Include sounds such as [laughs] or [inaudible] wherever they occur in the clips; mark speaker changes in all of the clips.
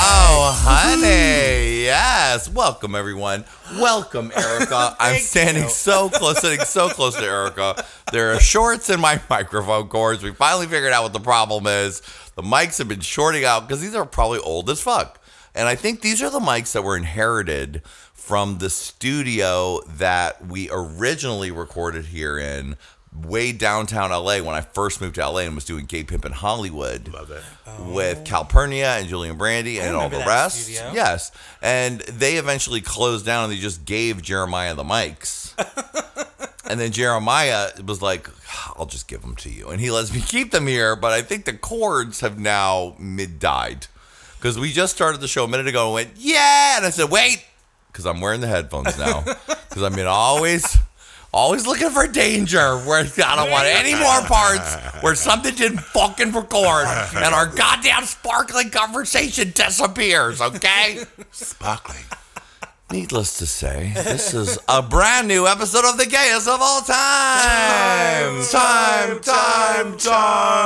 Speaker 1: Oh, Welcome, everyone. Welcome,
Speaker 2: [laughs]
Speaker 1: Erica. I'm
Speaker 2: Thank
Speaker 1: standing
Speaker 2: you.
Speaker 1: so close, sitting so close to Erica. There are shorts in my [laughs] microphone cords. We finally figured out what the problem is. The mics have been shorting out because these are probably old as fuck. And I think these are the mics that were inherited from the studio that we originally recorded here in way downtown LA when I first moved to LA and was doing Gay Pimp in Hollywood
Speaker 3: Love it.
Speaker 1: with Calpurnia and Julian Brandy and all
Speaker 2: remember
Speaker 1: the
Speaker 2: that
Speaker 1: rest.
Speaker 2: studio.
Speaker 1: Yes. And they eventually closed down and they just gave Jeremiah the mics. and then Jeremiah was like, I'll just give them to you. And he lets me keep them here, but I think the cords have now mid died. Because we just started the show a minute ago and went, yeah. And I said, wait, because I'm wearing the headphones [laughs] now. Because I've been always, always looking for danger. Where I don't want any more parts where something didn't fucking record and our goddamn sparkling conversation disappears. Okay.
Speaker 3: Sparkling.
Speaker 1: Needless to say, this is a brand new episode of the gayest of all time. Time, time,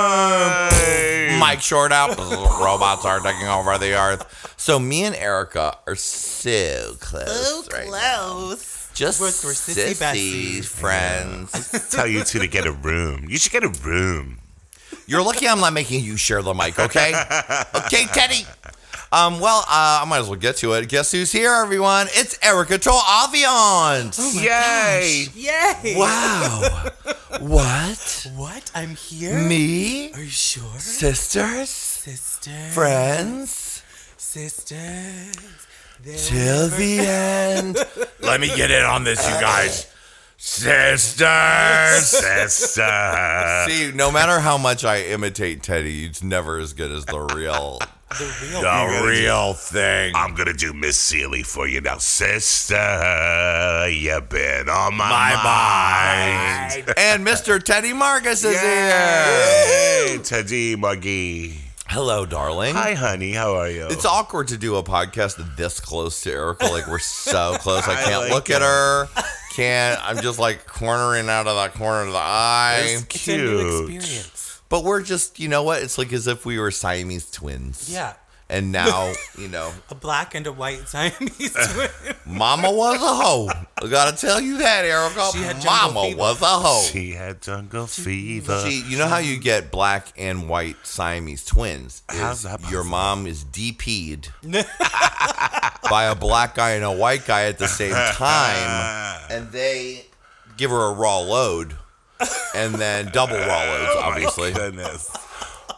Speaker 3: Mm.
Speaker 1: time. Mike Short out. [laughs] Robots are taking over the earth. So me and Erica are so close.
Speaker 2: So
Speaker 1: right now.
Speaker 2: close.
Speaker 1: Just
Speaker 2: We're-
Speaker 1: we're,
Speaker 2: we're sissy besties.
Speaker 1: friends.
Speaker 3: Tell you two to get a room. You should get a room.
Speaker 1: You're lucky I'm not making you share the mic,
Speaker 2: [laughs]
Speaker 1: okay? okay, Teddy. Um, well, uh, I might as well get to it. Guess who's here, everyone? It's Erica Troll Aviant.
Speaker 2: Oh
Speaker 3: Yay!
Speaker 1: [laughs]
Speaker 2: Yay!
Speaker 1: Wow. what?
Speaker 2: What? I'm here?
Speaker 1: Me?
Speaker 2: Are you sure?
Speaker 1: Sisters?
Speaker 2: Sister.
Speaker 1: Friends?
Speaker 2: Sisters. There
Speaker 1: Till the
Speaker 2: [laughs]
Speaker 1: end. Let me get in on this, you guys.
Speaker 2: [laughs]
Speaker 1: Sisters!
Speaker 3: Sister.
Speaker 1: [laughs] See, no matter how much I imitate Teddy, it's never as good as the real,
Speaker 2: The real.
Speaker 1: the real thing.
Speaker 3: I'm gonna do Miss Seeley for you now, sister. You've been on my, mind.
Speaker 1: And Mr. Teddy Marcus is here.
Speaker 3: Yay! Teddy Muggy.
Speaker 1: Hello,
Speaker 2: Hmm.
Speaker 1: darling.
Speaker 3: Hi, honey. How are you?
Speaker 1: It's awkward to do a podcast this close to Erica. Like we're so close. I
Speaker 3: I
Speaker 1: can't
Speaker 3: like
Speaker 1: look at
Speaker 3: it.
Speaker 1: her. Can't. I'm just like cornering out of the corner of the eye.
Speaker 3: It's
Speaker 2: It's a new
Speaker 3: cute.
Speaker 2: experience.
Speaker 1: But we're just, you know what? It's like as if we were Siamese twins.
Speaker 2: Yeah.
Speaker 1: And now, you know,
Speaker 2: A black and a
Speaker 3: [laughs]
Speaker 2: white Siamese twin.
Speaker 1: Mama was a hoe. I gotta tell you that, Erica.
Speaker 2: She had jungle
Speaker 1: Mama
Speaker 2: fever.
Speaker 1: was a hoe.
Speaker 3: She had jungle fever.
Speaker 1: See, you know how you get black and white Siamese twins? Is
Speaker 3: How's that
Speaker 1: your mom is DP'd by a black guy and a white guy at the same time, and they give her a raw load, and then double raw loads,
Speaker 3: Oh
Speaker 2: [laughs]
Speaker 1: obviously.
Speaker 3: Goodness.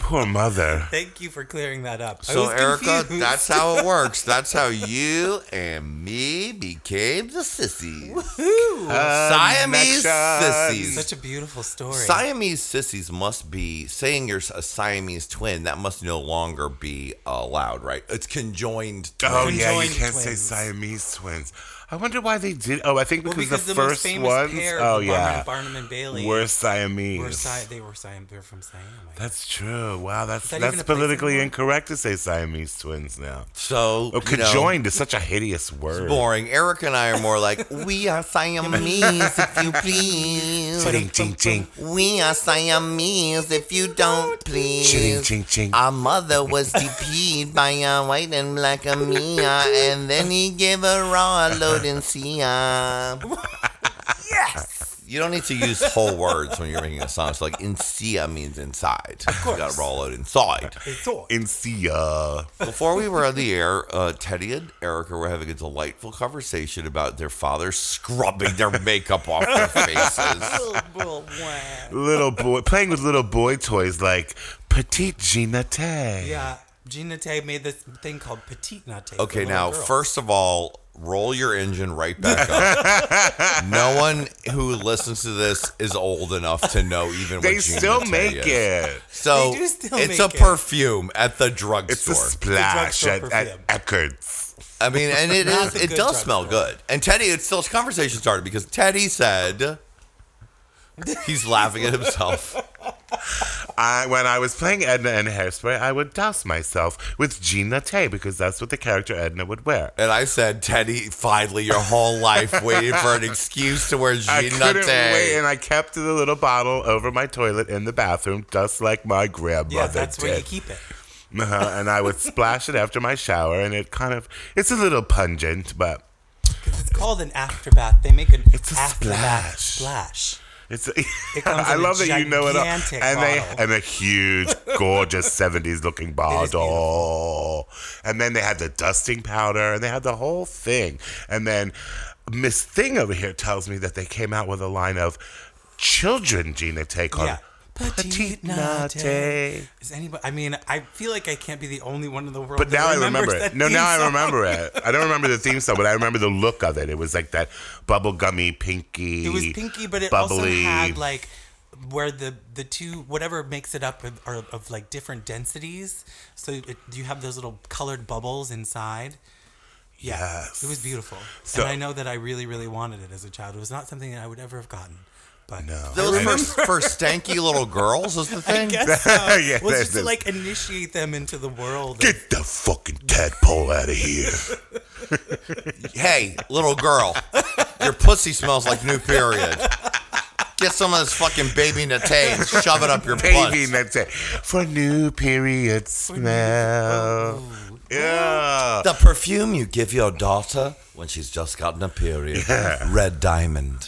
Speaker 3: Poor mother.
Speaker 2: Thank you for clearing that up. I
Speaker 1: So
Speaker 2: was
Speaker 1: Erica,
Speaker 2: confused. [laughs]
Speaker 1: that's how it works. That's how you and me became the sissies. Siamese
Speaker 3: Connection.
Speaker 1: sissies.
Speaker 2: Such a beautiful story.
Speaker 1: Siamese sissies must be saying you're a Siamese twin. That must no longer be allowed, right? It's conjoined. twin.
Speaker 3: Oh yeah, you
Speaker 2: Conjoined
Speaker 3: can't say
Speaker 2: twins.
Speaker 3: Siamese twins. I wonder why they did. Oh, I think
Speaker 2: well,
Speaker 3: because,
Speaker 2: because
Speaker 3: the,
Speaker 2: the, most
Speaker 3: first
Speaker 2: famous
Speaker 3: ones.
Speaker 2: pair,
Speaker 3: oh
Speaker 2: Barnum,
Speaker 3: yeah,
Speaker 2: Barnum and Bailey,
Speaker 3: were Siamese.
Speaker 2: were Si- they were Siam. They're from oh Siam. I
Speaker 3: That's true. Wow, that's
Speaker 2: that even
Speaker 3: that's
Speaker 2: a place
Speaker 3: politically
Speaker 2: anymore?
Speaker 3: incorrect to say Siamese twins now.
Speaker 1: So
Speaker 3: Oh,
Speaker 1: you know,
Speaker 3: conjoined is such a hideous word.
Speaker 1: boring. Eric and I are more like we are Siamese, if you please.
Speaker 3: Ching ching ching.
Speaker 1: We are Siamese if you don't
Speaker 3: Ching
Speaker 1: please.
Speaker 3: ching ching.
Speaker 1: Our mother was dp by a white and black Amia, and then he gave her raw load and Sia.
Speaker 2: Yes.
Speaker 1: You don't need to use whole words when you're making a song. It's like in Sia means inside. You got raw load inside.
Speaker 2: It's all.
Speaker 3: In Sia.
Speaker 1: Before we were on the air, uh, Teddy and Erica were having a delightful conversation about their father scrubbing their makeup
Speaker 3: [laughs]
Speaker 1: off their faces.
Speaker 3: Little boy playing with little boy toys like petite Ginette.
Speaker 2: Yeah, Gina Tay made this thing called petite natte.
Speaker 1: Okay, now first of all, roll your engine right back
Speaker 3: [laughs]
Speaker 1: up. no one who listens to this is old enough to know even
Speaker 3: They
Speaker 1: what Gina
Speaker 3: still
Speaker 1: Tay
Speaker 3: make
Speaker 1: is.
Speaker 3: it.
Speaker 1: So
Speaker 2: They do still
Speaker 1: it's
Speaker 2: make
Speaker 1: a
Speaker 2: it.
Speaker 1: perfume at the
Speaker 3: It's a
Speaker 1: drugstore.
Speaker 3: splash
Speaker 2: drugstore
Speaker 3: at, at Eckerd's.
Speaker 1: I mean, and it
Speaker 2: Not
Speaker 1: is
Speaker 2: the
Speaker 1: it
Speaker 2: good
Speaker 1: does smell
Speaker 2: drugstore.
Speaker 1: good. And Teddy, it's still conversation started because Teddy said he's laughing at himself.
Speaker 3: I, when I was playing Edna and Hairspray, I would douse myself with Gina Tay because that's what the character Edna would wear.
Speaker 1: And I said, Teddy, finally your whole life waiting for an excuse to wear
Speaker 3: I couldn't
Speaker 1: Gina
Speaker 3: wait,
Speaker 1: Tay.
Speaker 3: and I kept the little bottle over my toilet in the bathroom, just like my grandmother
Speaker 2: yeah, that's
Speaker 3: did.
Speaker 2: where you keep it.
Speaker 3: uh-huh, and I would splash it after my shower, and it kind of—it's a little pungent, but
Speaker 2: called an afterbath. They make an
Speaker 3: It's a
Speaker 2: afterbath
Speaker 3: splash.
Speaker 2: splash.
Speaker 3: It's. [laughs]
Speaker 2: comes
Speaker 3: I
Speaker 2: in a
Speaker 3: love that you know it all.
Speaker 2: gigantic
Speaker 3: And they
Speaker 2: bottle.
Speaker 3: and a
Speaker 2: [laughs]
Speaker 3: huge, gorgeous '70s looking bottle. And then they had the dusting powder, and they had the whole thing. And then Miss Thing over here tells me that they came out with a line of children Gina take on
Speaker 2: Yeah.
Speaker 3: Petite Nate.
Speaker 2: Nate. Is anybody? I mean, I feel like I can't be the only one in the world.
Speaker 3: But
Speaker 2: that
Speaker 3: now I
Speaker 2: remembers
Speaker 3: remember it.
Speaker 2: that
Speaker 3: No,
Speaker 2: theme
Speaker 3: now I
Speaker 2: song.
Speaker 3: remember it.
Speaker 2: [laughs]
Speaker 3: I don't remember the theme song, but I remember the look of it. It was like that bubblegummy pinky.
Speaker 2: It was pinky, but it also
Speaker 3: bubbly.
Speaker 2: had like where the the two whatever makes it up of- are of like different densities. So it, you have those little colored bubbles inside. Yeah,
Speaker 3: Yes.
Speaker 2: it was beautiful,
Speaker 3: So-
Speaker 2: and I know that I really, really wanted it as a child. It was not something that I would ever have gotten, but
Speaker 3: No.
Speaker 1: Those
Speaker 3: And-
Speaker 1: first for stanky little girls
Speaker 3: [laughs]
Speaker 1: is the
Speaker 2: I
Speaker 1: thing.
Speaker 2: guess so.
Speaker 3: Yeah,
Speaker 2: was just
Speaker 3: that's
Speaker 2: to
Speaker 3: it.
Speaker 2: like initiate them into the world. of-
Speaker 3: Get the fucking tadpole out of here.
Speaker 1: Hey, little girl, your pussy smells like new period. Get some of this fucking baby Nate and shove it up your
Speaker 3: Baby,
Speaker 1: butt.
Speaker 3: that's it. For new period smell. [laughs]
Speaker 1: [laughs]
Speaker 3: Yeah.
Speaker 1: The perfume you give your daughter when she's just gotten a period.
Speaker 3: [laughs]
Speaker 1: Red diamond.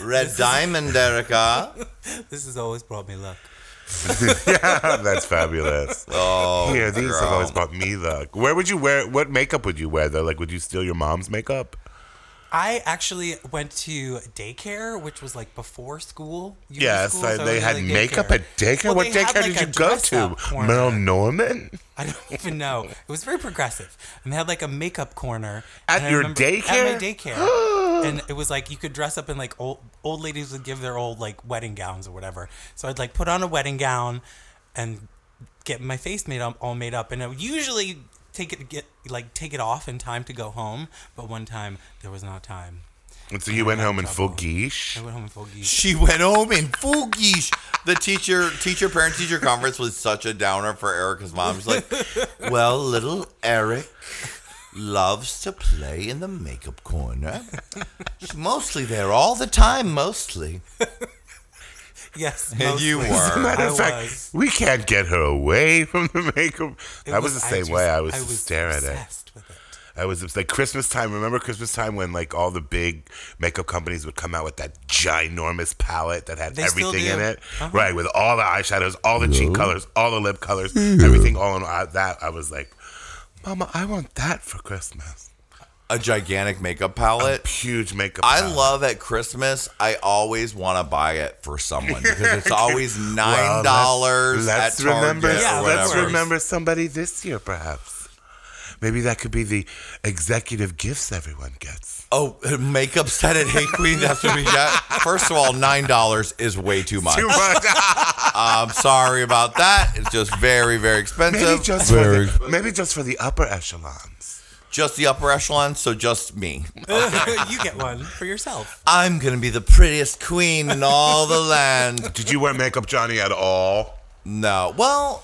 Speaker 1: Red diamond, Erica.
Speaker 2: this has always brought me luck.
Speaker 3: yeah, that's fabulous. [laughs]
Speaker 1: Oh,
Speaker 3: Here, these have
Speaker 1: girl.
Speaker 3: always brought me luck. Where would you wear? What makeup would you wear though? Like, would you steal your mom's makeup?
Speaker 2: I actually went to daycare, which was like before school. You went to
Speaker 3: Yes,
Speaker 2: school,
Speaker 3: I,
Speaker 2: so I
Speaker 3: they
Speaker 2: was
Speaker 3: had
Speaker 2: like
Speaker 3: makeup at daycare.
Speaker 2: Well,
Speaker 3: what
Speaker 2: they had,
Speaker 3: daycare
Speaker 2: like,
Speaker 3: did
Speaker 2: a
Speaker 3: you go to?
Speaker 2: dress-up corner.
Speaker 3: Mel Norman
Speaker 2: I don't [laughs] even know. It was very progressive, and they had like a makeup corner
Speaker 3: At
Speaker 2: And I
Speaker 3: your
Speaker 2: remember- At my
Speaker 3: daycare? [gasps]
Speaker 2: daycare, and it was like you could dress up in like old old ladies would give their old like wedding gowns or whatever. So I'd like put on a wedding gown, and get my face made up, all made up, and I would usually take it get like take it off in time to go home. But one time there was not time.
Speaker 3: And so you went home in full
Speaker 2: trouble.
Speaker 3: geesh.
Speaker 2: I went home in full geese.
Speaker 1: She went home in full geesh. The teacher, teacher, parent, teacher conference was such a downer for Erica's mom. She's like, "Well, little Eric loves to play in the
Speaker 3: [laughs]
Speaker 1: makeup corner. She's mostly there all the time, mostly."
Speaker 3: [laughs]
Speaker 2: Yes,
Speaker 1: And you
Speaker 2: mostly.
Speaker 1: were.
Speaker 3: Matter
Speaker 2: I
Speaker 3: of fact,
Speaker 2: was.
Speaker 3: we can't get her away [laughs] from the makeup.
Speaker 2: It
Speaker 3: that was, the same way.
Speaker 2: just-
Speaker 3: I was, staring at it.
Speaker 2: obsessed with it. [laughs]
Speaker 3: I was it's like Christmas time. Remember Christmas time when like all the big makeup companies would come out with that ginormous palette that had
Speaker 2: They still
Speaker 3: everything in
Speaker 2: do.
Speaker 3: it,
Speaker 2: Uh-huh.
Speaker 3: right? With all the eyeshadows, all the cheek colors, all the lip colors, everything all in all that. I was like, Mama, I want that for Christmas.
Speaker 1: A gigantic makeup palette.
Speaker 3: Huge makeup.
Speaker 1: I
Speaker 3: palette.
Speaker 1: love at Christmas. I always want to buy it for someone
Speaker 3: [laughs]
Speaker 1: because it's always
Speaker 3: Well,
Speaker 1: nine
Speaker 3: let's-
Speaker 1: dollars
Speaker 3: Let's,
Speaker 1: at Target
Speaker 3: remember.
Speaker 1: or
Speaker 2: Yeah,
Speaker 3: let's
Speaker 1: whatever.
Speaker 3: remember somebody this year, perhaps. Maybe that could be the executive gifts everyone
Speaker 1: [laughs]
Speaker 3: gets.
Speaker 1: Oh, makeup set at Hey Queen. That's what we got. First of all, nine dollars is way too much.
Speaker 3: Too much.
Speaker 1: I'm sorry about that. It's just very, very expensive.
Speaker 3: maybe just for the, maybe just for the upper echelons.
Speaker 1: Just the upper echelon, so just me.
Speaker 2: you get one for yourself.
Speaker 1: I'm gonna be the prettiest queen in all the land.
Speaker 3: Did you wear makeup, Johnny, at all?
Speaker 1: No, well,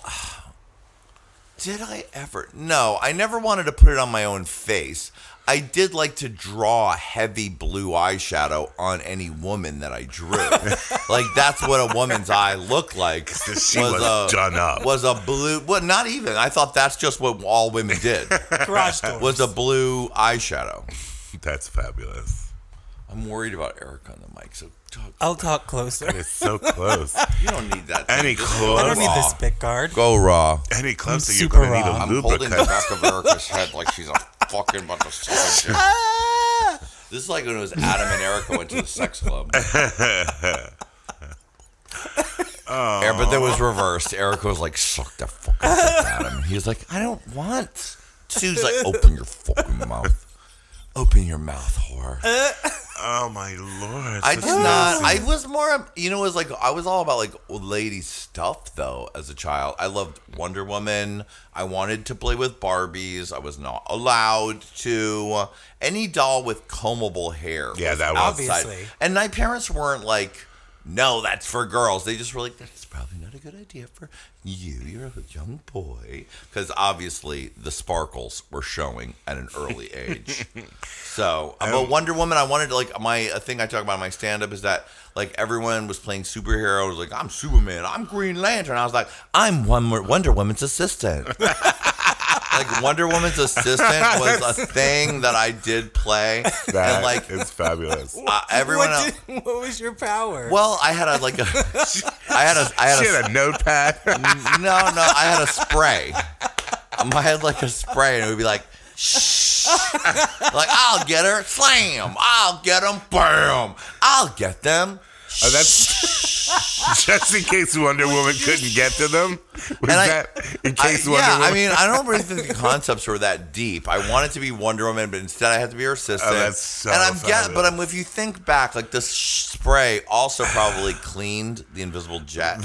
Speaker 1: [sighs] did I ever? No, I never wanted to put it on my own face. I did like to draw a heavy blue eyeshadow on any woman that
Speaker 3: [laughs]
Speaker 1: I drew. like that's what a woman's eye looked like.
Speaker 3: She was, done up.
Speaker 1: was a blue. Well, not even. I thought that's just what all women
Speaker 3: [laughs]
Speaker 1: did.
Speaker 2: Garage door.
Speaker 1: was a blue eyeshadow.
Speaker 3: That's fabulous.
Speaker 1: I'm worried about Eric on the mic, so talk,
Speaker 2: I'll
Speaker 3: [laughs]
Speaker 2: talk closer.
Speaker 3: It's
Speaker 1: [laughs]
Speaker 3: so close.
Speaker 1: you don't need that.
Speaker 3: Any
Speaker 1: Just
Speaker 3: clothes.
Speaker 2: I
Speaker 1: go
Speaker 2: don't need this
Speaker 1: raw.
Speaker 2: spit guard.
Speaker 1: Go raw.
Speaker 3: Any closer, you're
Speaker 2: super
Speaker 3: gonna need
Speaker 2: raw.
Speaker 3: a
Speaker 2: I'm
Speaker 1: I'm holding the
Speaker 3: lubricant.
Speaker 1: back of Erica's head like she's a fucking bunch of sausage.
Speaker 2: [laughs] Ah!
Speaker 1: This is like when it was Adam and Erica went to the sex club. Yeah, but that was reversed. Erica was like, "Suck the fucking dick, Adam." He was like, "I don't want." Sue's like, "Open your fucking mouth. Open your mouth, whore."
Speaker 3: Oh my lord!
Speaker 1: I
Speaker 3: such
Speaker 1: did not.
Speaker 3: nasty-
Speaker 1: I was more, you know, it was like I was all about like lady stuff though. As a child, I loved Wonder Woman. I wanted to play with Barbies. I was not allowed to. Any doll with combable hair.
Speaker 3: Yeah, that was-
Speaker 1: outside.
Speaker 2: Obviously.
Speaker 1: And my parents weren't like, no, that's for girls. They just were like, that's probably not a good idea for you. You're a young boy. Because obviously the sparkles were showing at an
Speaker 3: [laughs]
Speaker 1: early age. So, uh,
Speaker 3: Oh.
Speaker 1: but Wonder Woman, I wanted to like my a thing I talk about in my stand up is that like everyone was playing superheroes, like
Speaker 3: [laughs]
Speaker 1: I'm Superman, I'm Green Lantern. I was like, I'm one Wonder Woman's assistant. like Wonder Woman's assistant was a thing that I did play,
Speaker 3: That
Speaker 1: and like
Speaker 3: is
Speaker 1: [laughs]
Speaker 3: fabulous. [laughs]
Speaker 1: uh, everyone else.
Speaker 2: what, did- [laughs] what was your power?
Speaker 1: Well, I had a like a, I had a, I had
Speaker 3: She
Speaker 1: a,
Speaker 3: had a
Speaker 1: [laughs]
Speaker 3: notepad. Oh,
Speaker 1: no, no, I had a spray. Um, I had like a spray, and it would be like, shh, like I'll get her, slam, I'll get them, bam, I'll get them.
Speaker 3: Oh, that's just in case Wonder Woman couldn't get to them. Was
Speaker 1: I-
Speaker 3: that in case
Speaker 1: I-
Speaker 3: Wonder
Speaker 1: yeah,
Speaker 3: Woman?
Speaker 1: I mean, I don't
Speaker 3: [laughs]
Speaker 1: really think the concepts were that deep. I wanted to be Wonder Woman, but instead I had to be her assistant.
Speaker 3: Oh, that's so
Speaker 1: and I'm
Speaker 3: fabulous.
Speaker 1: get, but I'm if you think back, like this sh- spray also probably cleaned the invisible jet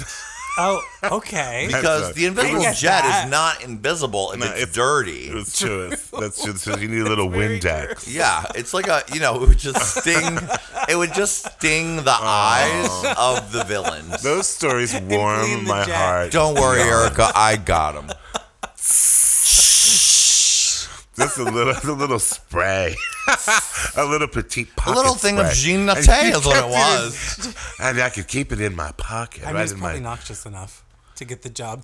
Speaker 2: oh,
Speaker 3: [laughs]
Speaker 2: okay.
Speaker 1: because
Speaker 3: a-
Speaker 1: the invisible
Speaker 2: I
Speaker 1: jet
Speaker 2: get
Speaker 1: is
Speaker 2: that.
Speaker 1: not invisible if
Speaker 3: No,
Speaker 1: it's
Speaker 3: if-
Speaker 1: dirty.
Speaker 3: it was true. That's just you need a little
Speaker 2: very
Speaker 3: Windex. [laughs]
Speaker 1: yeah, it's like a you know it would just sting. It would just sting the
Speaker 3: Oh.
Speaker 1: eyes of the villains.
Speaker 3: Those
Speaker 1: [laughs]
Speaker 3: stories
Speaker 2: clean
Speaker 3: warm
Speaker 2: the
Speaker 3: my
Speaker 2: jet.
Speaker 3: heart.
Speaker 1: Don't worry, Erica, I got them.
Speaker 3: Just a little, a little
Speaker 1: [laughs]
Speaker 3: spray, a little petite
Speaker 1: A
Speaker 3: pocket.
Speaker 1: little thing of
Speaker 3: spray.
Speaker 1: Jean
Speaker 3: And you
Speaker 1: Nate is what
Speaker 3: kept
Speaker 1: it was.
Speaker 3: in- and I could keep it in my pocket,
Speaker 2: I mean,
Speaker 3: right
Speaker 2: it's
Speaker 3: in
Speaker 2: probably
Speaker 3: my
Speaker 2: noxious enough to get the job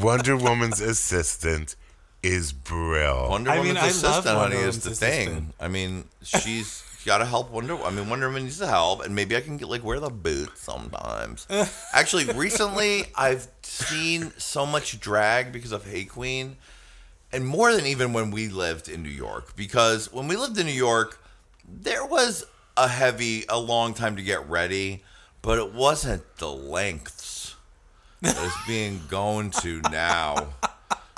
Speaker 3: [laughs]
Speaker 2: [laughs]
Speaker 3: Wonder Woman's assistant is Brill.
Speaker 1: Wonder
Speaker 2: I
Speaker 1: Woman's
Speaker 2: mean, I love
Speaker 1: assistant, honey,
Speaker 2: Wonder
Speaker 1: is
Speaker 2: Woman's
Speaker 1: the thing.
Speaker 2: assistant.
Speaker 1: I mean, she's got to help Wonder. I mean, Wonder Woman needs the help, and maybe I can get like wear the boots
Speaker 2: [laughs]
Speaker 1: sometimes. Actually, recently I've seen so much drag because of Hey Queen, and more than even when we lived in New York, because when we lived in New York, there was a heavy, a long time to get ready, but it wasn't the lengths that is being gone to now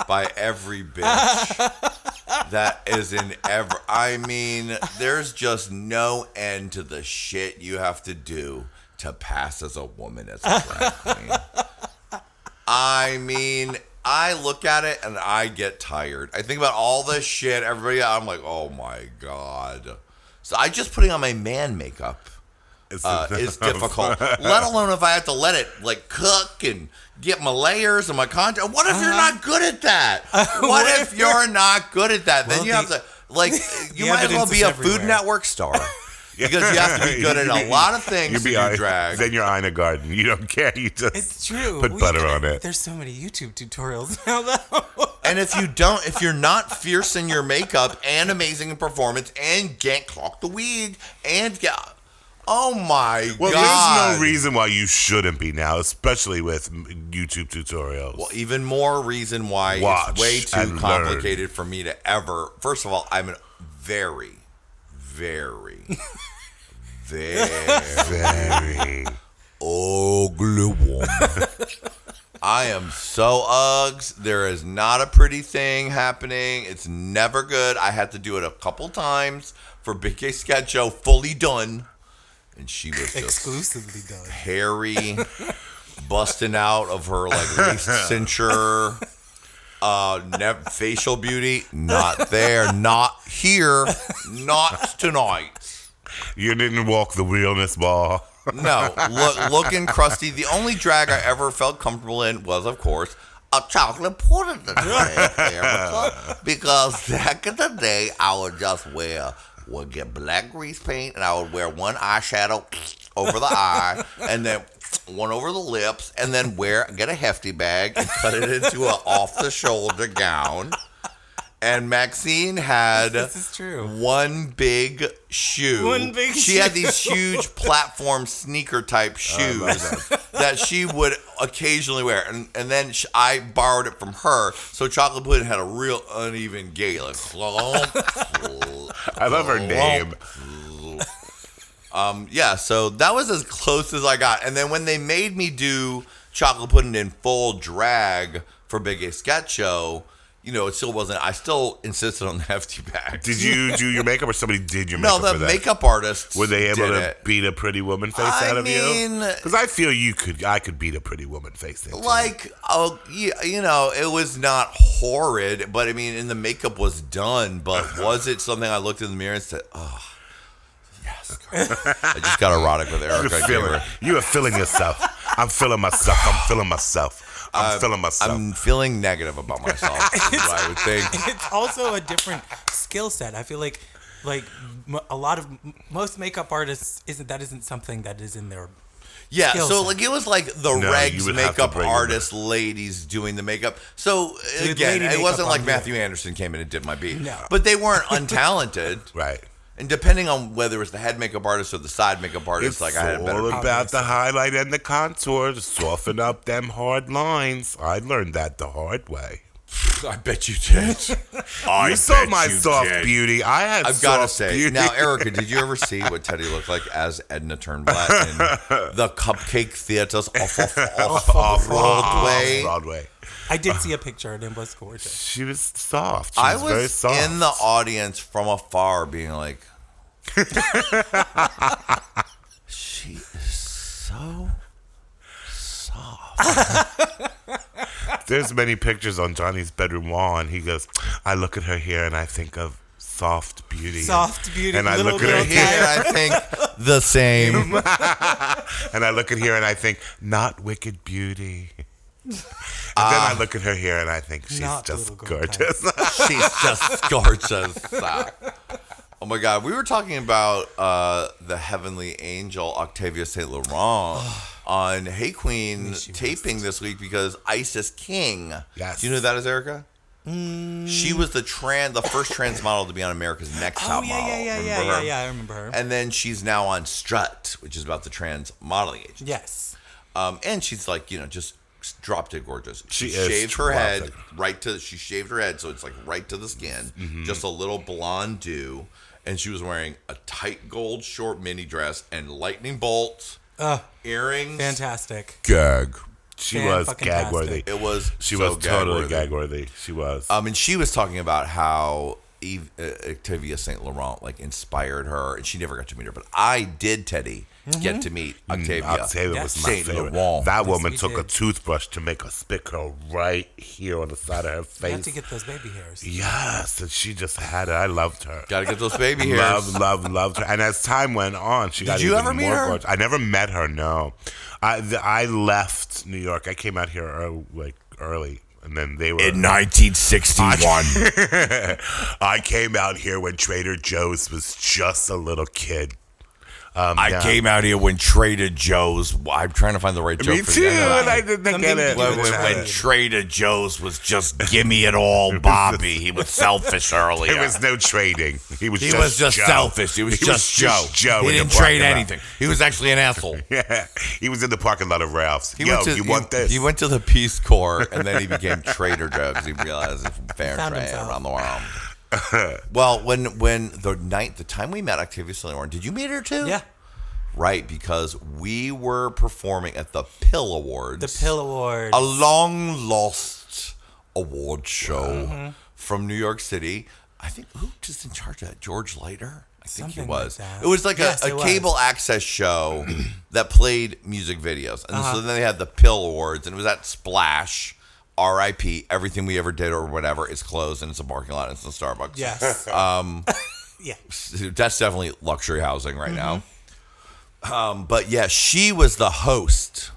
Speaker 1: by every bitch that is in ever. I mean, there's just no end to the shit you have to do to pass as a woman as a drag queen. I mean, I look at it and I get tired. I think about all this shit. Everybody, I'm like, oh my god. So I just putting on my man makeup
Speaker 3: It's [laughs]
Speaker 1: uh, is difficult. let alone if I have to let it like cook and get my layers and my content. What if you're
Speaker 2: Uh-huh.
Speaker 1: not good at
Speaker 2: [laughs]
Speaker 1: that? what, if you're not good at that? then
Speaker 2: Well,
Speaker 1: you
Speaker 2: the-
Speaker 1: have to
Speaker 2: [laughs]
Speaker 1: like you might as well
Speaker 2: evidence
Speaker 1: be
Speaker 2: is
Speaker 1: a
Speaker 2: everywhere.
Speaker 1: Food
Speaker 3: [laughs]
Speaker 1: Network star because you have to be good at a lot of things
Speaker 3: You
Speaker 1: to
Speaker 3: be
Speaker 1: do
Speaker 3: on,
Speaker 1: drag.
Speaker 3: Then you're Ina Garden. You don't care. You just
Speaker 2: It's true.
Speaker 3: Put
Speaker 2: We
Speaker 3: butter
Speaker 2: gotta-
Speaker 3: on it.
Speaker 2: There's so many YouTube tutorials [laughs] now, though.
Speaker 1: And if you don't, if you're not fierce in your makeup and amazing in performance and get clock the wig and get, oh my
Speaker 3: Well,
Speaker 1: god,
Speaker 3: there's no reason why you shouldn't be now, especially with m- YouTube tutorials.
Speaker 1: Well, even more reason why
Speaker 3: Watch
Speaker 1: it's way too
Speaker 3: and learn.
Speaker 1: complicated for me to ever. First of all, I'm a very,
Speaker 3: [laughs]
Speaker 1: very, very
Speaker 3: Very.
Speaker 1: ugly woman. I am so uggs. There is not a pretty thing happening. It's never good. I had to do it a couple times for Big K Sketch Show, fully done. And she was just
Speaker 2: Exclusively done.
Speaker 1: hairy, busting out of her like waist cinture. Uh, ne- facial beauty not there, not here, not tonight.
Speaker 3: you didn't walk the realness ball.
Speaker 1: No, look, looking crusty. The only drag I ever felt comfortable in was, of course, a chocolate pudding
Speaker 2: [laughs]
Speaker 1: drag Erica, because back in the day, I would just wear would get black grease paint, and I would wear one eyeshadow [sniffs] over the eye, and then [sniffs] one over the lips, and then wear get a hefty bag and cut it into
Speaker 2: [laughs]
Speaker 1: an off the shoulder gown. And Maxine had
Speaker 2: This is true.
Speaker 1: one big shoe.
Speaker 2: One big
Speaker 1: she had these huge platform sneaker
Speaker 3: Oh,
Speaker 1: type shoes that she would occasionally wear, and and then sh I borrowed it from her. So chocolate pudding had a real uneven gait, like clomp, clomp,
Speaker 3: I love her name.
Speaker 1: um, yeah, so that was as close as I got. And then when they made me do chocolate pudding in full drag for Big A Sketch Show, you know, it still wasn't. I still insisted on the [laughs] hefty bag.
Speaker 3: Did you do your makeup or somebody did your
Speaker 1: no,
Speaker 3: makeup?
Speaker 1: the
Speaker 3: for that?
Speaker 1: makeup artists
Speaker 3: Were they able
Speaker 1: did
Speaker 3: to
Speaker 1: it.
Speaker 3: beat a pretty woman face
Speaker 1: I
Speaker 3: out of you?
Speaker 1: mean-
Speaker 3: Because I feel you could. I could beat a pretty woman face. into me.
Speaker 1: like oh you, you know it was not horrid but i mean and the makeup was done but was it something i looked in the mirror and said oh yes girl." [laughs] i just got erotic with erica
Speaker 3: You're
Speaker 1: I gave
Speaker 3: feeling-
Speaker 1: her-
Speaker 3: You are feeling yourself. I'm feeling myself. I'm feeling myself. I'm feeling myself.
Speaker 1: Um, i'm feeling negative about myself is what i would think
Speaker 2: It's also a different skill set. I feel like, like m- a lot of m- most makeup artists isn't that isn't something that is in their
Speaker 1: [laughs] Yeah,
Speaker 2: Skills.
Speaker 1: so like it was like the
Speaker 3: No, you
Speaker 1: regs
Speaker 3: would have to
Speaker 1: makeup
Speaker 3: bring them
Speaker 1: artist ladies doing the makeup. So
Speaker 2: Dude,
Speaker 1: again,
Speaker 2: lady
Speaker 1: it
Speaker 2: makeup
Speaker 1: wasn't
Speaker 2: on
Speaker 1: like
Speaker 2: you.
Speaker 1: Matthew Anderson came in and did my beat.
Speaker 2: No.
Speaker 1: But they weren't untalented.
Speaker 3: Right.
Speaker 1: And depending on whether it's the head makeup artist or the side makeup artist,
Speaker 3: It's
Speaker 1: like I had a
Speaker 3: all
Speaker 1: better
Speaker 3: about the highlight and the contour to soften up them hard lines. I learned that the hard way.
Speaker 1: I bet you did. [laughs]
Speaker 3: I you saw my soft beauty. I had
Speaker 1: I've got to
Speaker 3: soft
Speaker 1: say,
Speaker 3: beauty.
Speaker 1: now, Erica, did you ever see what Teddy looked like as Edna
Speaker 3: [laughs]
Speaker 1: Turnblatt in the Cupcake Theaters off, off, off,
Speaker 3: [laughs]
Speaker 1: off Broadway?
Speaker 3: Broadway.
Speaker 2: I
Speaker 3: Uh-huh.
Speaker 2: did see a picture and it was gorgeous.
Speaker 3: She was soft. She
Speaker 1: I
Speaker 3: was very
Speaker 1: was
Speaker 3: soft.
Speaker 1: in the audience from afar being like, she is so.
Speaker 3: There's many pictures on Johnny's bedroom wall, and he goes, I look at her here and I think of soft beauty.
Speaker 2: Soft beauty,
Speaker 3: And I
Speaker 2: little
Speaker 3: look
Speaker 2: girl
Speaker 3: at her
Speaker 1: Here,
Speaker 3: here,
Speaker 1: I think
Speaker 3: [laughs]
Speaker 1: the same.
Speaker 3: and I look at here and I think, not wicked beauty. And then I look at her here and I think she's
Speaker 2: Not
Speaker 3: just
Speaker 2: little girl
Speaker 3: gorgeous.
Speaker 1: She's just gorgeous. [laughs] Oh my God. We were talking about uh, the heavenly angel, Octavia St.
Speaker 2: [sighs]
Speaker 1: Laurent, on Hey Queen taping this week because Isis King.
Speaker 3: Yes.
Speaker 1: Do you know who that is, Erica? She was the trans, the first trans model to be on America's
Speaker 2: [gasps]
Speaker 1: Next
Speaker 2: Mm. Oh
Speaker 1: Top
Speaker 2: yeah,
Speaker 1: Model.
Speaker 2: yeah, yeah, yeah,
Speaker 1: Remember
Speaker 2: yeah,
Speaker 1: her?
Speaker 2: yeah. I remember her.
Speaker 1: And then she's now on Strut, which is about the trans modeling agency.
Speaker 2: yes.
Speaker 1: Um, and she's like, you know, just drop dead gorgeous. She,
Speaker 3: She is
Speaker 1: shaved her
Speaker 3: drop
Speaker 1: head
Speaker 3: dead.
Speaker 1: right to she shaved her head, so it's like right to the skin,
Speaker 3: Mm-hmm.
Speaker 1: just a little blonde do, and she was wearing a tight gold short mini dress and lightning bolts,
Speaker 2: Uh,
Speaker 1: earrings.
Speaker 2: fantastic.
Speaker 3: Gag. She
Speaker 2: Fan
Speaker 3: was
Speaker 2: fucking
Speaker 3: gag worthy.
Speaker 1: It was
Speaker 3: She
Speaker 1: so
Speaker 3: was totally
Speaker 1: gag-worthy.
Speaker 3: gag worthy. She was.
Speaker 1: Um, and she was talking about how Eve, uh, Octavia Saint Laurent like inspired her, and she never got to meet her, but I did, Teddy, get to meet Octavia.
Speaker 3: Mm-hmm. Mm, Octavia was my
Speaker 1: Saint
Speaker 3: favorite.
Speaker 1: Laurent.
Speaker 3: That woman
Speaker 2: we
Speaker 3: took a
Speaker 2: did.
Speaker 3: toothbrush to make a spit curl right here on the side of her
Speaker 2: You have to
Speaker 3: face.
Speaker 2: get those baby hairs.
Speaker 3: Yes, and she just had it. I loved her.
Speaker 1: Got to get those
Speaker 3: [laughs]
Speaker 1: baby hairs.
Speaker 3: Love, love, loved her. And as time went on, she got
Speaker 1: you
Speaker 3: even
Speaker 1: ever meet
Speaker 3: more
Speaker 1: her?
Speaker 3: gorgeous. I never met her. No, I th- I left New York. I came out here early, like early, and then they were
Speaker 4: In 1961.
Speaker 3: [laughs] I came out here when Trader Joe's was just a little kid. Um,
Speaker 4: I
Speaker 3: now-
Speaker 4: came out here when Trader Joe's.
Speaker 1: I'm trying to find the right joke
Speaker 3: Me
Speaker 1: for
Speaker 3: too,
Speaker 1: you. I know.
Speaker 3: and I didn't
Speaker 2: Something
Speaker 3: get
Speaker 2: to
Speaker 3: it.
Speaker 2: do with
Speaker 4: When, when
Speaker 2: Trader.
Speaker 4: Trader Joe's was just gimme
Speaker 3: [laughs]
Speaker 4: it all, Bobby. He was selfish earlier.
Speaker 3: There was no trading. He was
Speaker 4: he
Speaker 3: just
Speaker 4: was just
Speaker 3: Joe.
Speaker 4: selfish. He was just Joe.
Speaker 3: Joe.
Speaker 4: He
Speaker 3: in the
Speaker 4: didn't trade
Speaker 3: parking lot.
Speaker 4: anything. He was actually an asshole.
Speaker 3: [laughs] Yeah, he was in the parking lot of Ralph's.
Speaker 1: He
Speaker 3: Yo,
Speaker 1: went to,
Speaker 3: you
Speaker 1: he-
Speaker 3: want this?
Speaker 1: He went to the Peace Corps and then
Speaker 3: [laughs]
Speaker 1: he became Trader Joe because he realized it's fair
Speaker 2: Found
Speaker 1: trade
Speaker 2: himself.
Speaker 1: around the world.
Speaker 3: [laughs]
Speaker 1: well, when when the night the time we met Octavia Slytherin, did you meet her too?
Speaker 2: Yeah.
Speaker 1: Right, because we were performing at the Pill Awards.
Speaker 2: The Pill Award.
Speaker 1: a long lost award show
Speaker 2: Mm-hmm.
Speaker 1: from New York City. I think who was in charge of that? George Leiter? I think
Speaker 2: Something
Speaker 1: he
Speaker 2: like
Speaker 1: was.
Speaker 2: that.
Speaker 1: it was like
Speaker 2: Yes,
Speaker 1: a,
Speaker 2: it
Speaker 1: a
Speaker 2: was.
Speaker 1: cable access
Speaker 2: [clears throat]
Speaker 1: show that played music videos. And
Speaker 2: Uh-huh.
Speaker 1: so then they had the Pill Awards, and it was at Splash. RIP, everything we ever did or whatever is closed and it's a parking lot and it's a
Speaker 3: [laughs]
Speaker 1: Starbucks.
Speaker 2: Yes. [laughs] Um. yeah.
Speaker 1: That's definitely luxury housing right
Speaker 2: Mm-hmm.
Speaker 1: now. Um, but yeah, she was the host.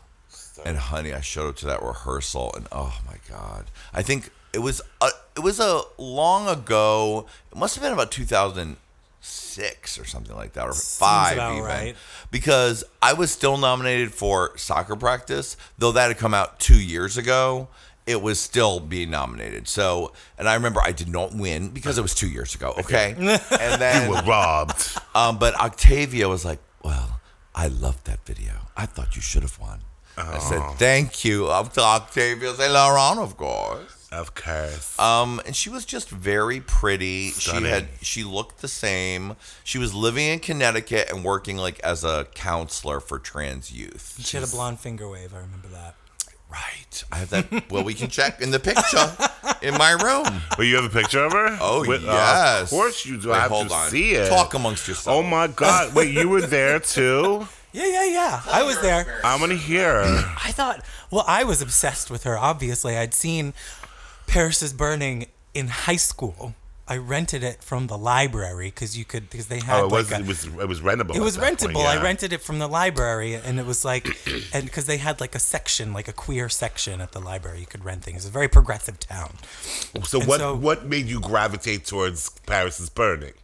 Speaker 1: And honey, I showed up to that rehearsal, and oh my god, I think it was a, it was a long ago. It must have been about two thousand six or something like that, or five
Speaker 2: about
Speaker 1: even,
Speaker 2: right.
Speaker 1: because I was still nominated for soccer practice, though that had come out two years ago. It was still being nominated. So, and I remember I did not win because it was two years ago. Okay, and then
Speaker 3: were robbed.
Speaker 1: um, but Octavia was like, "Well, I loved that video. I thought you should have won." I said, "Thank you." Up to Octavia Saint Laurent, of course.
Speaker 3: of
Speaker 1: [laughs]
Speaker 3: course.
Speaker 1: Um, and she was just very pretty.
Speaker 3: Stunning.
Speaker 1: She had she looked the same. She was living in Connecticut and working like as a counselor for trans youth.
Speaker 2: She had a blonde finger wave. I remember that.
Speaker 1: Right. I have that. well, we can check in the picture
Speaker 3: [laughs]
Speaker 1: in my room.
Speaker 3: Well, you have a picture of her?
Speaker 1: Oh,
Speaker 3: With- uh,
Speaker 1: yes.
Speaker 3: of course you do.
Speaker 1: Wait,
Speaker 3: I have
Speaker 1: hold
Speaker 3: to
Speaker 1: on.
Speaker 3: see it.
Speaker 1: Talk amongst yourselves.
Speaker 3: Oh my God! Wait, you were there
Speaker 2: [laughs]
Speaker 3: too?
Speaker 2: Yeah, yeah, yeah. I was there.
Speaker 3: I want to hear.
Speaker 2: I thought, well, I was obsessed with her. Obviously, I'd seen Paris is Burning in high school. I rented it from the library because you could because they had
Speaker 3: Oh, it
Speaker 2: like
Speaker 3: was
Speaker 2: a,
Speaker 3: it was it was rentable.
Speaker 2: it
Speaker 3: at
Speaker 2: was
Speaker 3: that point,
Speaker 2: rentable.
Speaker 3: yeah.
Speaker 2: I rented it from the library, and it was like, and because they had like a section, like a queer section at the library, you could rent things. It's a very progressive town.
Speaker 3: So
Speaker 2: and
Speaker 3: what
Speaker 2: so-
Speaker 3: what made you gravitate towards Paris is burning?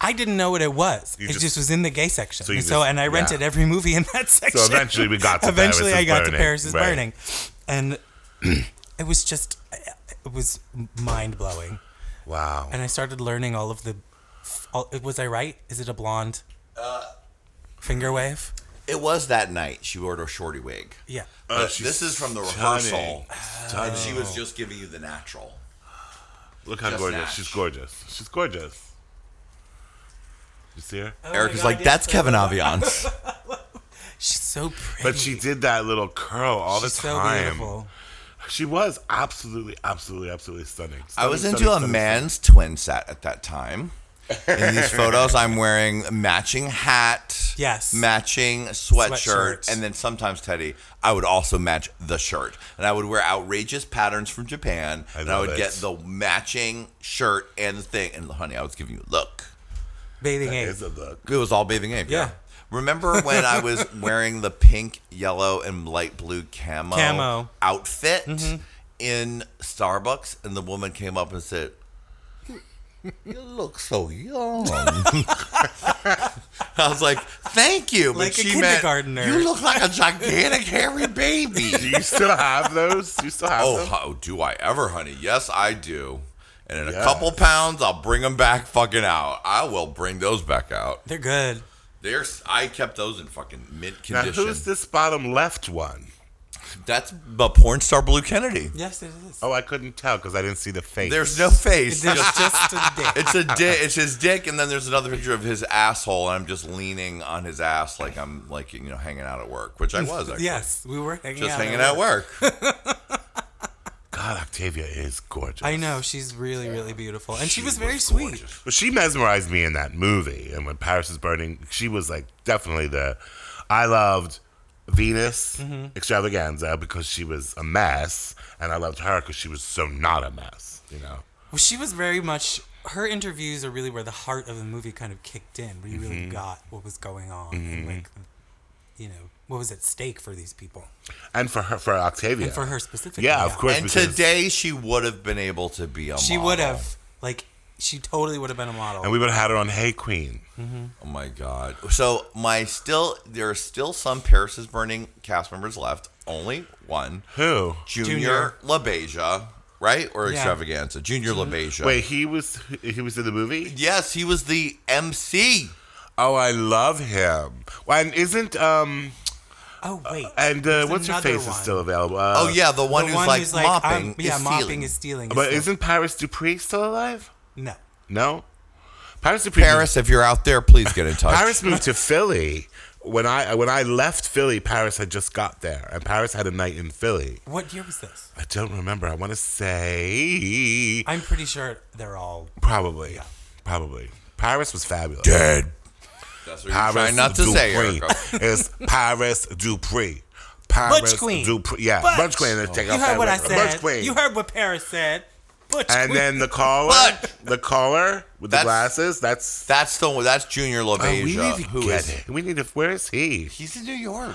Speaker 2: I didn't know what it was.
Speaker 3: You
Speaker 2: it
Speaker 3: just-
Speaker 2: just, was in the gay section.
Speaker 3: So
Speaker 2: So,
Speaker 3: you
Speaker 2: so
Speaker 3: just-
Speaker 2: and I rented
Speaker 3: yeah.
Speaker 2: every movie in that section.
Speaker 3: eventually we got to
Speaker 2: [laughs] eventually
Speaker 3: Paris
Speaker 2: I
Speaker 3: is
Speaker 2: got
Speaker 3: Burning,
Speaker 2: to Paris is
Speaker 3: right.
Speaker 2: burning, and [clears throat] it was just it was mind blowing.
Speaker 3: Wow.
Speaker 2: And I started learning all of the. All, was I right? Is it a blonde? Finger wave.
Speaker 1: It was that night she wore a shorty wig.
Speaker 2: Yeah.
Speaker 1: But
Speaker 3: Uh, she's
Speaker 1: this is from the
Speaker 3: stunning.
Speaker 1: rehearsal. And she was just giving you the natural.
Speaker 3: Look how
Speaker 1: Just
Speaker 3: gorgeous.
Speaker 1: that.
Speaker 3: She's gorgeous. She's gorgeous. You see her?
Speaker 2: Uh,
Speaker 1: Eric was like, that's Kevin Aviance.
Speaker 2: She's so pretty.
Speaker 3: But she did that little curl all
Speaker 2: She's
Speaker 3: the
Speaker 2: so
Speaker 3: time.
Speaker 2: beautiful.
Speaker 3: She was absolutely, absolutely, absolutely stunning.
Speaker 1: I was
Speaker 3: Stunning,
Speaker 1: into a
Speaker 3: stunning,
Speaker 1: man's twin set at that time.
Speaker 3: [laughs]
Speaker 1: In these photos, I'm wearing a matching hat,
Speaker 2: Yes.
Speaker 1: matching sweatshirt,
Speaker 2: Sweatshirts.
Speaker 1: and then sometimes Teddy, I would also match the shirt, and I would wear outrageous patterns from Japan,
Speaker 3: I
Speaker 1: and I
Speaker 3: love
Speaker 1: would
Speaker 3: it.
Speaker 1: get the matching shirt and the thing. And honey, I was giving you a look.
Speaker 2: Bathing
Speaker 3: stunning.
Speaker 2: ape.
Speaker 3: It's a look.
Speaker 1: It was all bathing ape.
Speaker 2: Yeah. [laughs]
Speaker 1: Remember when I was wearing the pink, yellow, and light blue camo,
Speaker 2: Camo. Mm-hmm.
Speaker 1: outfit in Starbucks, and the woman came up and said, "You, you look so young." [laughs] I was like, "Thank you," but
Speaker 2: Like a
Speaker 1: she meant
Speaker 2: kindergartner.
Speaker 1: you look like a gigantic hairy baby.
Speaker 3: Do you still have those? Do you still have
Speaker 1: oh,
Speaker 3: them?
Speaker 1: how do I ever, honey? Yes, I do. And in a
Speaker 3: Yeah.
Speaker 1: couple pounds, I'll bring them back fucking out. I will bring those back out.
Speaker 2: They're good.
Speaker 1: There's, I kept those in fucking mint
Speaker 3: Now,
Speaker 1: condition.
Speaker 3: who's this bottom left one?
Speaker 1: That's the porn star Blue Kennedy.
Speaker 2: Yes, it is.
Speaker 3: Oh, I couldn't tell because I didn't see the face.
Speaker 1: There's no face.
Speaker 2: It's just a
Speaker 3: [laughs]
Speaker 2: dick.
Speaker 1: [laughs] it's a dick. It's his dick, and then there's another picture of his asshole, and I'm just leaning on his ass like I'm like you know hanging out at work, which I was. Actually.
Speaker 2: Yes, we were hanging
Speaker 1: Just
Speaker 2: out.
Speaker 1: hanging out at work.
Speaker 3: God, Octavia is gorgeous.
Speaker 2: I know she's really, really beautiful, and she, was very sweet.
Speaker 3: Gorgeous. Well, she mesmerized me in that movie, and when Paris is burning, she was like definitely the. I loved Venus
Speaker 2: Mm-hmm.
Speaker 3: Extravaganza because she was a mess, and I loved her because she was so not a mess. You know,
Speaker 2: Well, she was very much. Her interviews are really where the heart of the movie kind of kicked in. We really got what was going on, and like, you know, what was at stake for these people
Speaker 3: and for her, for Octavia,
Speaker 2: and for her specifically.
Speaker 3: yeah, of course.
Speaker 1: And
Speaker 3: because-
Speaker 1: today she would have been able to be a
Speaker 2: she
Speaker 1: model.
Speaker 2: would have like she totally would have been a model.
Speaker 3: and we would have had her on Hey Queen.
Speaker 2: Mm-hmm.
Speaker 1: Oh my god. So my still there are still some Paris is burning cast members left. Only one.
Speaker 3: Who?
Speaker 1: Junior, LaBeija, right? Or
Speaker 2: Yeah.
Speaker 1: extravaganza. Junior LaBeija.
Speaker 3: Wait, he was he was in the movie.
Speaker 1: Yes, he was the MC.
Speaker 3: Oh, I love him. Well, and isn't um
Speaker 2: oh wait,
Speaker 3: and uh,
Speaker 2: there's
Speaker 3: what's your
Speaker 2: another
Speaker 3: face is
Speaker 2: one.
Speaker 3: still available? Uh,
Speaker 1: Oh yeah, the
Speaker 2: The
Speaker 1: one who's
Speaker 2: one
Speaker 1: like
Speaker 2: who's like,
Speaker 1: mopping.
Speaker 2: I'm- yeah,
Speaker 1: is
Speaker 2: mopping
Speaker 1: stealing.
Speaker 2: is stealing.
Speaker 3: But
Speaker 2: is
Speaker 3: isn't Paris Dupree still alive?
Speaker 2: no.
Speaker 3: No. Paris Dupree.
Speaker 1: Paris, if you're out there, please get in touch.
Speaker 3: Paris moved to Philly. When I when I left Philly, Paris had just got there, and Paris had a night in Philly.
Speaker 2: What year was this?
Speaker 3: I don't remember. I want to say
Speaker 2: I'm pretty sure they're all
Speaker 3: probably, probably. Paris was fabulous.
Speaker 1: dead. That's what you're
Speaker 3: Paris
Speaker 1: trying not to say,
Speaker 3: Dupree
Speaker 1: Erica.
Speaker 3: [laughs] is Paris Dupree. Paris
Speaker 2: Butch Queen.
Speaker 3: Dupree. Yeah, Butch,
Speaker 2: Butch.
Speaker 3: Queen. Let's take
Speaker 2: You
Speaker 3: off
Speaker 2: heard
Speaker 3: that
Speaker 2: what I
Speaker 3: word.
Speaker 2: said.
Speaker 3: Butch Queen.
Speaker 2: You heard what Paris said. Butch
Speaker 3: and
Speaker 2: Queen.
Speaker 3: then the caller,
Speaker 1: Butch.
Speaker 3: the caller with the
Speaker 1: That's-
Speaker 3: glasses. That's
Speaker 1: That's the one. That's Junior
Speaker 3: oh, we
Speaker 1: LaBeija.
Speaker 3: need to
Speaker 1: who
Speaker 3: get
Speaker 1: is
Speaker 3: him. We need to. Where is he?
Speaker 1: He's in New York.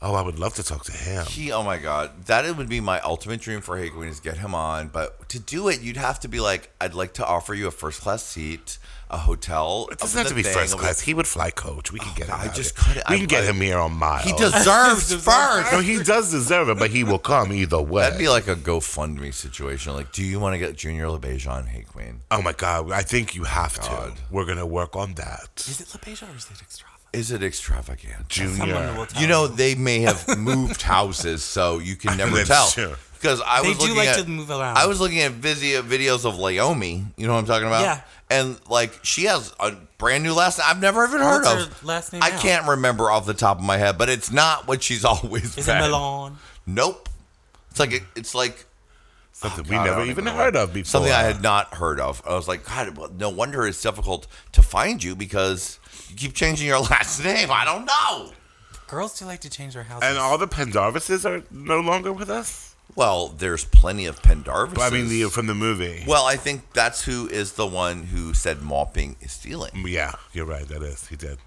Speaker 3: Oh, I would love to talk to him.
Speaker 1: He, oh my God, that would be my ultimate dream for Hey Queen is get him on. But to do it, you'd have to be like, I'd like to offer you a first class seat, a hotel.
Speaker 3: It doesn't have to be first class. He would fly coach. We can get him.
Speaker 1: I
Speaker 3: out
Speaker 1: just
Speaker 3: here.
Speaker 1: couldn't-
Speaker 3: We
Speaker 1: I-
Speaker 3: can get
Speaker 1: I-
Speaker 3: him here on mile.
Speaker 1: He
Speaker 2: [laughs]
Speaker 1: deserves
Speaker 2: Deserves
Speaker 1: first.
Speaker 3: No, he does deserve it, but he will come either way.
Speaker 1: That'd be like a GoFundMe situation. Like, do you want to get Junior LeBeija on Hey Queen?
Speaker 3: oh my god! I think you have
Speaker 1: God.
Speaker 3: to. We're gonna work on that,
Speaker 2: is it LePage or is it Extrava?
Speaker 1: Is it extravagant?
Speaker 2: Someone
Speaker 3: Junior.
Speaker 2: will tell
Speaker 1: You
Speaker 2: me.
Speaker 1: know, they may have
Speaker 2: [laughs]
Speaker 1: moved houses, so you can never
Speaker 3: That's
Speaker 1: tell.
Speaker 3: true.
Speaker 1: Because I
Speaker 2: They
Speaker 1: was
Speaker 2: do
Speaker 1: looking
Speaker 2: like
Speaker 1: at,
Speaker 2: to move around.
Speaker 1: I was looking at video, videos of Laomi. You know what I'm talking about?
Speaker 2: Yeah.
Speaker 1: And like she has a brand new last name I've never even heard
Speaker 2: What's
Speaker 1: of.
Speaker 2: her last name
Speaker 1: I
Speaker 2: now?
Speaker 1: can't remember off the top of my head, but it's not what she's [laughs] always
Speaker 2: Is it
Speaker 1: been.
Speaker 2: Milan?
Speaker 1: Nope. It's like it's like
Speaker 3: Something
Speaker 1: God, I
Speaker 3: we never
Speaker 1: don't
Speaker 3: even
Speaker 1: know
Speaker 3: heard
Speaker 1: what-
Speaker 3: of before.
Speaker 1: Something I had not heard of. I was like, God, well, no wonder it's difficult to find you because you keep changing your [laughs] last name. I don't know.
Speaker 2: Girls do like to change their houses.
Speaker 3: And all the Pendarvises are no longer with us.
Speaker 1: Well, there's plenty of Pendarvis.
Speaker 3: I mean, the from the movie.
Speaker 1: Well, I think that's who is the one who said mopping is stealing.
Speaker 3: Yeah, you're right. That is. He did.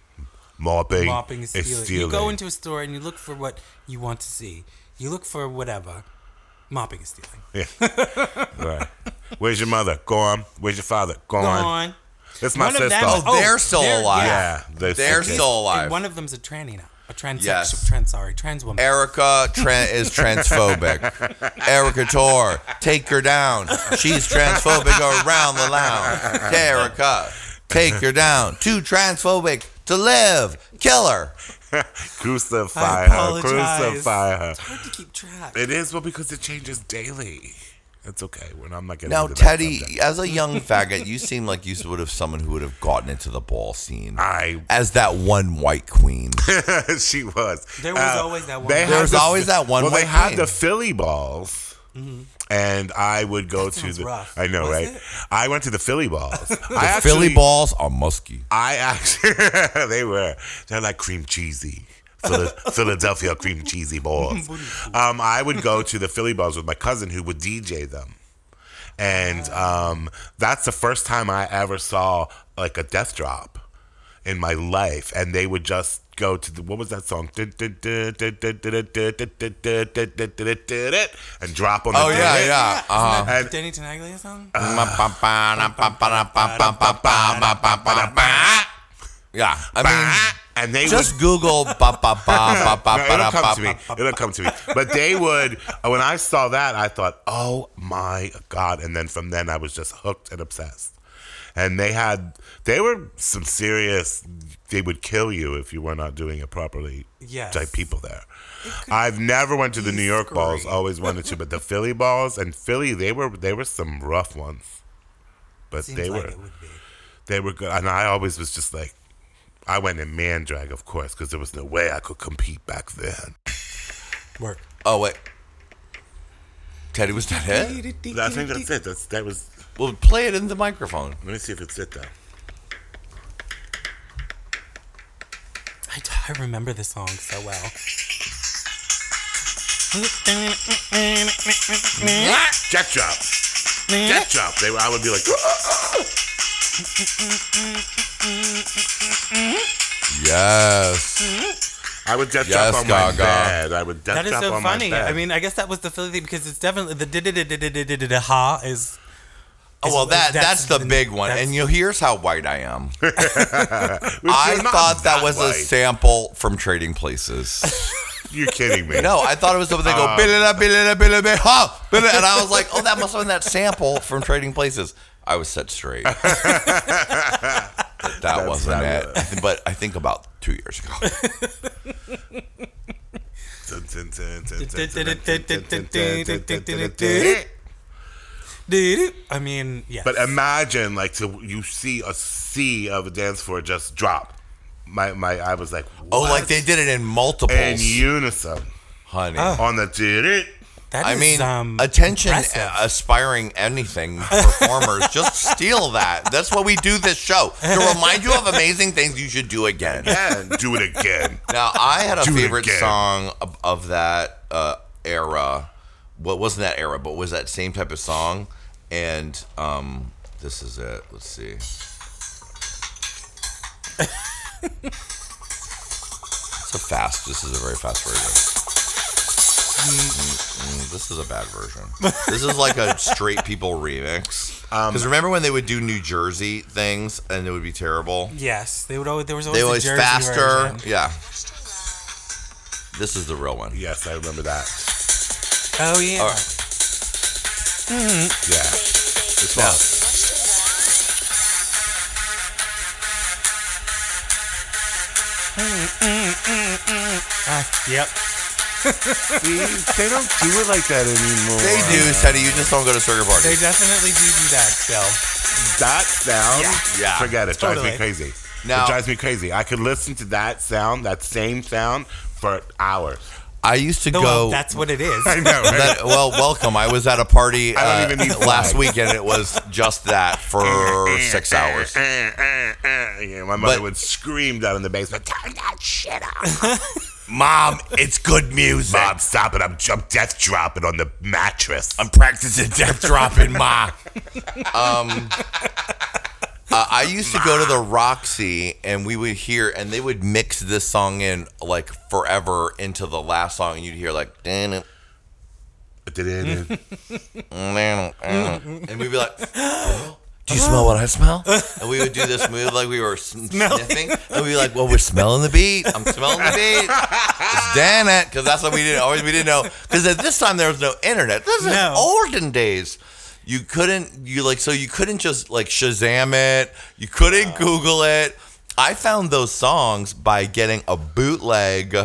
Speaker 3: Mopping.
Speaker 2: mopping is
Speaker 3: is
Speaker 2: stealing. You go into a store and you look for what you want to see. You look for whatever. Mopping is stealing.
Speaker 3: right. Where's your mother? Gone. Where's your father? Gone.
Speaker 2: Go on.
Speaker 3: That's my
Speaker 2: One of
Speaker 3: sister.
Speaker 2: them-
Speaker 1: Oh, they're still
Speaker 2: they're-
Speaker 1: alive.
Speaker 3: yeah, they're,
Speaker 1: They're
Speaker 3: sisters.
Speaker 1: still
Speaker 2: And
Speaker 1: alive.
Speaker 2: one of them's a tranny now. A trans
Speaker 1: Yes.
Speaker 2: trans sorry, trans woman.
Speaker 1: Erica Trent is transphobic.
Speaker 3: [laughs]
Speaker 1: Erica Tor, take her down. She's transphobic around the lounge. Erica, take her down. Too transphobic to live. Kill her.
Speaker 3: Crucify
Speaker 2: I
Speaker 3: her.
Speaker 2: apologize.
Speaker 3: Crucify her.
Speaker 2: It's hard to keep track.
Speaker 3: It is well because it changes daily. It's okay. We're not, I'm not getting
Speaker 1: Now,
Speaker 3: into that
Speaker 1: Teddy,
Speaker 3: subject. [laughs]
Speaker 1: as a young faggot, you seem like you would have someone who would have gotten into the ball scene.
Speaker 3: I
Speaker 1: as that one white queen.
Speaker 3: she was. Uh,
Speaker 2: There was always that one.
Speaker 3: they
Speaker 2: There
Speaker 3: had
Speaker 1: was always that one
Speaker 3: Well, they
Speaker 1: white
Speaker 3: had
Speaker 1: queen.
Speaker 3: the Philly balls. And I would go to
Speaker 2: Mm-hmm. sounds
Speaker 3: the.
Speaker 2: rough.
Speaker 3: I know,
Speaker 2: Was
Speaker 3: right?
Speaker 2: it?
Speaker 3: I went to the Philly
Speaker 2: [laughs]
Speaker 3: balls.
Speaker 1: The
Speaker 3: I
Speaker 1: Philly balls are musky.
Speaker 3: I actually, [laughs] they were. They're like cream cheesy.
Speaker 1: [laughs]
Speaker 3: Phila- Philadelphia cream cheesy balls. Um, I would go to the Philly balls with my cousin who would DJ them. And
Speaker 1: Oh.
Speaker 3: um, that's the first time I ever saw like a death drop in my life. And they would just go to the, what was that song? And drop on the
Speaker 1: Oh, yeah,
Speaker 3: dance.
Speaker 1: yeah. Uh-huh.
Speaker 2: Isn't that
Speaker 3: And- Uh,
Speaker 2: Danny Tenaglia song?
Speaker 1: Yeah, I
Speaker 3: And they
Speaker 1: mean,
Speaker 3: would
Speaker 1: just Google. ba, ba, ba, ba, ba,
Speaker 3: [laughs] No,
Speaker 1: ba,
Speaker 3: it'll
Speaker 1: da,
Speaker 3: come
Speaker 1: ba,
Speaker 3: to me.
Speaker 1: ba.
Speaker 3: It'll come to me. But they would. When I saw that, I thought, "Oh my god!" And then from then, I was just hooked and obsessed. And they had, they were some serious. They would kill you if you were not doing it properly.
Speaker 2: Yes.
Speaker 3: Type people there. I've never went to the New York balls.
Speaker 2: scary.
Speaker 3: Always wanted to, but the Philly balls and Philly, they were they were some rough ones. But
Speaker 2: Seems
Speaker 3: they
Speaker 2: like
Speaker 3: were
Speaker 2: it would be.
Speaker 3: they were good, and I always was just like, I went in man drag, of course, because there was no way I could compete back then.
Speaker 2: Work.
Speaker 1: Oh wait, Teddy was not it.
Speaker 3: I think that's it. That's that was.
Speaker 1: Well, play it in the microphone.
Speaker 3: Let me see if it's it though.
Speaker 2: I, t- I remember the song so well.
Speaker 3: Jack drop, Jack drop. They, were- I would be like,
Speaker 1: Yes.
Speaker 3: I would death
Speaker 1: Yes,
Speaker 3: drop on my
Speaker 1: Gaga.
Speaker 3: bed. I would death
Speaker 2: That is
Speaker 3: drop
Speaker 2: so
Speaker 3: on
Speaker 2: funny.
Speaker 3: my bed.
Speaker 2: I mean, I guess that was the Philly thing because it's definitely the da-da-da-da-da-da-da ha is.
Speaker 1: Oh, well,
Speaker 2: is-
Speaker 1: that that's, the big one.
Speaker 2: that's-
Speaker 1: And you here's how white I am.
Speaker 3: [laughs] Which
Speaker 1: I
Speaker 3: is not
Speaker 1: thought that was a
Speaker 3: white.
Speaker 1: sample from Trading Places.
Speaker 3: You're kidding me.
Speaker 1: No, I thought it was something they go
Speaker 2: Uh,
Speaker 1: "Bilila, bilila, bilila, bi- ha, bilila," and I was like, oh, that must have been that sample from Trading Places. I was set
Speaker 2: [laughs]
Speaker 1: straight. But that wasn't
Speaker 3: fabulous.
Speaker 1: it. But I think about two years
Speaker 2: [laughs]
Speaker 1: ago.
Speaker 3: Dun, dun, dun, dun, dun, dun, dun, dun, dun, dun, dun, dun, dun, dun.
Speaker 2: I mean, yes.
Speaker 3: But imagine like to you see a sea of a dance floor just drop. My my, I was like,
Speaker 1: Oh, like
Speaker 3: what?
Speaker 1: they did it in multiples,
Speaker 3: in unison
Speaker 1: honey.
Speaker 3: on the did it.
Speaker 2: Oh, that
Speaker 1: I
Speaker 2: is,
Speaker 1: mean,
Speaker 2: um,
Speaker 1: attention,
Speaker 2: impressive.
Speaker 1: uh, aspiring anything performers, just steal that. That's why we do this show to remind you of amazing things you should do again.
Speaker 3: And do it again.
Speaker 1: Now I had a
Speaker 3: Do it
Speaker 1: favorite
Speaker 3: again.
Speaker 1: song of, of that uh, era. What wasn't that era, but was that same type of song? And um, this is it. Let's see. it's a fast. This is a very fast version. Mm, mm, This is a bad version. This is like a straight people remix.
Speaker 3: Um,
Speaker 1: Because remember when they would do New Jersey things and it would be terrible.
Speaker 2: yes, they would always. There was always,
Speaker 1: They
Speaker 2: a
Speaker 1: always
Speaker 2: Jersey
Speaker 1: faster.
Speaker 2: version.
Speaker 1: Yeah. This is the real one.
Speaker 3: Yes, I remember that.
Speaker 2: Oh yeah.
Speaker 3: Yeah.
Speaker 1: This one.
Speaker 2: Uh, yep.
Speaker 3: See, they don't do it like that anymore.
Speaker 1: They do, Teddy. You just don't go to circuit
Speaker 2: They
Speaker 1: parties.
Speaker 2: definitely do do that still.
Speaker 3: That sound.
Speaker 1: Yeah. Yeah.
Speaker 3: Forget it. Drives
Speaker 2: Totally.
Speaker 3: me crazy.
Speaker 1: Now-
Speaker 3: it drives me crazy. I could listen to that sound, that same sound, for hours.
Speaker 1: I used to
Speaker 2: No,
Speaker 1: go.
Speaker 2: that's what it
Speaker 1: [laughs]
Speaker 2: is.
Speaker 3: I know. Right?
Speaker 1: that- well, welcome. I was at a party
Speaker 3: [laughs] I don't
Speaker 1: uh,
Speaker 3: even need
Speaker 1: last
Speaker 3: flags.
Speaker 1: weekend. It was just that for
Speaker 3: Eh,
Speaker 1: six hours.
Speaker 3: yeah, my mother
Speaker 1: But-
Speaker 3: would scream down in the basement. Turn that shit off.
Speaker 1: [laughs] Mom, it's good music.
Speaker 3: Bob, stop it. I'm, I'm death dropping on the mattress.
Speaker 1: I'm practicing death dropping my.
Speaker 3: [laughs]
Speaker 1: Um, uh, I used to go to the Roxy and we would hear, and they would mix this song in like forever into the last song, and you'd hear like, "Dun-dun,
Speaker 3: Did it-
Speaker 1: dun-dun, dun-dun," and we'd be like, "Girl, Mm-hmm. [laughs] Do you smell what I smell? And we would do this move like we were [laughs] sn- sniffing, and we'd be like, "Well, we're smelling the beat. I'm smelling the beat. [laughs] It's Dan it, because that's what we didn't always we didn't know. Because at this time there was no internet. This is
Speaker 2: No.
Speaker 1: olden days. You couldn't you like so you couldn't just like Shazam it. You couldn't Google it. I found those songs by getting a bootleg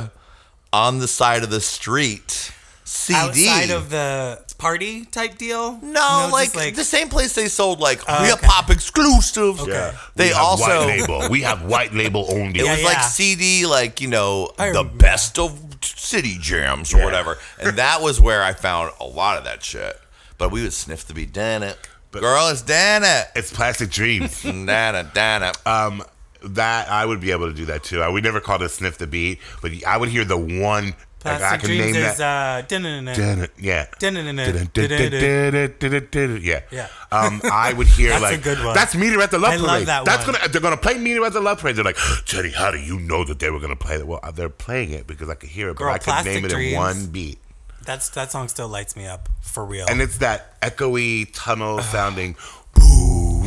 Speaker 1: on the side of the street CD
Speaker 2: outside of the party type deal.
Speaker 1: no,
Speaker 2: just Oh,
Speaker 1: like, the same place they sold like hip hop exclusives.
Speaker 2: Okay.
Speaker 1: They
Speaker 3: we have
Speaker 1: also
Speaker 3: white
Speaker 1: it
Speaker 3: label. We have white label only.
Speaker 1: was like
Speaker 2: yeah.
Speaker 1: CD, like you know,
Speaker 2: I
Speaker 1: the
Speaker 2: remember.
Speaker 1: best of city jams or whatever.
Speaker 2: [laughs]
Speaker 1: And that was where I found a lot of that shit. But we would sniff the beat, Dana. Girl, it's Dana,
Speaker 2: [laughs]
Speaker 3: It's plastic dreams.
Speaker 1: Dana, Dana.
Speaker 2: Uh,
Speaker 3: Um, that I would be able to do that too. I would never call it a sniff the beat, but I would hear the one. Like, I
Speaker 2: Plastic
Speaker 3: can
Speaker 2: Dreams
Speaker 3: name
Speaker 2: is
Speaker 3: that.
Speaker 2: uh, dun-dun-dun-dun,
Speaker 3: Dun- Yeah.
Speaker 2: dun-dun-dun-dun, dun-dun-dun-dun.
Speaker 3: Yeah.
Speaker 2: Yeah.
Speaker 3: Um, I would hear
Speaker 2: That's a
Speaker 3: like
Speaker 2: good one.
Speaker 3: that's Meteor at the Love
Speaker 2: I
Speaker 3: Parade.
Speaker 2: love that
Speaker 3: that's
Speaker 2: one.
Speaker 3: gonna they're gonna play Meteor at the Love Parade. They're like, Teddy, how do you know that they were gonna play it? Well, they're playing it because I could hear it,
Speaker 2: Girl,
Speaker 3: but I could name
Speaker 2: Plastic
Speaker 3: it
Speaker 2: Dreams.
Speaker 3: in one beat.
Speaker 2: That's that song still lights me up for real.
Speaker 3: And it's that echoey tunnel sounding boom.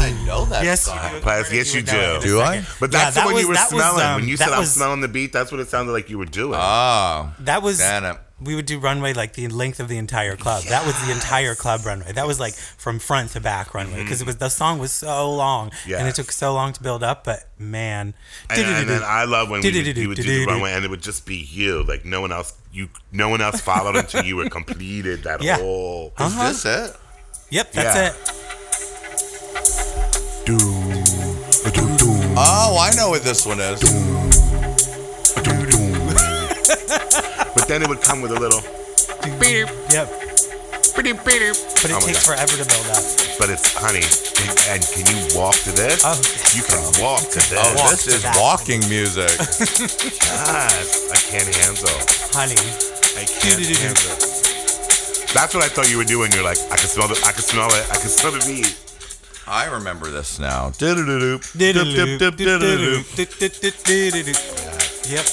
Speaker 1: I know that.
Speaker 2: yes,
Speaker 1: song.
Speaker 2: you do.
Speaker 3: Plastic. Yes,
Speaker 2: You
Speaker 3: you
Speaker 2: would know it in
Speaker 3: do.
Speaker 2: a
Speaker 1: Do I?
Speaker 2: second.
Speaker 3: But
Speaker 2: Yeah,
Speaker 3: that's the
Speaker 2: that
Speaker 3: one
Speaker 2: was-
Speaker 3: you were
Speaker 2: that was,
Speaker 3: smelling
Speaker 2: um,
Speaker 3: when you
Speaker 2: that
Speaker 3: said I'm
Speaker 2: was-
Speaker 3: smelling the beat. That's what it sounded like you were doing.
Speaker 1: Oh,
Speaker 2: That was
Speaker 1: Dana.
Speaker 2: we would do runway like the length of the entire club. That was the entire club runway. That was like from front to back runway because it was the song was so long and it
Speaker 3: Mm-hmm. Yes.
Speaker 2: took so long to build up. But man,
Speaker 3: And, and then I love when we would, you would do the
Speaker 2: Do-do-do-do-do-do.
Speaker 3: runway, and it would just be you. Like no one else, you no one else followed until you were completed that
Speaker 2: Yeah.
Speaker 3: whole.
Speaker 1: is
Speaker 2: Uh-huh.
Speaker 1: this it?
Speaker 2: yep, that's
Speaker 3: Yeah.
Speaker 2: it.
Speaker 3: Do, do, do,
Speaker 1: Oh, I know what this one is.
Speaker 3: do, do. but then it would come with a little.
Speaker 2: Yep, but it
Speaker 3: Oh my
Speaker 2: takes
Speaker 3: God.
Speaker 2: forever to build up.
Speaker 3: But it's honey, and, and can you walk to this?
Speaker 2: Oh,
Speaker 3: you can walk to this.
Speaker 1: Oh,
Speaker 2: Walk
Speaker 1: this
Speaker 2: to
Speaker 1: is
Speaker 2: that.
Speaker 1: walking
Speaker 2: [laughs]
Speaker 1: music.
Speaker 3: Yes, I can't handle.
Speaker 2: Honey,
Speaker 3: I can't
Speaker 2: Do-do-do-do.
Speaker 3: handle. That's what I thought you were doing. You're like, I can smell the, I can smell it, I can smell the beat.
Speaker 1: [laughs] I remember this now. Do-do-do-do. Dip, dip,
Speaker 2: Diddle-doo,
Speaker 1: dip, diddle-doo.
Speaker 2: diddle-doo, diddle-doo. yep.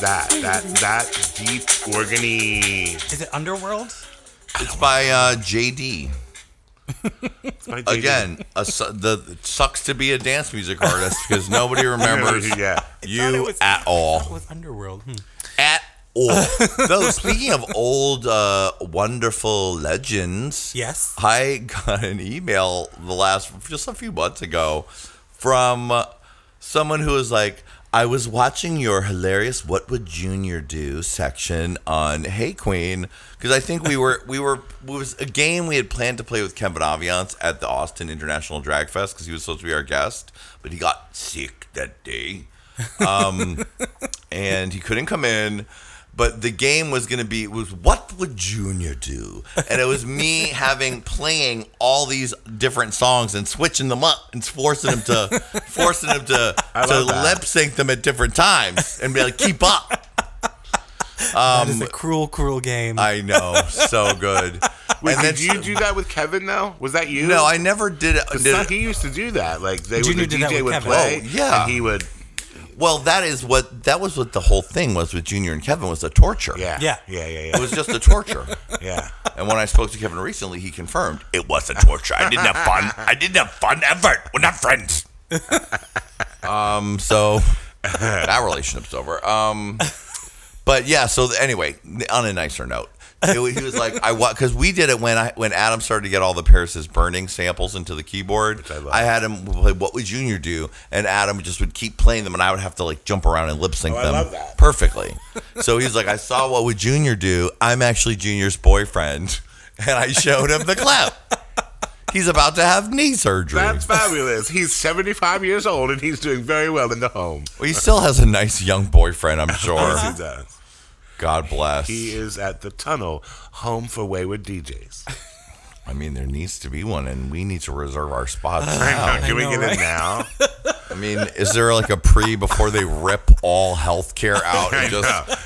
Speaker 3: That that that deep organy.
Speaker 2: Is it Underworld?
Speaker 1: It's by uh, JD.
Speaker 3: It's my JD.
Speaker 1: Again, a su- the it sucks to be a dance music artist because nobody remembers
Speaker 3: [laughs] yeah.
Speaker 2: thought it
Speaker 1: you
Speaker 2: was-
Speaker 1: at
Speaker 2: It
Speaker 3: Oh.
Speaker 1: all.
Speaker 2: was Underworld. Hmm.
Speaker 1: At all. Though speaking of old uh, wonderful legends,
Speaker 2: Yes.
Speaker 1: I got an email the last just a few months ago from uh, someone who was like. I was watching your hilarious "What Would Junior Do" section on Hey Queen because I think we were we were it was a game we had planned to play with Kevin Aviance at the Austin International Drag Fest because he was supposed to be our guest, but he got sick that day Um, and he couldn't come in. But the game was going to be was what would Junior do? And it was
Speaker 3: [laughs]
Speaker 1: me having playing all these different songs and switching them up and forcing him to forcing
Speaker 3: [laughs]
Speaker 1: him to to
Speaker 3: love that.
Speaker 1: lip sync them at different times and be like keep up.
Speaker 3: Um,
Speaker 2: that is a cruel, cruel game.
Speaker 1: I know, so good.
Speaker 3: Wait,
Speaker 1: and
Speaker 3: did you do that with Kevin though? Was that you?
Speaker 1: No, I never did it.
Speaker 3: It's
Speaker 1: did
Speaker 3: not-
Speaker 1: it.
Speaker 3: he used to do that. Like they
Speaker 2: Junior
Speaker 3: would, the
Speaker 2: did that
Speaker 3: DJ
Speaker 2: with
Speaker 3: would
Speaker 2: Kevin.
Speaker 3: play.
Speaker 1: Oh, yeah.
Speaker 3: and he would.
Speaker 1: Well, that is what that was what the whole thing was with Junior and Kevin was the torture.
Speaker 3: Yeah,
Speaker 2: Yeah.
Speaker 3: yeah, yeah,
Speaker 1: It
Speaker 3: yeah.
Speaker 1: was just the torture.
Speaker 3: yeah.
Speaker 1: And when I spoke to Kevin recently, he confirmed it was a torture. I didn't have fun. I didn't have fun ever. We're
Speaker 3: [laughs]
Speaker 1: not friends. um, so that relationship's over. Um, but yeah. So anyway, on a nicer note, it, wa- he was like, I want because we did it when I when Adam started to get all the Paris is burning samples into the keyboard.
Speaker 3: I love.
Speaker 1: I, had him play What Would Junior Do, and Adam just would keep playing them, and I would have to like jump around and lip sync
Speaker 3: Oh, I
Speaker 1: them
Speaker 3: love that.
Speaker 1: perfectly. so he's like, I saw What Would Junior Do. I'm actually Junior's boyfriend, [laughs] and I showed him the clip. He's about to have knee surgery. [laughs]
Speaker 3: That's fabulous. He's 75 years old and he's doing very well in the home.
Speaker 1: Well, he still has a nice young boyfriend, I'm sure.
Speaker 3: Yes, [laughs] he does.
Speaker 1: God bless.
Speaker 3: He is at the tunnel, home for wayward DJs.
Speaker 1: I mean, there needs to be one, and we need to reserve our spots
Speaker 3: Now,
Speaker 1: now.
Speaker 3: can we
Speaker 2: know,
Speaker 3: get
Speaker 2: right?
Speaker 3: it
Speaker 2: [laughs]
Speaker 3: now?
Speaker 1: I mean, is there like a pre before they rip all
Speaker 3: [laughs]
Speaker 1: healthcare out and just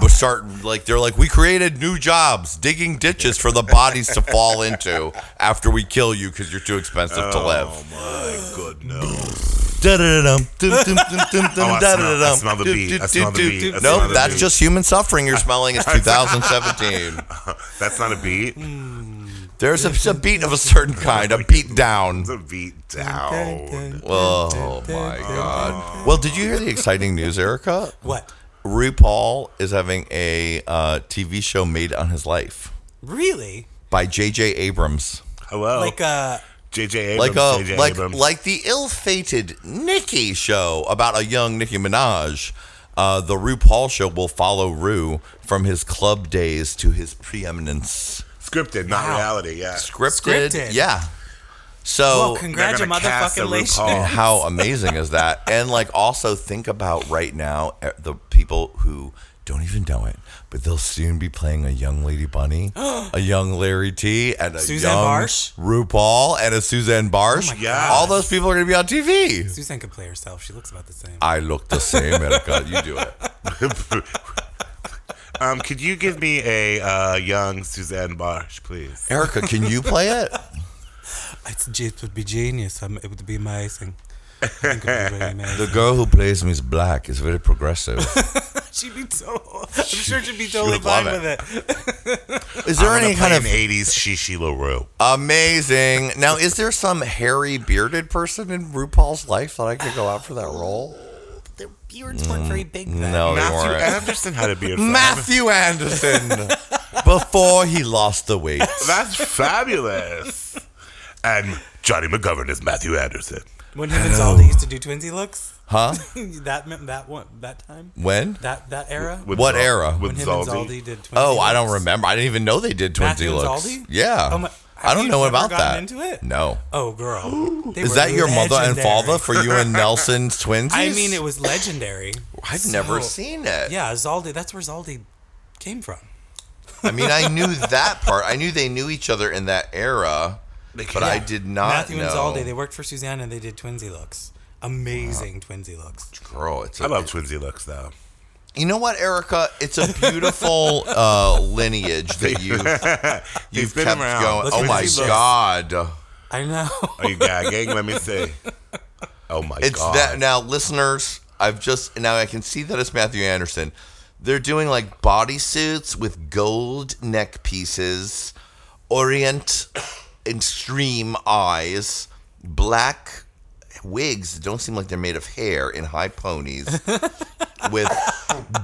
Speaker 1: b- start like they're like we created new jobs, digging ditches for the bodies to fall into after we kill you because you're too expensive to
Speaker 3: Oh,
Speaker 1: live.
Speaker 3: My goodness.
Speaker 1: Da-da-da-dum,
Speaker 3: [laughs] Oh,
Speaker 1: dum-dum-dum-dum,
Speaker 3: I smell, I
Speaker 1: da-da-da-dum,
Speaker 3: smell the beat. I smell the
Speaker 1: do-do-do-do.
Speaker 3: beat. I smell
Speaker 1: Nope,
Speaker 3: the
Speaker 1: that's
Speaker 3: beat. [laughs]
Speaker 1: just human suffering you're smelling. It's 2017.
Speaker 3: That's not a beat.
Speaker 1: There's a, a beat of a certain kind, a beat down.
Speaker 3: [laughs] The beat down.
Speaker 1: Oh my [laughs] god. Well, did you hear the exciting news, Erica?
Speaker 2: What?
Speaker 1: RuPaul is having a uh, TV show made on his life
Speaker 2: Really?
Speaker 1: by J.J. Abrams.
Speaker 3: Hello.
Speaker 2: Like uh
Speaker 3: JJ Abrams.
Speaker 1: Like a
Speaker 3: JJ
Speaker 1: like
Speaker 3: Abrams.
Speaker 1: like the ill-fated Nicki show about a young Nicki Minaj. Uh, the RuPaul show will follow Ru from his club days to his preeminence.
Speaker 3: scripted, not reality. Yeah.
Speaker 1: Scripted,
Speaker 2: Scripted.
Speaker 1: yeah. So
Speaker 2: well
Speaker 3: They're
Speaker 2: congrats
Speaker 3: gonna cast a
Speaker 2: motherfucking
Speaker 3: RuPaul.
Speaker 1: And Oh, how amazing is that? And like, also think about right now eh, the people who don't even know it, but they'll soon be playing a young Lady Bunny, a young Larry T, and a
Speaker 2: Suzanne
Speaker 1: young
Speaker 2: Barsh?
Speaker 1: RuPaul, and a Suzanne Barsh.
Speaker 2: my
Speaker 3: God.
Speaker 1: All those people are going to be on TV.
Speaker 2: Suzanne can play herself. She looks about the same.
Speaker 1: I look the same, Erica. You do it.
Speaker 3: [laughs] Um, could you give me a uh, young Suzanne Barsh, please?
Speaker 1: Erica, can you play it?
Speaker 2: It's, it would be genius. Um, it would be [laughs] amazing. I think it would be really amazing.
Speaker 1: The girl who plays Miss Black is very progressive.
Speaker 2: [laughs] she'd be so. I'm sure she'd be totally
Speaker 1: would love
Speaker 2: fine with it.
Speaker 1: Is there any kind
Speaker 3: Play an
Speaker 1: of
Speaker 3: 80s Shishi LaRue.
Speaker 1: amazing? Now, is there some hairy bearded person in RuPaul's life that I could go out for that role?
Speaker 2: Their beards weren't very big then.
Speaker 1: No, they
Speaker 3: Matthew
Speaker 1: Oh, weren't. [laughs]
Speaker 3: Anderson had a
Speaker 2: [laughs]
Speaker 3: beard.
Speaker 1: Matthew Anderson [laughs] before he lost the weight.
Speaker 3: That's fabulous. And Johnny McGovern is Matthew Anderson.
Speaker 2: When him and Zaldi used to do twinsy looks,
Speaker 1: Huh?
Speaker 2: [laughs] that meant that one that time,
Speaker 1: When?
Speaker 2: that that era.
Speaker 3: With
Speaker 1: What
Speaker 3: Zal-
Speaker 1: era?
Speaker 3: With
Speaker 2: when him
Speaker 3: Zaldi.
Speaker 2: and Zaldi did. Twinsy
Speaker 1: Oh, I don't
Speaker 2: looks.
Speaker 1: remember. I didn't even know they did Twinsy
Speaker 2: Matthew and
Speaker 1: looks.
Speaker 2: Zaldi?
Speaker 1: Yeah.
Speaker 2: Oh my-
Speaker 1: I don't
Speaker 2: Have
Speaker 1: know
Speaker 2: you
Speaker 1: about
Speaker 2: never gotten
Speaker 1: that.
Speaker 2: into it?
Speaker 1: No.
Speaker 2: Oh, girl. They
Speaker 1: Is
Speaker 2: were
Speaker 1: that your mother and
Speaker 2: legendary.
Speaker 1: father for you
Speaker 2: [laughs]
Speaker 1: and Nelson's twinsies?
Speaker 2: I mean, it was legendary.
Speaker 1: I've never
Speaker 2: So,
Speaker 1: seen it.
Speaker 2: Yeah, Zaldi. That's where Zaldi came from.
Speaker 1: I mean, I
Speaker 2: [laughs]
Speaker 1: knew that part. I knew they knew each other in that era, but I did not
Speaker 2: Matthew
Speaker 1: know.
Speaker 2: and Zaldi. They worked for Suzanne and they did twinsy looks. Amazing twinsy looks.
Speaker 1: Girl, it's a,
Speaker 3: I love Twinsy looks, though.
Speaker 1: you know what, Erica? It's a beautiful uh,
Speaker 3: [laughs]
Speaker 1: lineage that you
Speaker 3: He's
Speaker 1: you've
Speaker 3: been
Speaker 1: kept
Speaker 3: around.
Speaker 1: going.
Speaker 2: Let's
Speaker 1: oh
Speaker 2: make
Speaker 1: my
Speaker 2: these looks.
Speaker 1: god.
Speaker 2: I know. [laughs]
Speaker 3: Are you gagging? Let me see. Oh my
Speaker 1: It's
Speaker 3: god.
Speaker 1: that now, listeners. I've just now I can see that it's Matthew Anderson. They're doing like bodysuits with gold neck pieces, orient [coughs] and stream eyes, black wigs that don't seem like they're made of hair in
Speaker 3: [laughs]
Speaker 1: high ponies with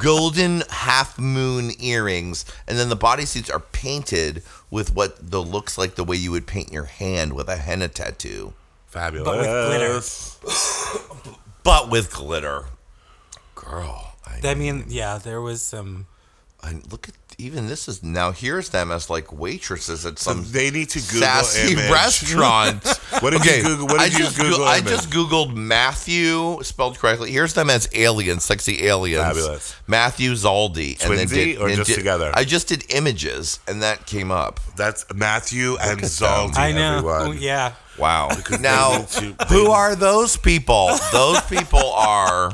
Speaker 1: golden half moon earrings and then the bodysuits are painted with what the looks like the way you would paint your hand with a henna tattoo
Speaker 3: Fabulous.
Speaker 2: But with glitter.
Speaker 1: but with glitter. Girl, I,
Speaker 2: I mean, yeah, there was some.
Speaker 1: I look at even this is now here's them as like waitresses at some
Speaker 3: They need to Google
Speaker 1: sassy
Speaker 3: image. [laughs]
Speaker 1: restaurant.
Speaker 3: What did you Google? What
Speaker 1: I
Speaker 3: did you
Speaker 1: just goo-
Speaker 3: Google?
Speaker 1: I
Speaker 3: image?
Speaker 1: just googled Matthew spelled correctly. Here's them as aliens, sexy aliens.
Speaker 3: Fabulous.
Speaker 1: Matthew Zaldi and then
Speaker 3: Twinsy
Speaker 1: did,
Speaker 3: or
Speaker 1: then
Speaker 3: just
Speaker 1: did-
Speaker 3: together?
Speaker 1: I just did images and that came up.
Speaker 3: That's Matthew and Zaldi.
Speaker 2: I know.
Speaker 3: Everyone.
Speaker 2: [laughs] Yeah.
Speaker 1: Wow. Now,
Speaker 3: need to- they
Speaker 1: who
Speaker 3: need-
Speaker 1: are those people? Those people are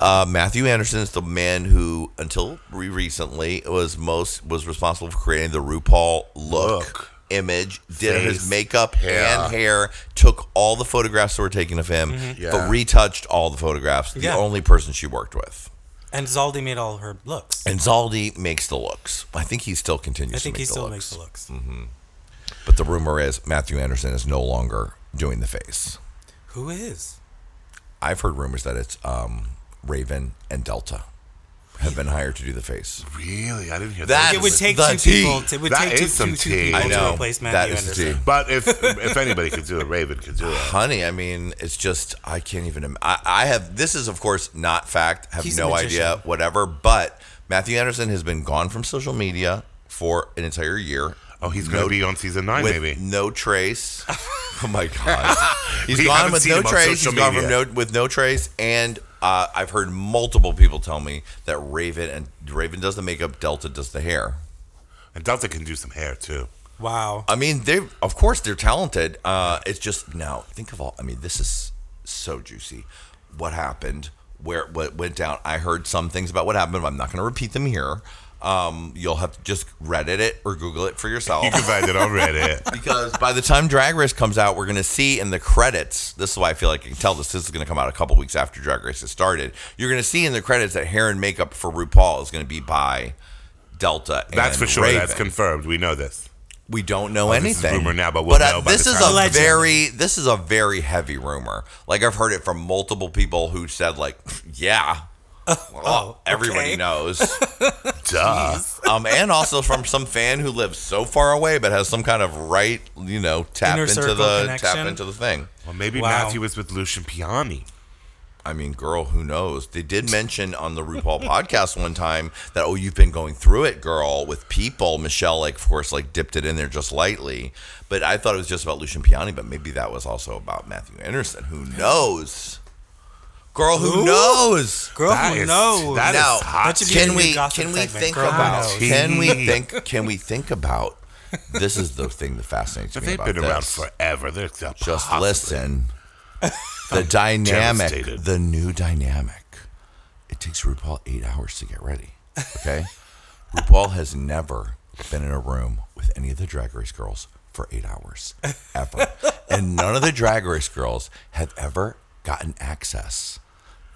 Speaker 1: uh, Matthew Anderson is the man who, until re- recently, was most was responsible for creating the RuPaul look,
Speaker 3: Look.
Speaker 1: image. Did
Speaker 3: Face,
Speaker 1: his makeup
Speaker 3: hair.
Speaker 1: and hair. Took all the photographs that were taken of him,
Speaker 3: Yeah.
Speaker 1: but retouched all the photographs. The
Speaker 2: Yeah.
Speaker 1: only person she worked with.
Speaker 2: And Zaldi made all her looks.
Speaker 1: And Zaldi makes the looks. I think he still continues.
Speaker 2: I think
Speaker 1: to
Speaker 2: he
Speaker 1: make
Speaker 2: still
Speaker 1: the
Speaker 2: makes
Speaker 1: looks.
Speaker 2: the looks.
Speaker 1: But the rumor is Matthew Anderson is no longer doing the face. Mm-hmm.
Speaker 2: Who is?
Speaker 1: I've heard rumors that it's um, Raven and Delta have been hired to do the face.
Speaker 3: Really? I didn't hear
Speaker 1: That-
Speaker 3: that.
Speaker 2: It would take
Speaker 1: the
Speaker 2: two
Speaker 1: tea.
Speaker 2: people. To, it would
Speaker 3: That
Speaker 2: take two,
Speaker 3: is some
Speaker 2: two, two
Speaker 3: tea.
Speaker 2: people
Speaker 3: I
Speaker 2: to
Speaker 1: know.
Speaker 2: replace
Speaker 1: That
Speaker 2: Matthew
Speaker 1: is the
Speaker 2: Anderson.
Speaker 1: tea.
Speaker 3: But if if anybody could do it, Raven could do it.
Speaker 1: Honey, I mean, it's just I can't even. im- I, I have this is of course not fact. Have
Speaker 2: He's a
Speaker 1: no
Speaker 2: magician.
Speaker 1: idea, whatever. But Matthew Anderson has been gone from social media for an entire year.
Speaker 3: Oh, he's going to be on season nine,
Speaker 1: with
Speaker 3: maybe. [laughs]
Speaker 1: no trace. oh my god, he's
Speaker 3: We
Speaker 1: gone
Speaker 3: haven't
Speaker 1: with
Speaker 3: seen
Speaker 1: no
Speaker 3: him on
Speaker 1: trace.
Speaker 3: social
Speaker 1: He's gone from
Speaker 3: media.
Speaker 1: no with no trace, and uh, I've heard multiple people tell me that Raven and Raven does the makeup, Delta does the hair.
Speaker 3: And Delta can do some hair too.
Speaker 2: Wow.
Speaker 1: I mean, they of course they're talented. Uh, it's just now think of all. I mean, this is so juicy. What happened? Where what went down? I heard some things about what happened. But I'm not going to repeat them here. Um, you'll have to just Reddit it or Google it for
Speaker 3: [laughs]
Speaker 1: yourself.
Speaker 3: You can find it on Reddit.
Speaker 1: [laughs] because by the time Drag Race comes out, we're going to see in the credits. This is why I feel like I can tell this. This is going to come out a couple weeks after Drag Race has started. You're going to see in the credits that hair and makeup for RuPaul is going to be by Delta. And
Speaker 3: That's for sure.
Speaker 1: Raven.
Speaker 3: That's confirmed. We know this.
Speaker 1: We don't know
Speaker 3: Oh, this is
Speaker 1: anything. uh,
Speaker 3: rumor now, but we'll know by
Speaker 1: this
Speaker 3: the
Speaker 1: is
Speaker 3: time
Speaker 1: a
Speaker 2: Allegedly.
Speaker 1: very this is a very heavy rumor. Like I've heard it from multiple people who said like, [laughs]
Speaker 2: [laughs]
Speaker 1: yeah, well, everybody
Speaker 2: Oh, okay. [laughs]
Speaker 1: knows.
Speaker 3: Duh.
Speaker 1: um, and also from some fan who lives so far away but has some kind of right, you know, tap
Speaker 2: Inner
Speaker 1: into
Speaker 2: circle
Speaker 1: the tap
Speaker 2: connection.
Speaker 1: into the thing.
Speaker 3: Well, maybe
Speaker 2: Wow.
Speaker 3: Matthew was with Lucian Piani.
Speaker 1: I mean, girl, who knows? They did mention on the
Speaker 2: [laughs]
Speaker 1: RuPaul podcast one time that oh, you've been going through it, girl, with people. Michelle, like, of course, like dipped it in there just lightly, but I thought it was just about Lucian Piani, but maybe that was also about Matthew Anderson. Who knows? Girl, who
Speaker 2: Ooh.
Speaker 1: knows?
Speaker 2: Girl
Speaker 3: That
Speaker 2: who
Speaker 3: is-
Speaker 2: knows?
Speaker 3: that is
Speaker 1: Now,
Speaker 3: hot.
Speaker 2: That should be a
Speaker 1: Can
Speaker 2: new
Speaker 1: we
Speaker 2: gossip
Speaker 1: can we
Speaker 2: segment.
Speaker 1: think
Speaker 2: Girl who
Speaker 1: about
Speaker 2: knows?
Speaker 1: can
Speaker 2: [laughs]
Speaker 1: we think can we think about this is the thing that fascinates me
Speaker 3: They've
Speaker 1: about
Speaker 3: been around
Speaker 1: this.
Speaker 3: forever. They're they're
Speaker 1: Just
Speaker 3: possibly-
Speaker 2: [laughs]
Speaker 1: listen. The dynamic,
Speaker 3: devastated.
Speaker 1: the new dynamic. It takes RuPaul eight hours to get ready.
Speaker 2: [laughs]
Speaker 1: Okay, RuPaul has never been in a room with any of the Drag Race girls for eight hours
Speaker 2: [laughs]
Speaker 1: ever, and none of the Drag Race girls have ever gotten access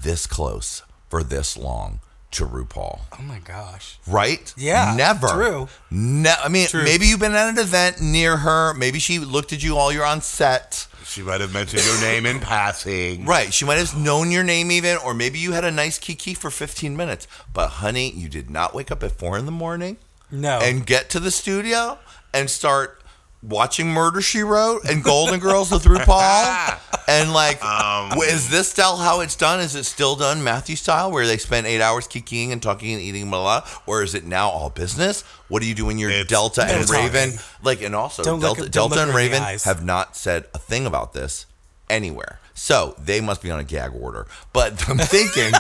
Speaker 1: this close for this long to RuPaul
Speaker 2: Oh my gosh.
Speaker 1: right?
Speaker 2: Yeah,
Speaker 1: never.
Speaker 2: true.
Speaker 1: Ne- I mean,
Speaker 2: True.
Speaker 1: maybe you've been at an event near her. Maybe she looked at you while you're on set.
Speaker 3: She might have mentioned your name in passing.
Speaker 1: Right? She might have known your name even, or maybe you had a nice kiki for 15 minutes. But honey, you did not wake up at four in the morning
Speaker 2: No.
Speaker 1: and get to the studio and start watching Murder She Wrote and Golden Girls with
Speaker 2: [laughs]
Speaker 1: RuPaul. And like,
Speaker 2: Um,
Speaker 1: w- is this still how it's done? Is it still done Matthew style, where they spend eight hours kikiing and talking and eating blah blah? Or is it now all business? What do you do when you're
Speaker 3: It's
Speaker 1: Delta and
Speaker 2: no
Speaker 1: Raven? Like, and also
Speaker 2: Don't look-
Speaker 1: Delta,
Speaker 2: don't
Speaker 1: Delta
Speaker 2: look
Speaker 1: and
Speaker 2: her in the
Speaker 1: Raven
Speaker 2: eyes.
Speaker 1: have not said a thing about this anywhere. So they must be on a gag order. But I'm
Speaker 2: [laughs]
Speaker 1: thinking,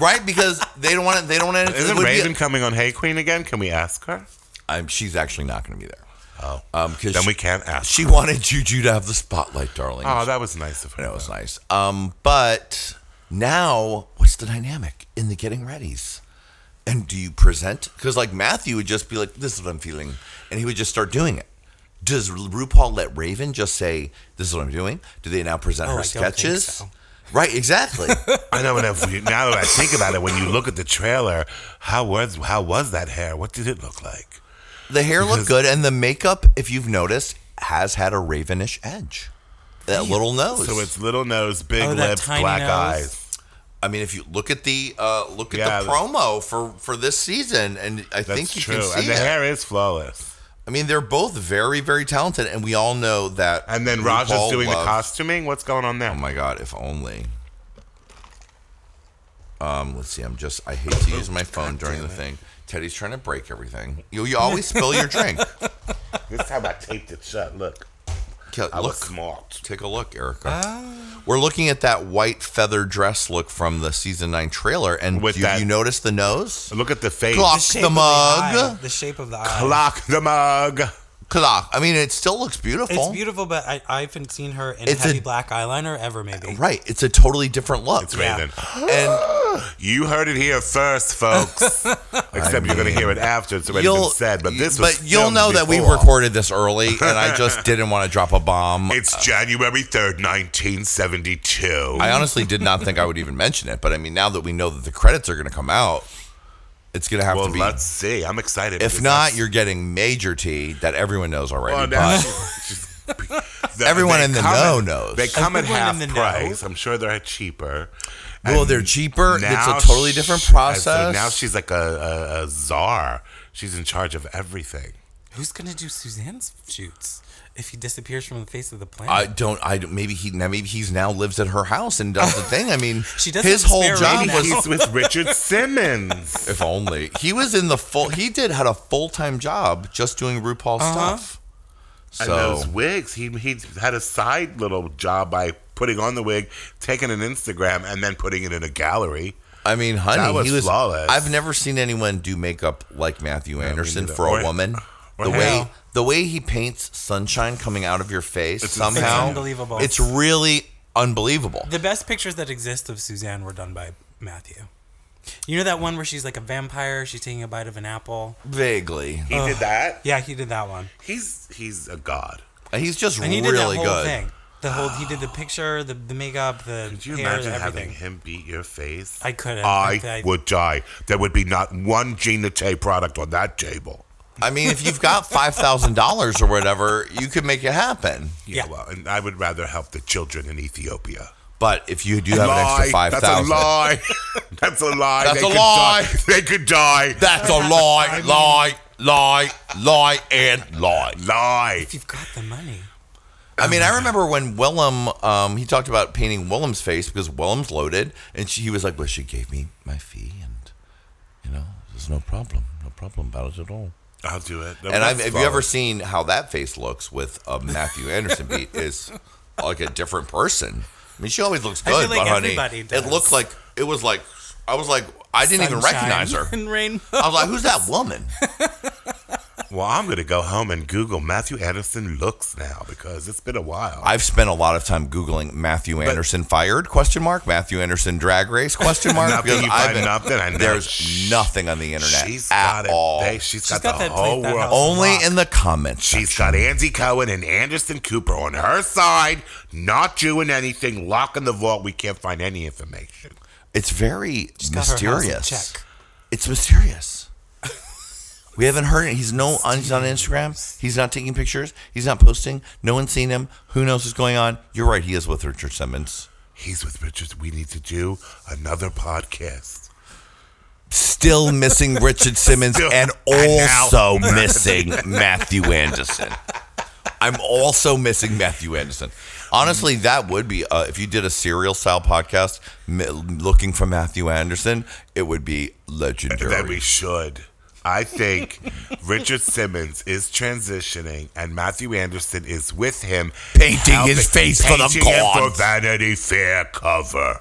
Speaker 1: right? Because they don't want it. They don't want it. it
Speaker 3: Isn't
Speaker 1: would be-
Speaker 3: Raven coming on Hey Queen again? Can we ask her?
Speaker 1: I'm, she's actually not going to be there.
Speaker 3: Oh.
Speaker 1: Um, because
Speaker 3: then we can't ask.
Speaker 1: she wanted Juju to have the spotlight, darling.
Speaker 3: oh, that was nice of her.
Speaker 1: that was nice. Um, but now what's the dynamic in the getting readies? And do you present? Because like Matthew would just be like, "This is what I'm feeling," and he would just start doing it. Does RuPaul let Raven just say, "This is what I'm doing"? Do they now present
Speaker 2: Oh,
Speaker 1: her
Speaker 2: I don't think
Speaker 1: sketches?
Speaker 2: so.
Speaker 3: [laughs]
Speaker 1: Right, exactly.
Speaker 3: I know. And if you, now that I think about it, when you look at the trailer, how was how was that hair? What did it look like?
Speaker 1: the hair
Speaker 3: Because-
Speaker 1: looked good, and the makeup, if you've noticed, has had a Ravenish edge. That little nose.
Speaker 3: So it's little nose, big
Speaker 2: Oh, that
Speaker 3: lips,
Speaker 2: tiny
Speaker 3: black
Speaker 2: nose.
Speaker 3: eyes.
Speaker 1: I mean, if you look at the uh, look at
Speaker 3: Yeah,
Speaker 1: the
Speaker 3: the-
Speaker 1: promo for for this season, and I
Speaker 3: That's
Speaker 1: think you
Speaker 3: true.
Speaker 1: can see
Speaker 3: and the
Speaker 1: it.
Speaker 3: hair is flawless.
Speaker 1: I mean, they're both very, very talented, and we all know that.
Speaker 3: And then Raja's
Speaker 1: RuPaul
Speaker 3: doing the
Speaker 1: loves-
Speaker 3: costuming. What's going on there?
Speaker 1: Oh my god! If only. Um, let's see. I'm just. I hate to use my phone during the thing. Teddy's trying to break everything. You you always
Speaker 3: [laughs]
Speaker 1: spill your drink.
Speaker 3: This time I taped it shut. Look,
Speaker 1: Okay,
Speaker 3: I was
Speaker 1: Look,
Speaker 3: smart.
Speaker 1: take a look, Erica.
Speaker 3: Ah.
Speaker 1: We're looking at that white feather dress look from the season nine trailer, and
Speaker 3: With
Speaker 1: you,
Speaker 3: that-
Speaker 1: you notice the nose.
Speaker 3: Look at the face.
Speaker 1: Clock.
Speaker 2: the, shape
Speaker 1: the
Speaker 2: of The, eye,
Speaker 1: mug.
Speaker 2: the shape of the eye.
Speaker 3: Lock the mug.
Speaker 1: Cause I I mean, it still looks beautiful.
Speaker 2: It's beautiful, but I, I haven't seen her in
Speaker 1: It's a-
Speaker 2: heavy black eyeliner ever. Maybe
Speaker 1: Right. It's a totally different look.
Speaker 3: It's
Speaker 2: Yeah.
Speaker 3: Raven.
Speaker 1: And
Speaker 3: You heard it here first,
Speaker 2: [laughs]
Speaker 3: folks. Except you're going to hear it after it's already
Speaker 1: you'll
Speaker 3: been said. [gasps] But this, was
Speaker 1: but you'll
Speaker 3: filmed
Speaker 1: know that we
Speaker 3: before.
Speaker 1: recorded this early, and
Speaker 3: [laughs]
Speaker 1: I just didn't want to drop a bomb.
Speaker 3: It's January third, nineteen seventy-two.
Speaker 1: I honestly did not think I would even mention it, but I mean, now that we know that the credits are going to come out, it's going to have
Speaker 3: Well,
Speaker 1: to be.
Speaker 3: let's see. I'm excited.
Speaker 1: If
Speaker 3: because
Speaker 1: not,
Speaker 3: that's-
Speaker 1: you're getting major T that everyone knows already.
Speaker 3: Well, now
Speaker 1: but
Speaker 3: she's-
Speaker 1: [laughs]
Speaker 3: she's- the-
Speaker 1: Everyone
Speaker 3: they
Speaker 1: in the
Speaker 3: come
Speaker 1: know
Speaker 3: at-
Speaker 1: knows.
Speaker 3: They come at
Speaker 2: Everyone
Speaker 3: half
Speaker 2: in the know.
Speaker 3: price. I'm sure they're cheaper.
Speaker 1: Well,
Speaker 3: And
Speaker 1: they're cheaper. It's a
Speaker 3: now
Speaker 1: totally different
Speaker 3: sh- and So
Speaker 1: process.
Speaker 3: now she's like a, a, a czar. She's in charge of everything.
Speaker 2: who's gonna do Suzanne's shoots if he disappears from the face of the planet?
Speaker 1: I don't. I don't- maybe he now maybe he's now lives at her house and does
Speaker 3: [laughs]
Speaker 1: the thing. I mean,
Speaker 2: She does
Speaker 1: his
Speaker 2: have
Speaker 1: whole
Speaker 2: spare
Speaker 1: job
Speaker 2: room
Speaker 1: was
Speaker 3: He's with
Speaker 1: [laughs]
Speaker 3: Richard Simmons.
Speaker 1: If only he was in the full. He did had a full time job just doing RuPaul
Speaker 2: Uh-huh.
Speaker 1: stuff.
Speaker 3: And those
Speaker 1: So
Speaker 3: wigs, he he had a side little job by putting on the wig, taking an Instagram, and then putting it in a gallery.
Speaker 1: I mean, honey,
Speaker 3: That was
Speaker 1: he was.
Speaker 3: flawless.
Speaker 1: I've never seen anyone do makeup like Matthew Anderson
Speaker 3: neither.
Speaker 1: for a
Speaker 3: Or-
Speaker 1: woman.
Speaker 3: or
Speaker 1: the
Speaker 3: how.
Speaker 1: way the way he paints sunshine coming out of your face somehow
Speaker 2: It's unbelievable.
Speaker 1: It's really unbelievable.
Speaker 2: the best pictures that exist of Suzanne were done by Matthew. You know that one where she's like a vampire, she's taking a bite of an apple.
Speaker 1: Vaguely,
Speaker 3: He did that.
Speaker 2: Yeah, he did that one,
Speaker 3: He's he's a god.
Speaker 1: he's just
Speaker 2: and he
Speaker 1: really
Speaker 2: did that whole
Speaker 1: good.
Speaker 2: thing. The whole he did the picture, the, the makeup, the
Speaker 3: Could you
Speaker 2: hair,
Speaker 3: imagine
Speaker 2: everything.
Speaker 3: having him beat your face?
Speaker 2: I couldn't.
Speaker 3: I
Speaker 2: I- I-
Speaker 3: would die. There would be not one Gina Tay product on that table.
Speaker 1: I mean, if you've got five thousand dollars or whatever, you could make it happen.
Speaker 3: Yeah,
Speaker 2: Yeah.
Speaker 3: well, and I would rather help the children in Ethiopia.
Speaker 1: But if you do have an extra five
Speaker 3: That's a
Speaker 1: thousand, [laughs]
Speaker 3: lie. That's a lie.
Speaker 1: That's
Speaker 3: they
Speaker 1: a
Speaker 3: could
Speaker 1: lie.
Speaker 3: Die. They could die.
Speaker 1: that's a lie, lie, lie, lie, and lie.
Speaker 3: lie.
Speaker 2: If you've got the money.
Speaker 1: I mean, I remember when Willem, um, he talked about painting Willem's face because Willem's loaded, and she, he was like, "Well, she gave me my fee, and you know, there's no problem, no problem about it at all."
Speaker 3: I'll do it.
Speaker 1: and I've, have you ever seen how that face looks with a Matthew Anderson beat? Is like a different person. I mean, she always looks
Speaker 2: I feel
Speaker 1: good,
Speaker 2: like
Speaker 1: but honey,
Speaker 2: everybody
Speaker 1: it
Speaker 2: does.
Speaker 1: looked like it was like I was like I didn't even
Speaker 2: sunshine
Speaker 1: recognize
Speaker 2: [laughs]
Speaker 1: her.
Speaker 2: And rain.
Speaker 1: I was like, "Who's that woman?"
Speaker 3: Well, I'm gonna go home and Google Matthew Anderson looks now because it's been a while.
Speaker 1: I've spent a lot of time googling Matthew Anderson fired question mark Matthew Anderson drag race question [laughs] mark
Speaker 3: Nothing,
Speaker 1: because
Speaker 3: you
Speaker 1: I've
Speaker 3: find nothing, I know.
Speaker 1: there's
Speaker 3: Shh.
Speaker 1: nothing on the internet
Speaker 3: She's
Speaker 1: at
Speaker 3: got it.
Speaker 1: all.
Speaker 3: They, she's got,
Speaker 2: got
Speaker 3: the
Speaker 2: that
Speaker 3: whole
Speaker 2: place, that
Speaker 3: world.
Speaker 2: house.
Speaker 1: Only in the comments.
Speaker 3: She's got Andy Cohen and Anderson Cooper on her side, not doing anything, locking the vault. We can't find any information.
Speaker 1: it's very
Speaker 2: got her house in
Speaker 1: mysterious.
Speaker 2: check.
Speaker 1: It's mysterious. [laughs] we haven't heard it. He's no on, he's on Instagram. He's not taking pictures. He's not posting. No one's seen him. Who knows what's going on? You're right. He is with Richard Simmons.
Speaker 3: He's with Richard. We need to do another podcast.
Speaker 1: Still missing Richard Simmons
Speaker 3: Still-
Speaker 1: and
Speaker 3: and now-
Speaker 1: also missing Matthew Anderson. I'm also missing Matthew Anderson. Honestly, that would be uh, if you did a serial style podcast mi- looking for Matthew Anderson, it would be legendary.
Speaker 3: That we should. I think [laughs] Richard Simmons is transitioning, and Matthew Anderson is with him,
Speaker 1: Painting
Speaker 3: helping-
Speaker 1: his face for the
Speaker 3: painting it
Speaker 1: gods.
Speaker 3: for Vanity Fair cover.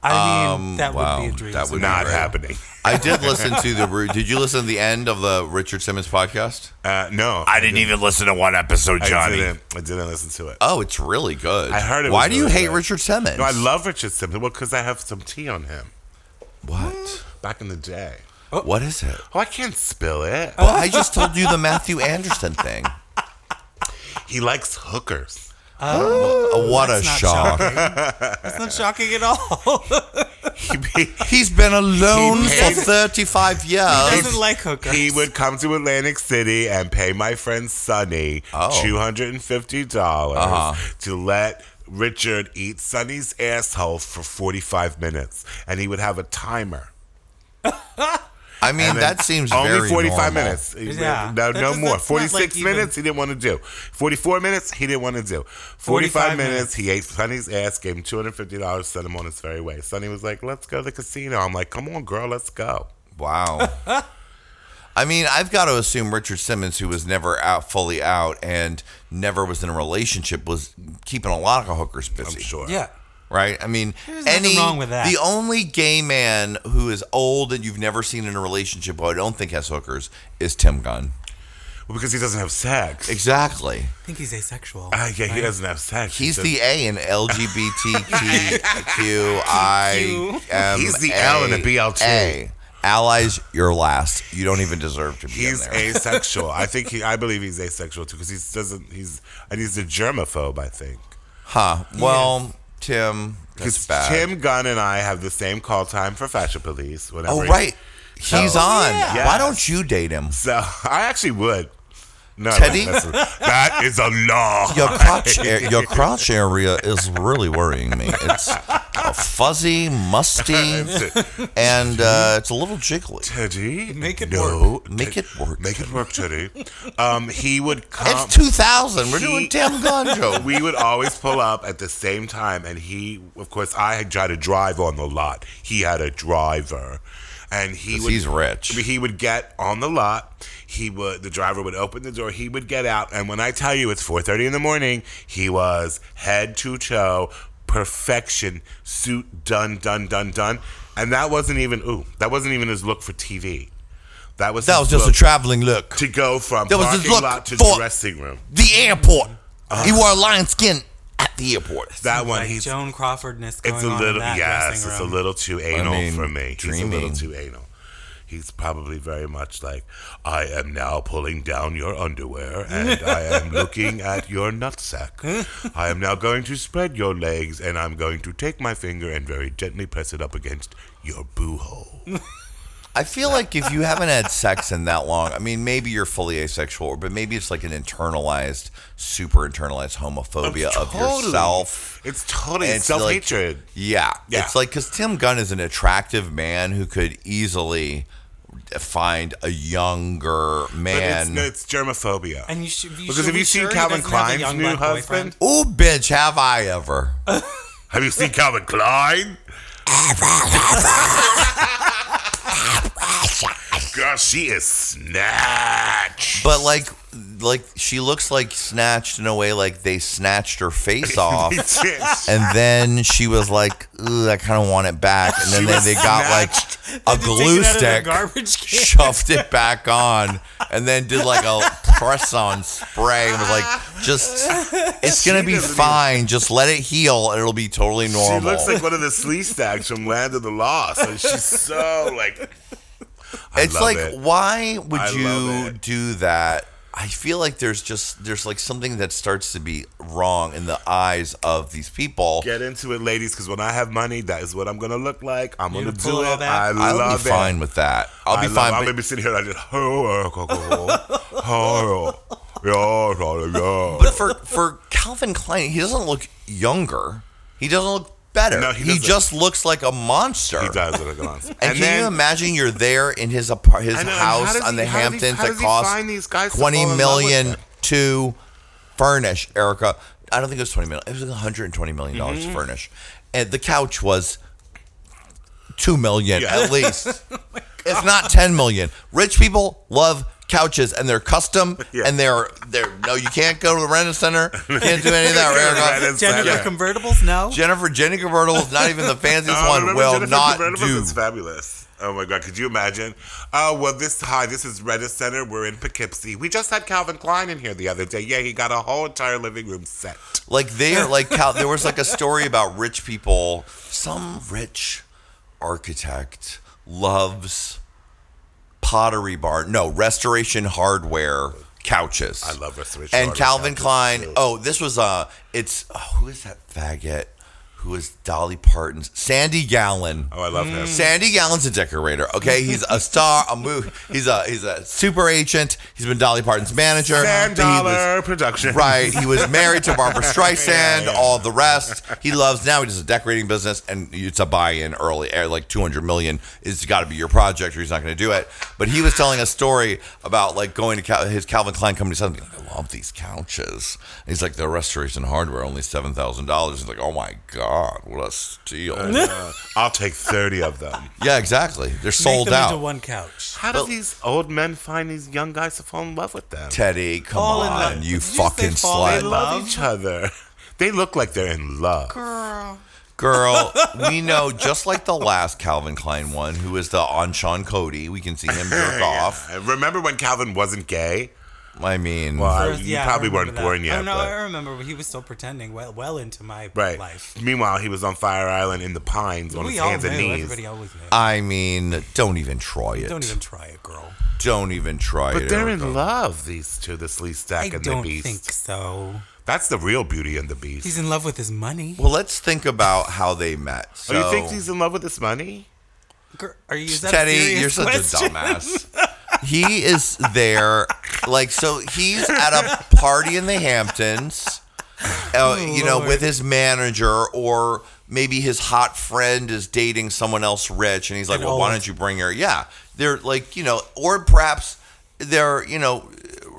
Speaker 2: I mean, that
Speaker 1: Um, wow,
Speaker 2: would be a dream.
Speaker 1: that would be
Speaker 3: Not
Speaker 1: great.
Speaker 3: happening.
Speaker 1: I did listen to the. Did you listen to the end of the Richard Simmons podcast?
Speaker 3: Uh, no,
Speaker 4: I didn't even listen to one episode,
Speaker 3: I
Speaker 4: Johnny.
Speaker 3: didn't, I didn't listen to it.
Speaker 1: Oh, it's really good.
Speaker 3: I heard it
Speaker 1: Why
Speaker 3: was
Speaker 1: do you
Speaker 3: really
Speaker 1: hate
Speaker 3: good.
Speaker 1: Richard Simmons?
Speaker 3: No, I love Richard Simmons. Well, because I have some tea on him
Speaker 1: what?
Speaker 3: back in the day.
Speaker 1: What is it?
Speaker 3: Oh, I can't spill it.
Speaker 1: Well, I just told you the Matthew
Speaker 3: [laughs]
Speaker 1: Anderson thing.
Speaker 3: He likes hookers.
Speaker 1: Oh, what a
Speaker 2: That's not
Speaker 1: shock!
Speaker 2: That's not shocking at all. [laughs]
Speaker 3: He, be-
Speaker 1: He's been alone
Speaker 3: He
Speaker 1: for
Speaker 3: paid-
Speaker 1: 35 years.
Speaker 2: doesn't like hookers.
Speaker 3: he would come to Atlantic City and pay my friend Sonny
Speaker 1: Oh.
Speaker 3: $250 to let Richard eat Sonny's asshole for 45 minutes. And he would have a timer.
Speaker 1: I mean, that seems
Speaker 3: Only
Speaker 1: very
Speaker 3: 45
Speaker 1: normal.
Speaker 3: minutes.
Speaker 2: Yeah.
Speaker 3: No,
Speaker 2: That
Speaker 3: no
Speaker 2: does-
Speaker 3: more.
Speaker 2: that's not like
Speaker 3: 46
Speaker 2: even-
Speaker 3: minutes, he didn't want to do. 44 minutes, he didn't want to do. 45,
Speaker 2: 45
Speaker 3: minutes,
Speaker 2: minutes.
Speaker 3: he ate Sonny's ass, gave him $250, sent him on his very way. Sonny was like, let's go to the casino. I'm like, come on, girl, let's go. [laughs]
Speaker 1: Wow. I mean, I've got to assume Richard Simmons, who was never out fully out and never was in a relationship, was keeping a lot of hookers busy.
Speaker 3: I'm sure.
Speaker 2: yeah.
Speaker 1: right? I mean,
Speaker 2: There's nothing
Speaker 1: any
Speaker 2: wrong with that.
Speaker 1: the only gay man who is old and you've never seen in a relationship, who I don't think has hookers, is Tim Gunn.
Speaker 3: Well, because he doesn't have sex.
Speaker 1: Exactly,
Speaker 2: I think he's asexual.
Speaker 3: Ah, yeah, he doesn't have sex.
Speaker 1: he's
Speaker 3: He
Speaker 1: the A in LGBTQI.
Speaker 3: He's the L in the BLT.
Speaker 1: Allies, you're last. You don't even deserve to be
Speaker 3: He's
Speaker 1: [laughs] in there.
Speaker 3: asexual. I think he. I believe he's asexual too, because he doesn't. He's and he's a germaphobe. I think
Speaker 1: huh? Well, Tim,
Speaker 3: because
Speaker 1: that's bad.
Speaker 3: Tim Gunn and I have the same call time for Fashion Police. Whenever
Speaker 1: oh
Speaker 3: he-
Speaker 1: right, he's
Speaker 3: Oh,
Speaker 1: on.
Speaker 3: yeah.
Speaker 1: Why don't you date him?
Speaker 3: So [laughs] I actually would. No,
Speaker 1: Teddy?
Speaker 3: that's a, that is a
Speaker 1: [laughs]
Speaker 3: law.
Speaker 1: Your crotch, a- your crotch area is really worrying me. It's a
Speaker 3: [laughs]
Speaker 1: fuzzy, musty, and uh, it's a little jiggly.
Speaker 3: Teddy,
Speaker 2: Make it
Speaker 3: no,
Speaker 1: Make it work.
Speaker 3: Make it work, Teddy. Um, he would come.
Speaker 1: It's 2000. We're doing
Speaker 3: He- [laughs]
Speaker 1: Tim Gunn jokes.
Speaker 3: we would always pull up at the same time, and he, of course, I had tried to drive on the lot. He had a driver, and he
Speaker 1: 'Cause
Speaker 3: would,
Speaker 1: he's rich.
Speaker 3: He would get on the lot. He would. The driver would open the door. He would get out, and when I tell you it's four thirty in the morning, he was head to toe perfection, suit done, done, done, done, and that wasn't even ooh, that wasn't even his look for TV. That was
Speaker 1: That was
Speaker 3: his
Speaker 1: just a
Speaker 3: look
Speaker 1: traveling look.
Speaker 3: to go from
Speaker 1: That was his
Speaker 3: parking
Speaker 1: look
Speaker 3: lot to
Speaker 1: for-
Speaker 3: dressing room.
Speaker 1: The airport.
Speaker 3: Uh-huh.
Speaker 1: He wore a lion skin at the airport.
Speaker 3: That one,
Speaker 2: like
Speaker 3: he's
Speaker 2: Joan Crawfordness going
Speaker 3: It's a
Speaker 2: on in
Speaker 3: little
Speaker 2: that
Speaker 3: yes,
Speaker 2: dressing
Speaker 3: it's a
Speaker 2: room.
Speaker 3: little too anal
Speaker 1: mean,
Speaker 3: for me. He's a
Speaker 1: dreaming.
Speaker 3: little too anal. He's probably very much like, I am now pulling down your underwear and I
Speaker 1: [laughs]
Speaker 3: am looking at your nutsack. I am now going to spread your legs and I'm going to take my finger and very gently press it up against your boo hole.
Speaker 1: I feel like if you haven't had sex in that long, I mean, maybe you're fully asexual, but maybe it's like an internalized, super internalized homophobia of
Speaker 3: Oh, Totally.
Speaker 1: yourself.
Speaker 3: It's totally
Speaker 1: And it's
Speaker 3: self hatred.
Speaker 1: Like, yeah.
Speaker 3: Yeah.
Speaker 1: It's like because Tim Gunn is an attractive man who could easily find a younger
Speaker 3: but it's,
Speaker 1: man.
Speaker 3: no, it's germophobia.
Speaker 2: And you should, you
Speaker 3: because
Speaker 2: should
Speaker 3: have
Speaker 2: be
Speaker 3: you seen
Speaker 2: sure he
Speaker 3: Calvin
Speaker 2: doesn't have a
Speaker 3: Klein's
Speaker 2: young
Speaker 3: new
Speaker 2: black
Speaker 3: husband?
Speaker 1: Ooh,
Speaker 2: boyfriend.
Speaker 1: bitch, have I ever?
Speaker 3: Have you seen Calvin Klein? Girl, she is snatch.
Speaker 1: But like, like she looks like snatched in a way like they snatched
Speaker 3: [laughs]
Speaker 1: her face off. And then she was like, Ugh, I kind of want it back. And then they, they got like a
Speaker 2: Did you take
Speaker 1: glue
Speaker 2: it out of the
Speaker 1: stick,
Speaker 2: garbage can?
Speaker 1: shoved it back on, and then did like a press on spray and was
Speaker 3: [laughs]
Speaker 1: like, just, it's going to be
Speaker 3: doesn't even-
Speaker 1: fine. Just let it heal. and It'll be totally normal.
Speaker 3: She looks like one of the sleaze stacks from Land of the Lost. Like she's so like. I
Speaker 1: it's
Speaker 3: love
Speaker 1: like,
Speaker 3: it.
Speaker 1: why would
Speaker 3: I love
Speaker 1: you
Speaker 3: it.
Speaker 1: do that? I feel like there's just, there's like something that starts to be wrong in the eyes of these people.
Speaker 3: Get into it, ladies, because when I have money, that is what I'm gonna look like. I'm gonna
Speaker 2: Beautiful
Speaker 3: do
Speaker 2: and all
Speaker 3: it.
Speaker 2: that.
Speaker 3: I
Speaker 1: I'll
Speaker 3: love
Speaker 1: be
Speaker 3: it.
Speaker 1: fine with that. I'll
Speaker 3: I
Speaker 1: be fine.
Speaker 3: Love, I'm
Speaker 1: but-
Speaker 3: gonna be sitting [laughs] here and I just. Oh, oh, oh, oh, oh, oh, oh, oh.
Speaker 1: But for for Calvin Klein, he doesn't look younger. He doesn't look better.
Speaker 3: No, he
Speaker 1: he,
Speaker 3: doesn't.
Speaker 1: just looks like a monster.
Speaker 3: He does look monster.
Speaker 1: And, can you imagine you're there in his apart- his
Speaker 3: I know, and how
Speaker 1: house
Speaker 3: does
Speaker 1: on
Speaker 3: he-
Speaker 1: the
Speaker 3: how does he-
Speaker 1: Hamptons
Speaker 3: how
Speaker 1: that
Speaker 3: does he find these guys
Speaker 1: cost
Speaker 3: to
Speaker 1: twenty
Speaker 3: fall in love with
Speaker 1: million
Speaker 3: them?
Speaker 1: to furnish Erica. I don't think it was twenty million. It was one hundred and twenty million dollars
Speaker 3: Mm-hmm.
Speaker 1: to furnish, and the couch was two million
Speaker 3: Yeah. [laughs] Oh
Speaker 1: at least, if not ten million. Rich people love couches and they're custom
Speaker 3: [laughs] Yeah.
Speaker 1: and they're they're no, you can't go to the
Speaker 3: [laughs]
Speaker 1: rental center. You can't do any of that, Erica.
Speaker 3: That is
Speaker 2: Jennifer
Speaker 3: fabulous.
Speaker 2: convertibles? No.
Speaker 1: Jennifer Jenny Convertible is not
Speaker 3: [laughs]
Speaker 1: even the fanciest
Speaker 3: Oh,
Speaker 1: one.
Speaker 3: remember
Speaker 1: Will
Speaker 3: Jennifer
Speaker 1: not
Speaker 3: Convertibles?
Speaker 1: do.
Speaker 3: It's fabulous. Oh my god, could you imagine? Oh well, this hi, this is Reddit Center. We're in Poughkeepsie. We just had Calvin Klein in here the other day. Yeah, he got a whole entire living room set.
Speaker 1: Like there, like Cal, there was like a story about rich people. Some rich architect loves pottery barn. No, Restoration Hardware couches.
Speaker 3: I love Restoration
Speaker 1: And
Speaker 3: Hardware
Speaker 1: Calvin
Speaker 3: couches,
Speaker 1: Klein.
Speaker 3: too.
Speaker 1: Oh, this was uh It's oh, who is that faggot? Who is Dolly Parton's Sandy Gallen?
Speaker 3: Oh, I love him.
Speaker 1: Sandy Gallen's a decorator. Okay, he's a star, a move. He's a he's a super agent. He's been Dolly Parton's manager.
Speaker 3: Ten
Speaker 1: He was-
Speaker 3: dollar production.
Speaker 1: Right. He was married to
Speaker 2: [laughs]
Speaker 1: Barbara Streisand,
Speaker 3: Yeah, yeah.
Speaker 1: all the rest. He loves now he does a decorating business and it's a buy-in early eh, like 200 million it's got to be your project or he's not going to do it. But he was telling a story about like going to Cal- his Calvin Klein company said like, I love these couches. And he's like the restoration hardware only $7,000. He's like, "Oh my god, what a steal."
Speaker 3: Uh, I'll take thirty of them.
Speaker 1: yeah, exactly. They're
Speaker 2: Make
Speaker 1: sold
Speaker 2: them into
Speaker 1: out.
Speaker 2: one couch.
Speaker 3: How do these old men find these young guys to fall in love with them?
Speaker 1: Teddy, come
Speaker 2: Fall in love.
Speaker 1: on, you
Speaker 2: Did you say
Speaker 1: fucking
Speaker 2: fall
Speaker 1: slut.
Speaker 3: they
Speaker 2: in
Speaker 3: love
Speaker 2: love?
Speaker 3: each other. [laughs] They look like they're in love.
Speaker 1: Girl, we know just like the last Calvin Klein one, who is the on Sean Cody. We can see him jerk off.
Speaker 3: [laughs] Yeah. Remember when Calvin wasn't gay?
Speaker 1: I mean,
Speaker 3: Well,
Speaker 2: Or-
Speaker 3: Uh, you
Speaker 2: yeah, I
Speaker 3: probably
Speaker 2: remember
Speaker 3: weren't
Speaker 2: that.
Speaker 3: born yet.
Speaker 2: Oh, no,
Speaker 3: but-
Speaker 2: I remember when he was still pretending well, well into my
Speaker 3: Right.
Speaker 2: life.
Speaker 3: Meanwhile, he was on Fire Island in the pines on
Speaker 2: we
Speaker 3: his
Speaker 2: all
Speaker 3: hands
Speaker 2: knew.
Speaker 3: and knees.
Speaker 2: Everybody always knew.
Speaker 1: I mean, don't even try it.
Speaker 2: Don't even try it, girl.
Speaker 1: Don't even try it.
Speaker 3: But they're
Speaker 1: Erica.
Speaker 3: in love, these two, the Slee Stack
Speaker 2: I
Speaker 3: and
Speaker 2: don't
Speaker 3: the Beast.
Speaker 2: think so.
Speaker 3: That's the real Beauty and the Beast.
Speaker 2: He's in love with his money.
Speaker 1: Well, let's think about how they met. So,
Speaker 3: oh, you think he's in love with this money?
Speaker 2: Gir- Are you? Is that a
Speaker 1: Teddy,
Speaker 2: serious
Speaker 1: you're such
Speaker 2: question?
Speaker 1: a
Speaker 2: [laughs]
Speaker 1: dumbass. He is there, like, so he's at a party in the Hamptons, uh,
Speaker 2: Oh,
Speaker 1: you know, with his manager, or maybe his hot friend is dating someone else rich, and he's like,
Speaker 2: An
Speaker 1: well, why
Speaker 2: old-
Speaker 1: don't you bring her? Yeah. They're like, you know, or perhaps they're, you know,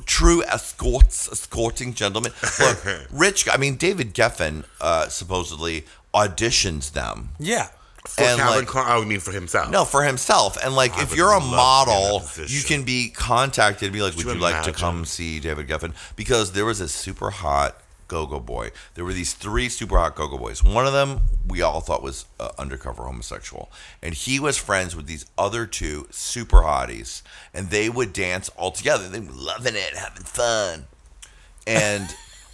Speaker 1: true escorts, escorting gentlemen. Look, rich, I mean, David Geffen uh, supposedly auditions them.
Speaker 2: Yeah.
Speaker 3: For
Speaker 1: And,
Speaker 3: Calvin
Speaker 1: like-
Speaker 3: Klein? Oh, you mean for himself?
Speaker 1: No, for himself. And like,
Speaker 3: I
Speaker 1: if
Speaker 3: would
Speaker 1: you're a
Speaker 3: love to be in
Speaker 1: model,
Speaker 3: that position.
Speaker 1: you can be contacted and be like, "Would
Speaker 3: you
Speaker 1: you, like to
Speaker 3: imagine?
Speaker 1: come see David Geffen?" Because there was a super hot go-go boy. There were these three super hot go-go boys. One of them we all thought was uh, undercover homosexual, and he was friends with these other two super hotties, and they would dance all together. They were loving it, having fun. And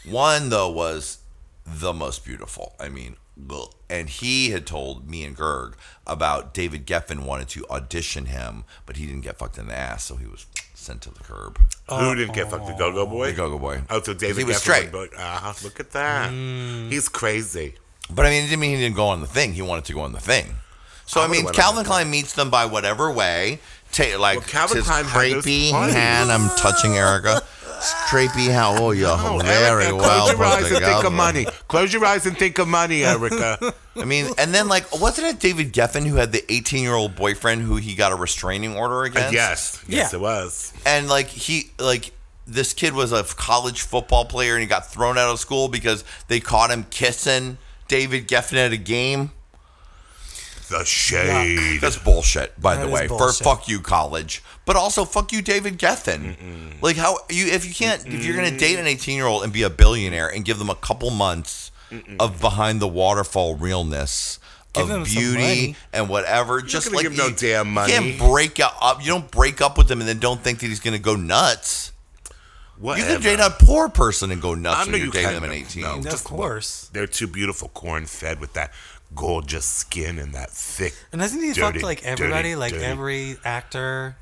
Speaker 1: one though was the most beautiful. I mean, ugh. and he had told me and Gerg about David Geffen wanted to audition him, but he didn't get fucked in the ass, so he was sent to the curb.
Speaker 3: Who didn't get fucked? The Go-Go Boy?
Speaker 1: The Go-Go Boy.
Speaker 3: Oh, so David
Speaker 1: he was
Speaker 3: Geffen
Speaker 1: straight.
Speaker 3: would- Ah, look
Speaker 2: Mm.
Speaker 3: at that. He's crazy.
Speaker 1: But I mean, it didn't mean he didn't go on the thing. He wanted to go on the thing. So I,
Speaker 3: would've
Speaker 1: mean,
Speaker 3: went on
Speaker 1: Calvin
Speaker 3: that.
Speaker 1: Klein meets them by whatever way. Ta- like
Speaker 3: Well, Calvin
Speaker 1: tis
Speaker 3: Klein had those
Speaker 1: crepey
Speaker 3: funnies.
Speaker 1: hand. I'm touching Erica. Crepey hand. Oh, you're
Speaker 3: Oh,
Speaker 1: very
Speaker 3: Erica,
Speaker 1: well
Speaker 3: Close your
Speaker 1: put
Speaker 3: eyes and think
Speaker 1: together.
Speaker 3: of money. Close your eyes and think of
Speaker 1: [laughs]
Speaker 3: money, Erica.
Speaker 1: I mean, and then like, wasn't it David Geffen who had the 18 year old boyfriend who he got a restraining order against?
Speaker 3: yes, yes,
Speaker 2: Yeah.
Speaker 3: it was.
Speaker 1: and like he like this kid was a college football player and he got thrown out of school because they caught him kissing David Geffen at a game.
Speaker 3: The shade.
Speaker 1: That's bullshit, by
Speaker 2: That
Speaker 1: the
Speaker 2: is
Speaker 1: way. For
Speaker 2: bullshit.
Speaker 1: fuck you college, but also fuck you David Geffen. Like how you if you can't if you're gonna date an 18 year old and be a billionaire and give them a couple months of behind the waterfall realness.
Speaker 2: Give
Speaker 1: of
Speaker 2: them some
Speaker 1: beauty
Speaker 2: money.
Speaker 1: and whatever, just
Speaker 3: gonna
Speaker 1: like
Speaker 3: give no
Speaker 1: you-
Speaker 3: damn
Speaker 1: you
Speaker 3: money.
Speaker 1: can't break up. You don't break up with him and then don't think that he's going to go nuts. You
Speaker 3: Whatever.
Speaker 1: can date a poor person and go nuts
Speaker 3: I know
Speaker 1: when you're
Speaker 3: you
Speaker 1: dating
Speaker 3: can.
Speaker 1: them at 18.
Speaker 3: No.
Speaker 2: of
Speaker 3: Just look.
Speaker 2: course.
Speaker 3: They're too beautiful, corn fed with that gorgeous skin and that thick.
Speaker 2: And hasn't he
Speaker 3: dirty,
Speaker 2: fucked like
Speaker 3: dirty,
Speaker 2: everybody, like
Speaker 3: dirty-
Speaker 2: every actor?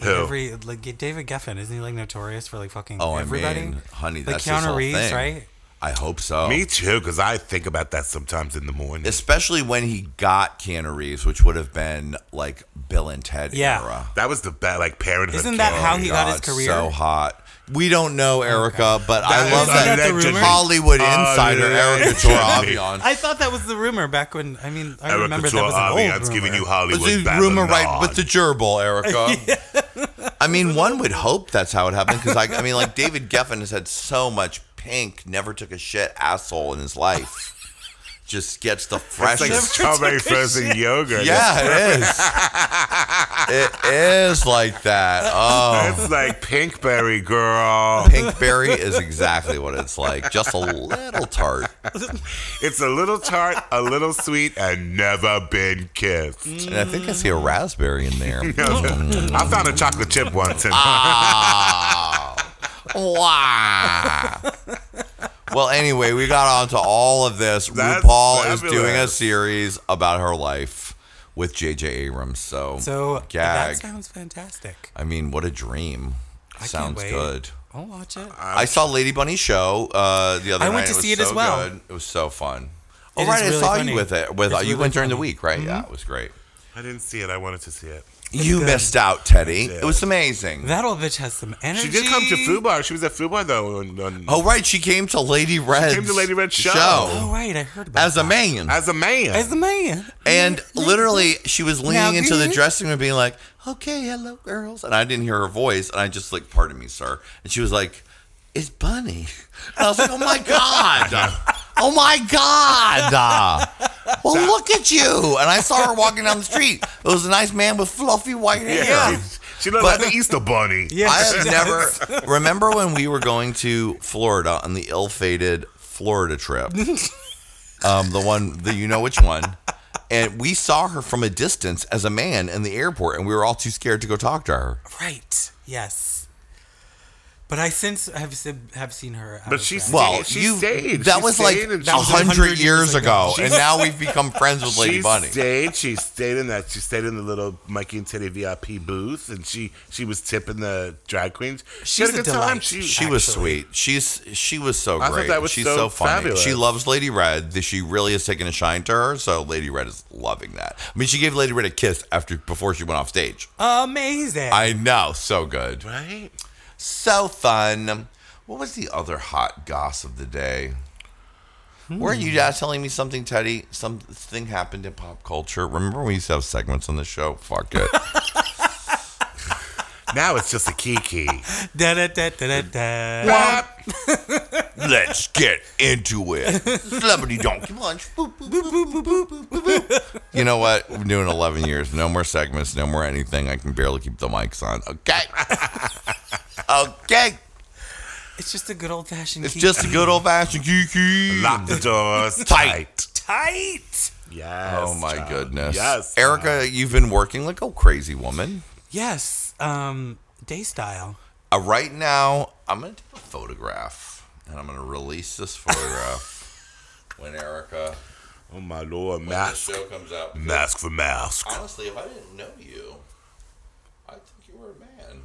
Speaker 2: Like
Speaker 3: Who?
Speaker 2: every like David Geffen, isn't he like notorious for like fucking
Speaker 1: Oh, I
Speaker 2: everybody?
Speaker 1: mean, honey,
Speaker 2: like
Speaker 1: that's his
Speaker 2: Keanu
Speaker 1: whole
Speaker 2: Reeves,
Speaker 1: thing.
Speaker 2: right?
Speaker 1: I hope so.
Speaker 3: Me too, because I think about that sometimes in the morning.
Speaker 1: Especially when he got Keanu Reeves, which would have been like Bill and Ted
Speaker 2: Yeah.
Speaker 1: era.
Speaker 3: that was the bad, like parenthood.
Speaker 2: Isn't that how
Speaker 3: came.
Speaker 2: he got his
Speaker 1: God,
Speaker 2: career?
Speaker 1: So hot. We don't know Erica, but I
Speaker 3: That
Speaker 1: love
Speaker 3: is
Speaker 1: that,
Speaker 2: that the rumor?
Speaker 1: Hollywood
Speaker 3: Oh,
Speaker 1: insider
Speaker 3: yeah.
Speaker 1: Erica Toravion.
Speaker 2: I thought that was the rumor back when. I mean, I
Speaker 3: Erica
Speaker 2: remember that was an old
Speaker 3: Toravian's
Speaker 2: rumor.
Speaker 3: giving you
Speaker 1: Was
Speaker 3: Hollywood
Speaker 1: the rumor right with the gerbil, [laughs] Erica? I mean, one would hope that's how it happened because I, I mean, like [laughs] David Geffen has had so much pink, never took a shit asshole in his life. Just gets the
Speaker 3: It's like
Speaker 1: freshest.
Speaker 3: strawberry frozen yogurt.
Speaker 1: yeah, it is. It is like that. Oh,
Speaker 3: It's like pinkberry, girl.
Speaker 1: pink berry is exactly what it's like. Just a little tart.
Speaker 3: It's a little tart, a little sweet, and never been kissed.
Speaker 1: And I think I see a raspberry
Speaker 3: [laughs]
Speaker 1: in there.
Speaker 3: I found a chocolate chip once, and
Speaker 1: Ah. Wow. well, anyway, we got onto all of this.
Speaker 3: That's
Speaker 1: RuPaul is
Speaker 3: fabulous.
Speaker 1: doing a series about her life with J.J. Abrams. So,
Speaker 2: So
Speaker 1: gag.
Speaker 2: that sounds fantastic.
Speaker 1: I mean, what a dream.
Speaker 2: can't
Speaker 1: Sounds
Speaker 2: wait.
Speaker 1: good.
Speaker 2: I'll watch it.
Speaker 1: I saw Lady Bunny's show uh, the other
Speaker 2: I
Speaker 1: night.
Speaker 2: went to
Speaker 1: it was
Speaker 2: see it
Speaker 1: so
Speaker 2: as well.
Speaker 1: Good. It was so fun. Oh,
Speaker 2: It is
Speaker 1: right, I
Speaker 2: really
Speaker 1: saw
Speaker 2: funny.
Speaker 1: you with it. With
Speaker 2: It's
Speaker 1: you
Speaker 2: really
Speaker 1: went during the
Speaker 2: funny. Mm-hmm.
Speaker 1: week, right? Yeah, it was great.
Speaker 3: [laughs] I didn't see it. I wanted to see it.
Speaker 1: you
Speaker 2: good.
Speaker 1: missed out, Teddy.
Speaker 3: did.
Speaker 1: It was amazing.
Speaker 2: that old bitch has some energy.
Speaker 3: She did come to Foo Bar. She was at Foo Bar though. On, on,
Speaker 1: Oh, right, she came to Lady Red's
Speaker 3: came to Lady Red's show.
Speaker 2: Oh right, I heard about
Speaker 1: as a
Speaker 2: that.
Speaker 1: man.
Speaker 3: as a man.
Speaker 2: As a man.
Speaker 1: And literally, she was leaning
Speaker 2: Now,
Speaker 1: into the
Speaker 2: dude.
Speaker 1: dressing room, being like, "Okay, hello, girls," and I didn't hear her voice, and I just like, "Pardon me, sir," and she was like, "It's Bunny," and I was like, "Oh my god, oh my god." Well, look at you! And I saw her walking down the street. It was a nice man with fluffy white hair.
Speaker 3: yeah. She looked
Speaker 1: But-
Speaker 3: like the Easter Bunny.
Speaker 2: Yeah,
Speaker 1: I
Speaker 2: she
Speaker 1: have
Speaker 2: does.
Speaker 3: [laughs]
Speaker 1: never. Remember when we were going to Florida on the ill-fated Florida trip? um, the one, the you know which one. And we saw her from a distance as a man in the airport, and we were all too scared to go talk to her.
Speaker 2: Right. Yes. But I since have se- have seen her. out
Speaker 3: But
Speaker 2: of
Speaker 3: she's-
Speaker 2: that.
Speaker 1: Well,
Speaker 3: She
Speaker 1: you
Speaker 3: stayed.
Speaker 1: that
Speaker 3: She
Speaker 1: was
Speaker 3: stayed
Speaker 1: like
Speaker 3: and she-
Speaker 1: a
Speaker 3: That was
Speaker 1: hundred
Speaker 2: 100
Speaker 1: years
Speaker 2: years
Speaker 1: ago,
Speaker 2: ago.
Speaker 1: and now we've become friends
Speaker 3: [laughs]
Speaker 1: with Lady
Speaker 3: she
Speaker 1: Bunny.
Speaker 3: stayed. She stayed in that. She stayed in the little Mikey and Teddy VIP booth, and she she was tipping the drag queens. She
Speaker 2: She's
Speaker 3: had a
Speaker 2: a
Speaker 3: good time.
Speaker 2: delight.
Speaker 3: She,
Speaker 1: She was
Speaker 2: Actually.
Speaker 1: sweet. She's she was so
Speaker 3: I thought
Speaker 1: great.
Speaker 3: that was
Speaker 1: She's so,
Speaker 3: so
Speaker 1: funny.
Speaker 3: fabulous.
Speaker 1: She loves Lady Red. She really has taken a shine to her. So Lady Red is loving that. I mean, she gave Lady Red a kiss after before she went off stage.
Speaker 2: amazing.
Speaker 1: I know, so good,
Speaker 3: right.
Speaker 1: so fun. What was the other hot goss of the day? Weren't
Speaker 3: Hmm.
Speaker 1: you guys telling me something, Teddy? Something happened in pop culture. Remember when we used to have segments on the show? Fuck
Speaker 3: [laughs]
Speaker 1: it.
Speaker 3: Now it's just a
Speaker 2: [laughs]
Speaker 3: Kiki.
Speaker 2: da, da, da, da, da, da.
Speaker 3: Bop.
Speaker 1: Let's get into it. Celebrity donkey punch. Boop, boop, boop, boop, boop, boop, boop, boop, boop. You know what? We're doing 11 years. No more segments. No more anything. I can barely keep the mics on. [laughs] Okay. Okay.
Speaker 2: It's just a good old fashioned.
Speaker 1: It's just a good old fashioned kiki.
Speaker 3: Lock the doors tight.
Speaker 2: tight.
Speaker 3: Yes.
Speaker 1: Oh my
Speaker 3: child.
Speaker 1: goodness.
Speaker 3: Yes.
Speaker 1: Erica, you've been working like a crazy woman.
Speaker 2: Yes. Um. Day style.
Speaker 1: Uh, right now, I'm going to take a photograph and I'm going to release [laughs] this photograph when Erica,
Speaker 3: Oh my lord.
Speaker 1: when this
Speaker 3: Mask.
Speaker 1: show comes out.
Speaker 3: Mask for mask.
Speaker 1: Honestly, if I didn't know you, I think you were a man.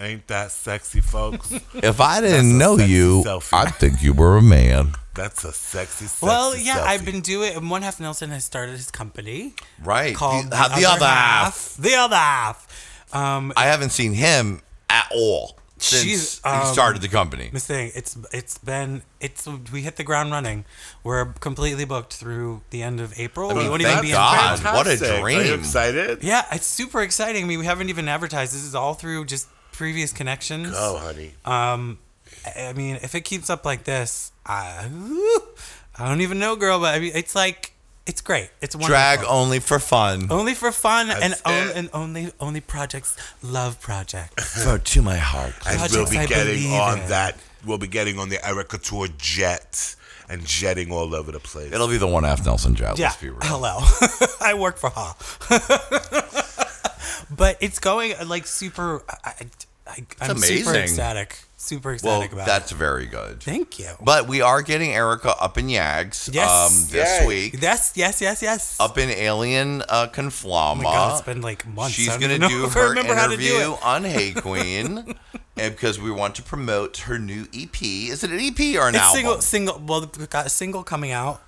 Speaker 3: Ain't that sexy,
Speaker 2: [laughs]
Speaker 3: folks?
Speaker 1: If I didn't know
Speaker 3: sexy
Speaker 1: you,
Speaker 3: selfie.
Speaker 1: I'd think you were a man.
Speaker 3: That's a sexy, sexy
Speaker 2: Well, yeah, I've
Speaker 3: selfie.
Speaker 2: been doing. and One half Nelson has started his company
Speaker 1: Right.
Speaker 2: called
Speaker 1: the, uh, the other half.
Speaker 2: The other half. Um,
Speaker 1: I haven't seen him at all since
Speaker 2: She's,
Speaker 1: he
Speaker 2: um,
Speaker 1: started the company.
Speaker 2: Miss Thing, it's it's been it's we hit the ground running. We're completely booked through the end of April. we
Speaker 1: mean,
Speaker 2: won't
Speaker 1: thank
Speaker 2: even be in
Speaker 1: God.
Speaker 2: France.
Speaker 1: what a
Speaker 3: Fantastic. Are you
Speaker 1: dream.
Speaker 3: excited?
Speaker 2: Yeah, it's super exciting. I mean, we haven't even advertised. This is all through just previous connections.
Speaker 3: Oh, honey.
Speaker 2: I I mean, if it keeps up like this, I, I don't even know, girl. But I mean, it's like it's great. It's wonderful. Oh.
Speaker 1: Drag only for fun.
Speaker 2: only for fun and
Speaker 3: That's
Speaker 2: on,
Speaker 3: it.
Speaker 2: and only only projects
Speaker 1: [laughs]
Speaker 2: love projects.
Speaker 1: For to my heart.
Speaker 3: and we'll
Speaker 2: projects
Speaker 3: be
Speaker 2: I
Speaker 3: getting
Speaker 2: believe
Speaker 3: on
Speaker 2: in.
Speaker 3: that. We'll be getting on the Eric Couture jet and jetting all over the place.
Speaker 1: It'll be the one half Nelson job.
Speaker 2: Yeah.
Speaker 1: Let's be real.
Speaker 2: Hello. [laughs] I work for Ha. [laughs] but it's going uh, like super. I, I, I, I'm super
Speaker 1: amazing.
Speaker 2: ecstatic. Super
Speaker 1: Well,
Speaker 2: ecstatic about
Speaker 1: that's
Speaker 2: it.
Speaker 1: very good.
Speaker 2: Thank you.
Speaker 1: But we are getting Erica up in Yags
Speaker 2: Yes.
Speaker 1: um, this
Speaker 3: Yay.
Speaker 1: week.
Speaker 2: Yes, yes, yes, yes.
Speaker 1: Up in Alien uh, Conflama.
Speaker 2: Oh my God, it's been like months.
Speaker 1: She's
Speaker 2: I don't
Speaker 1: going
Speaker 2: even
Speaker 1: to
Speaker 2: know
Speaker 1: do
Speaker 2: [laughs] if I
Speaker 1: her
Speaker 2: remember how to do
Speaker 1: interview
Speaker 2: it. [laughs]
Speaker 1: on Hey Queen and because we want to promote her new EP. Is it an EP or an
Speaker 2: It's
Speaker 1: album?
Speaker 2: single, single. Well, we've got a single coming out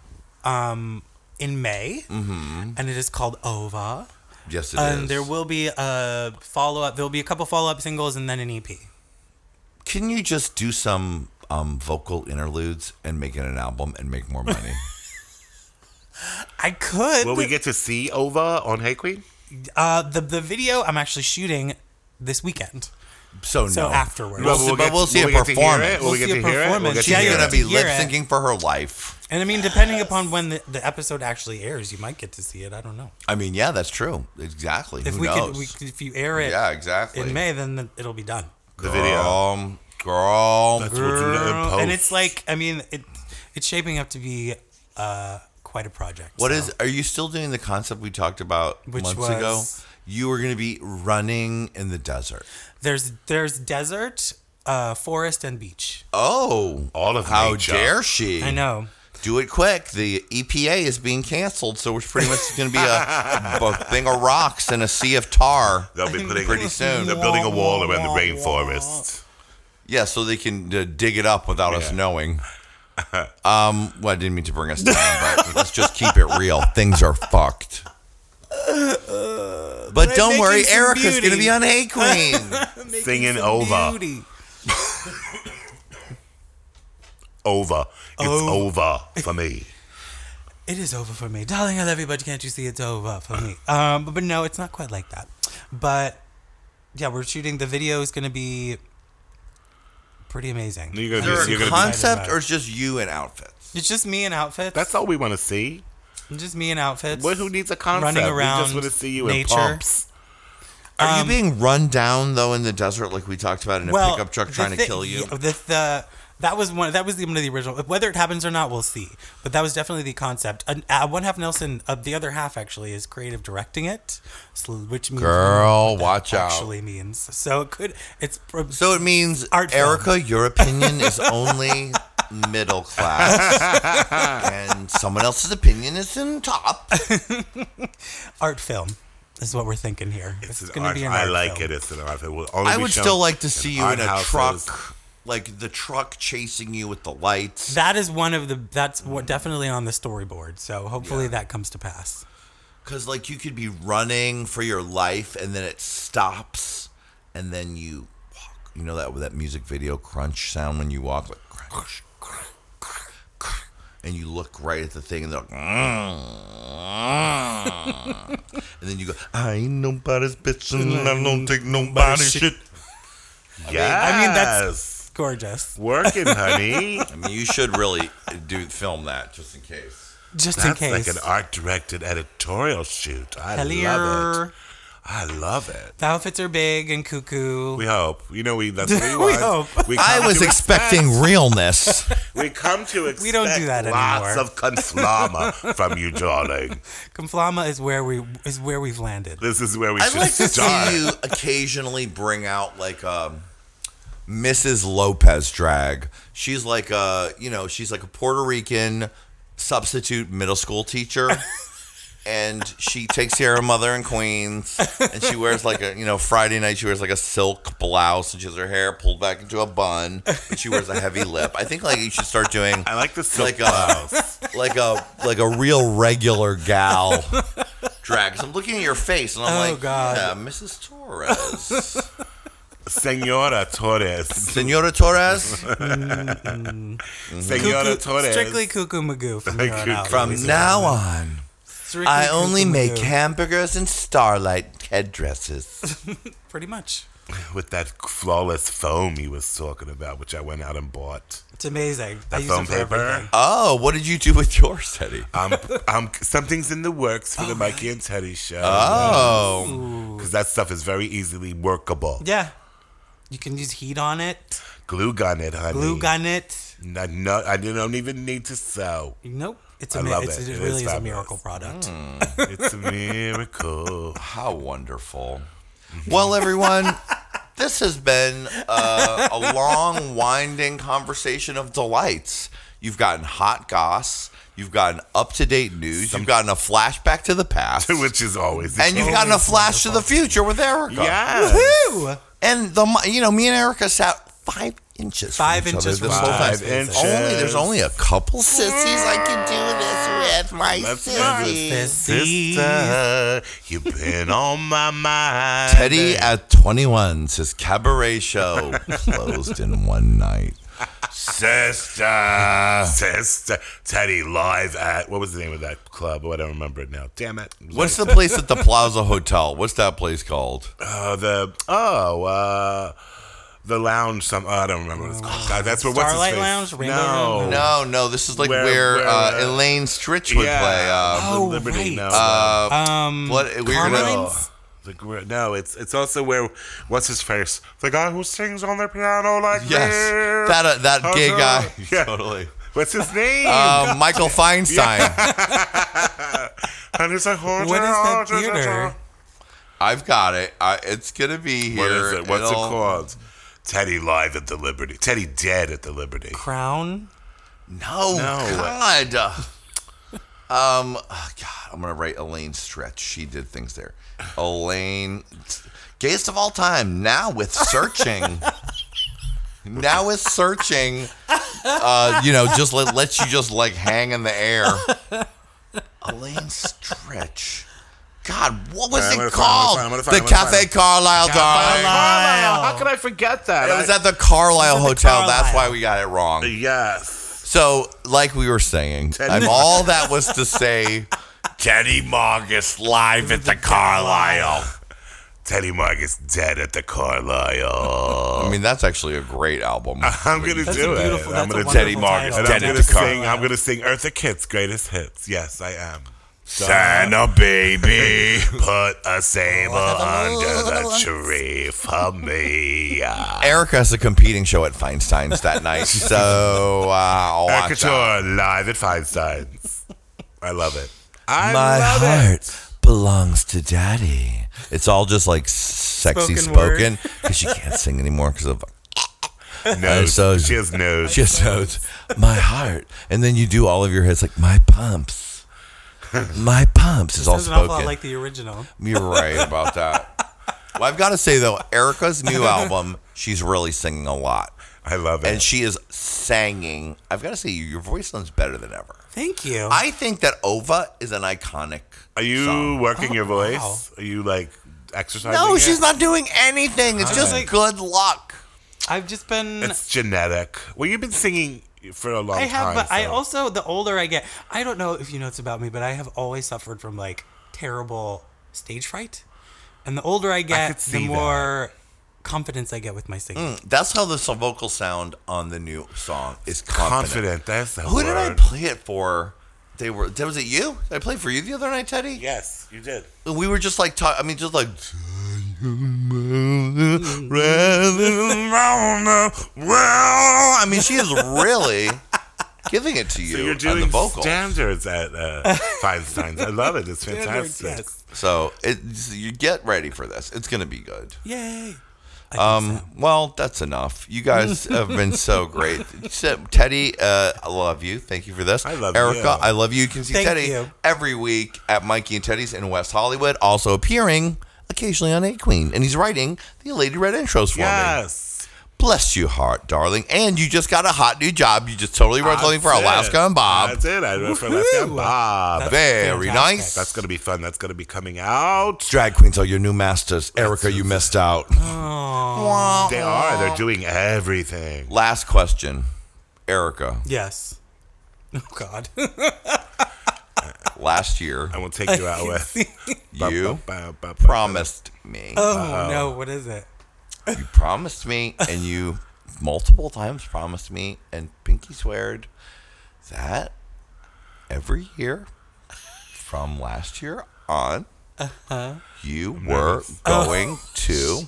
Speaker 2: um, in May, mm-hmm. and it is called Ova.
Speaker 1: Yes, it is.
Speaker 2: And there will be a follow up. There'll be a couple follow up singles and then an E EP.
Speaker 1: Can you just do some um, vocal interludes and make it an album and make more
Speaker 2: [laughs]
Speaker 1: money?
Speaker 2: I
Speaker 3: [laughs]
Speaker 2: could.
Speaker 3: Will we get to see Ova on Hey Queen?
Speaker 2: Uh, the the video I'm actually shooting this weekend.
Speaker 1: So,
Speaker 2: So
Speaker 1: no.
Speaker 2: afterwards.
Speaker 1: We'll
Speaker 2: But
Speaker 1: see,
Speaker 3: we'll
Speaker 1: but
Speaker 3: get-
Speaker 1: we'll see
Speaker 3: will
Speaker 1: a
Speaker 3: we get to hear
Speaker 1: performance.
Speaker 3: it? Will we
Speaker 2: We'll
Speaker 3: get
Speaker 2: see
Speaker 3: to
Speaker 2: a
Speaker 3: hear it? We'll get
Speaker 2: performance.
Speaker 3: to
Speaker 2: Yeah,
Speaker 1: She's
Speaker 3: hear
Speaker 2: you're
Speaker 1: gonna
Speaker 3: it.
Speaker 2: gonna
Speaker 1: be
Speaker 2: hear
Speaker 1: lip
Speaker 2: it.
Speaker 1: syncing for her life.
Speaker 2: And I mean, depending upon when the, the episode actually airs, you might get to see it. I don't know.
Speaker 1: I mean, yeah, that's true. Exactly.
Speaker 2: If
Speaker 1: Who
Speaker 2: we
Speaker 1: knows?
Speaker 2: could, we, could- if you air it
Speaker 1: yeah, exactly.
Speaker 2: in May, then the, it'll be done.
Speaker 3: The video.
Speaker 1: Um, girl.
Speaker 3: That's what we'll do in post.
Speaker 2: and it's like, I mean, it it's shaping up to be uh, quite a project.
Speaker 1: What
Speaker 2: so.
Speaker 1: is? Are you still doing the concept we talked about
Speaker 2: Which
Speaker 1: months
Speaker 2: was-
Speaker 1: ago? You were going to be running in the desert.
Speaker 2: There's there's desert, uh, forest, and beach.
Speaker 1: Oh,
Speaker 3: All of
Speaker 1: how
Speaker 3: nature.
Speaker 1: dare she?
Speaker 3: Um,
Speaker 2: I know.
Speaker 1: Do it quick. The EPA is being canceled, so it's pretty much going to be
Speaker 2: [laughs]
Speaker 1: a, a thing of rocks and a sea of tar.
Speaker 3: They'll
Speaker 1: [laughs]
Speaker 3: be putting
Speaker 1: Pretty soon.
Speaker 3: They're building a wall around the rainforest.
Speaker 1: Yeah, so they can uh, dig it up without us
Speaker 3: Yeah.
Speaker 2: [laughs]
Speaker 1: knowing. Um, well, I didn't mean to bring us down, but let's just keep it real. Things are
Speaker 2: [laughs]
Speaker 1: fucked. But, don't
Speaker 2: making
Speaker 1: worry,
Speaker 2: some
Speaker 1: Erica's
Speaker 2: beauty.
Speaker 1: going to be on Hey Queen.
Speaker 2: [laughs] Making
Speaker 3: Singing
Speaker 2: some
Speaker 3: Ova.
Speaker 2: beauty.
Speaker 3: Over. It's
Speaker 2: Oh.
Speaker 3: over for me.
Speaker 2: it is over for me, darling. I love you, but can't you see it's over
Speaker 3: [laughs]
Speaker 2: for me? Um, but, but no, it's not quite like that. But yeah, we're shooting. The video is going to be pretty amazing.
Speaker 3: You're gonna
Speaker 2: I'm
Speaker 3: do-
Speaker 1: Is
Speaker 2: super
Speaker 1: there
Speaker 3: you're
Speaker 1: a
Speaker 3: gonna be-
Speaker 2: excited
Speaker 1: concept
Speaker 2: about
Speaker 1: or
Speaker 2: it.
Speaker 1: it's just you in outfits?
Speaker 2: it's just me in
Speaker 3: [laughs]
Speaker 2: outfits.
Speaker 3: That's all we want to see.
Speaker 2: just me in outfits.
Speaker 3: What? Who needs a concept?
Speaker 2: running
Speaker 3: we
Speaker 2: around
Speaker 3: just want to see you
Speaker 2: nature.
Speaker 3: in pumps.
Speaker 1: Are you being run down though in the desert like we talked about in a
Speaker 2: well,
Speaker 1: pickup truck
Speaker 2: the
Speaker 1: trying
Speaker 2: thi-
Speaker 1: to kill you?
Speaker 2: yeah, the, the- that was one. That was the, one of the original. Whether it happens or not, we'll see. But that was definitely the concept. And, uh, one half Nelson, uh, the other half actually is creative directing it, so, which means
Speaker 1: Girl, watch out.
Speaker 2: actually means. So it could. It's prob-
Speaker 1: So it means
Speaker 2: Art film.
Speaker 1: Erica, your opinion is only middle class, and someone else's opinion is in top.
Speaker 2: art film is what we're thinking here. It's,
Speaker 3: It's an
Speaker 2: going to
Speaker 3: art.
Speaker 2: be an
Speaker 3: I
Speaker 2: art
Speaker 3: like
Speaker 2: film.
Speaker 3: it. It's an art. It will only
Speaker 1: I
Speaker 3: be
Speaker 1: would
Speaker 3: shown
Speaker 1: still like to see you
Speaker 3: art
Speaker 1: in a
Speaker 3: houses.
Speaker 1: truck, like the truck chasing you with the lights.
Speaker 2: That is one of the. That's what definitely on the storyboard. So hopefully that comes to pass.
Speaker 1: Because like you could be running for your life, and then it stops, and then you walk. You know that that music video crunch sound when you walk, like crunch, crunch, crunch, crunch, and you look right at the thing, and they're like, "Mm." and then you go, I ain't nobody's bitch, and I don't take nobody's Mm, shit.
Speaker 3: Yes.
Speaker 2: I mean, that's gorgeous.
Speaker 3: working, honey.
Speaker 1: [laughs] I mean, you should really do film that just in case.
Speaker 2: Just
Speaker 3: That's
Speaker 2: in
Speaker 3: like
Speaker 2: case.
Speaker 3: an art directed editorial shoot. I love
Speaker 2: Hellier.
Speaker 3: it. I love it.
Speaker 2: The outfits are big and cuckoo.
Speaker 3: We hope. You know, we that's what we,
Speaker 2: We
Speaker 3: want.
Speaker 2: hope.
Speaker 3: We
Speaker 1: I
Speaker 3: come
Speaker 1: was
Speaker 3: to
Speaker 1: expecting realness.
Speaker 3: We come to expect.
Speaker 2: We don't do that
Speaker 3: Lots
Speaker 2: anymore.
Speaker 3: of conflama from you, darling.
Speaker 2: Conflama is where we is where we've landed.
Speaker 3: This is where we
Speaker 1: I'd
Speaker 3: should
Speaker 1: like to
Speaker 3: start.
Speaker 1: see you occasionally bring out like um, Mrs. Lopez drag. She's
Speaker 3: [laughs]
Speaker 1: like a you know she's like a Puerto Rican substitute middle school teacher. and she takes care of mother in Queens, and she wears like a you know Friday night she wears like a silk blouse, and she has her hair pulled back into a bun, but she wears a heavy lip. I think like you should start doing
Speaker 4: I like the silk
Speaker 1: like a like a like a real regular gal drag. 'Cause I'm looking at your face, and I'm
Speaker 2: Oh,
Speaker 1: like,
Speaker 2: God.
Speaker 1: yeah, Mrs. Torres,
Speaker 4: Senora
Speaker 1: [laughs]
Speaker 4: Torres.
Speaker 1: Senora Torres.
Speaker 4: Senora
Speaker 2: Cuckoo-
Speaker 4: Torres.
Speaker 2: Strictly cuckoo magoo from here on out.
Speaker 1: From now on.
Speaker 2: Strictly
Speaker 1: I only
Speaker 2: Cuckoo
Speaker 1: make
Speaker 2: Magoo.
Speaker 1: hamburgers and starlight headdresses.
Speaker 2: pretty much.
Speaker 4: with that flawless foam he was talking about, which I went out and bought.
Speaker 2: It's amazing. I
Speaker 4: That
Speaker 2: use
Speaker 4: foam
Speaker 2: it for everything.
Speaker 4: paper.
Speaker 1: Oh, what did you do with yours, Teddy?
Speaker 4: Um, um, something's in the works for the Mikey and Teddy show.
Speaker 1: Oh,
Speaker 4: Because that stuff is very easily workable.
Speaker 2: Yeah. You can use heat on it,
Speaker 4: Glue gun it, honey.
Speaker 2: glue gun it.
Speaker 4: No, no, I don't even need to sew.
Speaker 2: Nope. It's
Speaker 4: I
Speaker 2: a, mi-
Speaker 4: love
Speaker 2: it's,
Speaker 4: it.
Speaker 2: it.
Speaker 4: It is
Speaker 2: really is, a
Speaker 4: fabulous.
Speaker 2: miracle product.
Speaker 1: Mm.
Speaker 4: It's a miracle.
Speaker 1: how wonderful. Well, everyone, this has been uh, a long, winding conversation of delights. You've gotten hot goss. You've gotten up to date news. You've gotten a flashback to the past.
Speaker 4: [laughs] [laughs] Which is always
Speaker 1: and you've gotten a flash to the future with Erica.
Speaker 4: Yes.
Speaker 2: Woo!
Speaker 1: And the mi- you know, me and Erica sat five inches. from
Speaker 2: Five
Speaker 1: each other
Speaker 2: inches
Speaker 1: this
Speaker 2: from
Speaker 1: whole
Speaker 2: each
Speaker 1: time.
Speaker 4: other. Five
Speaker 1: Only
Speaker 4: inches.
Speaker 1: there's only a couple sissies [laughs] I can do this with. My
Speaker 4: Let's do
Speaker 1: sissies.
Speaker 4: Sister, you've been on my mind.
Speaker 1: Teddy at 21 says cabaret
Speaker 4: [laughs]
Speaker 1: show closed in one night.
Speaker 2: [laughs]
Speaker 4: Sister. Sister. Teddy live at, what was the name of that club? Oh, I don't remember it now. Damn it.
Speaker 1: What's the place at the Plaza Hotel? What's that place called?
Speaker 4: Oh, the, oh, uh, the lounge, some, oh, I don't remember what it's called. God, that's what, what's his
Speaker 2: Starlight
Speaker 4: face?
Speaker 2: Lounge? Rainbow
Speaker 4: no.
Speaker 2: Room?
Speaker 1: No, no, this is like where,
Speaker 4: Where- where,
Speaker 1: uh,
Speaker 4: uh,
Speaker 1: Elaine Stritch would play. Um,
Speaker 2: Oh, right.
Speaker 4: Liberty, no.
Speaker 2: Um,
Speaker 1: what we were gonna,
Speaker 2: Carmine's?
Speaker 4: The gr- no, it's it's also where what's his face? The guy who sings on the piano like
Speaker 1: yes,
Speaker 4: this.
Speaker 1: that uh, that
Speaker 4: How's
Speaker 1: gay
Speaker 4: that?
Speaker 1: guy,
Speaker 4: Yeah.
Speaker 1: totally.
Speaker 4: what's his name?
Speaker 1: Uh, Michael Feinstein.
Speaker 4: and it's a horror.
Speaker 2: What is that theater?
Speaker 1: I've got it. I, it's gonna be here.
Speaker 4: What is it? What's it
Speaker 1: It'll-
Speaker 4: called? Teddy live at the Liberty. Teddy dead at the Liberty.
Speaker 2: Crown?
Speaker 1: No,
Speaker 4: No.
Speaker 1: God. [laughs] um, oh, God, I'm gonna write Elaine Stretch. She did things there. Elaine, gayest of all time. Now with searching.
Speaker 4: [laughs]
Speaker 1: now with searching. Uh, you know, just let lets you just like hang in the air. Elaine Stretch. God, what was
Speaker 4: All right, I'm gonna
Speaker 1: it
Speaker 4: find- I'm gonna
Speaker 1: called?
Speaker 4: find- I'm gonna find-
Speaker 1: The
Speaker 4: I'm gonna
Speaker 1: Cafe
Speaker 4: find.
Speaker 1: Carlisle, darling.
Speaker 2: Carlisle.
Speaker 4: How could I forget that?
Speaker 1: It was at the Carlisle
Speaker 2: It was at the
Speaker 1: Hotel. That's
Speaker 2: Carlisle.
Speaker 1: why we got it wrong.
Speaker 4: yes.
Speaker 1: So, like we were saying, I'm all that was to say.
Speaker 5: Teddy Margus live at the Carlisle.
Speaker 4: Teddy Marcus dead at the Carlisle.
Speaker 1: I mean, that's actually a great album.
Speaker 4: I'm gonna
Speaker 2: That's
Speaker 4: do
Speaker 2: a
Speaker 4: it.
Speaker 2: beautiful, that's a
Speaker 4: I'm gonna
Speaker 2: wonderful
Speaker 5: Teddy
Speaker 2: title.
Speaker 5: Marcus,
Speaker 4: and I'm
Speaker 5: Teddy
Speaker 4: gonna
Speaker 5: to
Speaker 4: sing. I'm gonna sing Eartha Kitt's greatest hits. Yes, I am.
Speaker 5: Santa baby.
Speaker 4: [laughs] Put a sable under the tree for [laughs] me.
Speaker 1: Erica has a competing show at Feinstein's that
Speaker 4: [laughs]
Speaker 1: night, so uh, I'll watch out.
Speaker 4: Couture live at Feinstein's. I love it. I
Speaker 1: My
Speaker 4: love
Speaker 1: heart
Speaker 4: it.
Speaker 1: belongs to Daddy. It's all just like s- sexy
Speaker 2: Spoken
Speaker 1: spoken because she can't sing anymore because
Speaker 4: [laughs]
Speaker 1: of
Speaker 4: No,
Speaker 1: so-
Speaker 4: she has nose.
Speaker 1: she just knows my heart, and then you do all of your hits like my
Speaker 4: [laughs]
Speaker 1: pumps. My pumps is all
Speaker 2: Sounds an awful lot
Speaker 1: spoken.
Speaker 2: like the original.
Speaker 1: You're right about that. Well, I've got to say though, Erica's new album, she's really singing a lot,
Speaker 4: I love
Speaker 1: and
Speaker 4: it.
Speaker 1: she is singing. I've got to say, your voice sounds better than ever.
Speaker 2: Thank you.
Speaker 1: I think that Ova is an iconic.
Speaker 4: Are you
Speaker 1: song.
Speaker 4: working your voice?
Speaker 2: Oh, wow.
Speaker 4: Are you like exercising?
Speaker 1: No,
Speaker 4: it?
Speaker 1: she's not doing anything. It's just
Speaker 2: Okay.
Speaker 1: good luck.
Speaker 2: I've just been.
Speaker 4: It's genetic. Well, you've been singing for a long
Speaker 2: I have,
Speaker 4: time.
Speaker 2: but I
Speaker 4: so-
Speaker 2: also the older I get, I don't know if you know it's about me, but I have always suffered from like terrible stage fright, and the older I get,
Speaker 4: could
Speaker 2: the
Speaker 4: see
Speaker 2: more confidence I get with my singing.
Speaker 1: That's how the s- vocal sound on the new song is confident.
Speaker 4: confident. That's the
Speaker 1: Who
Speaker 4: word.
Speaker 1: did I play it for? They were. That was it. You? Did I played for you the other night, Teddy.
Speaker 4: Yes, you did.
Speaker 1: we were just like talk, I mean, just like. I mean, she is really giving it to you
Speaker 4: So you're
Speaker 1: on the
Speaker 4: doing
Speaker 1: vocal.
Speaker 4: standards at uh, [laughs] Feinstein's. I love it. It's fantastic.
Speaker 2: Yes.
Speaker 1: so it, you get ready for this. It's gonna be good.
Speaker 2: Yay!
Speaker 1: Um, well, that's enough. You
Speaker 4: [laughs]
Speaker 1: guys have been so great. So, Teddy, uh, I love you. Thank you for this.
Speaker 4: I love
Speaker 1: Erica,
Speaker 4: you.
Speaker 1: I love you. You can see
Speaker 2: Thank
Speaker 1: Teddy
Speaker 2: you.
Speaker 1: every week at Mikey and Teddy's in West Hollywood, also appearing occasionally on A Queen. And he's writing the Lady Red intros for me.
Speaker 4: Yes.
Speaker 1: Bless you, heart, darling. And you just got a hot new job. You just totally wrote something for
Speaker 4: That's it.
Speaker 1: Alaska and Bob.
Speaker 4: That's it. I wrote for Alaska and
Speaker 2: Woohoo.
Speaker 4: Bob. That's,
Speaker 1: Very
Speaker 2: fantastic.
Speaker 1: nice.
Speaker 4: going to be fun. That's going to be coming out.
Speaker 1: Drag queens are your new masters. Erica, you missed out. Wah.
Speaker 4: They are. They're doing everything.
Speaker 1: Last question. Erica,
Speaker 2: Yes. Oh God. [laughs]
Speaker 1: last year
Speaker 4: [laughs] I will take you out with.
Speaker 1: you
Speaker 4: Ba, Uh. ba, ba, ba.
Speaker 1: promised me.
Speaker 2: Oh no, what is it?
Speaker 1: You promised me, and you multiple times promised me, and Pinky sweared that every year from last year on,
Speaker 4: Uh-huh.
Speaker 1: you were going
Speaker 4: Oh.
Speaker 1: to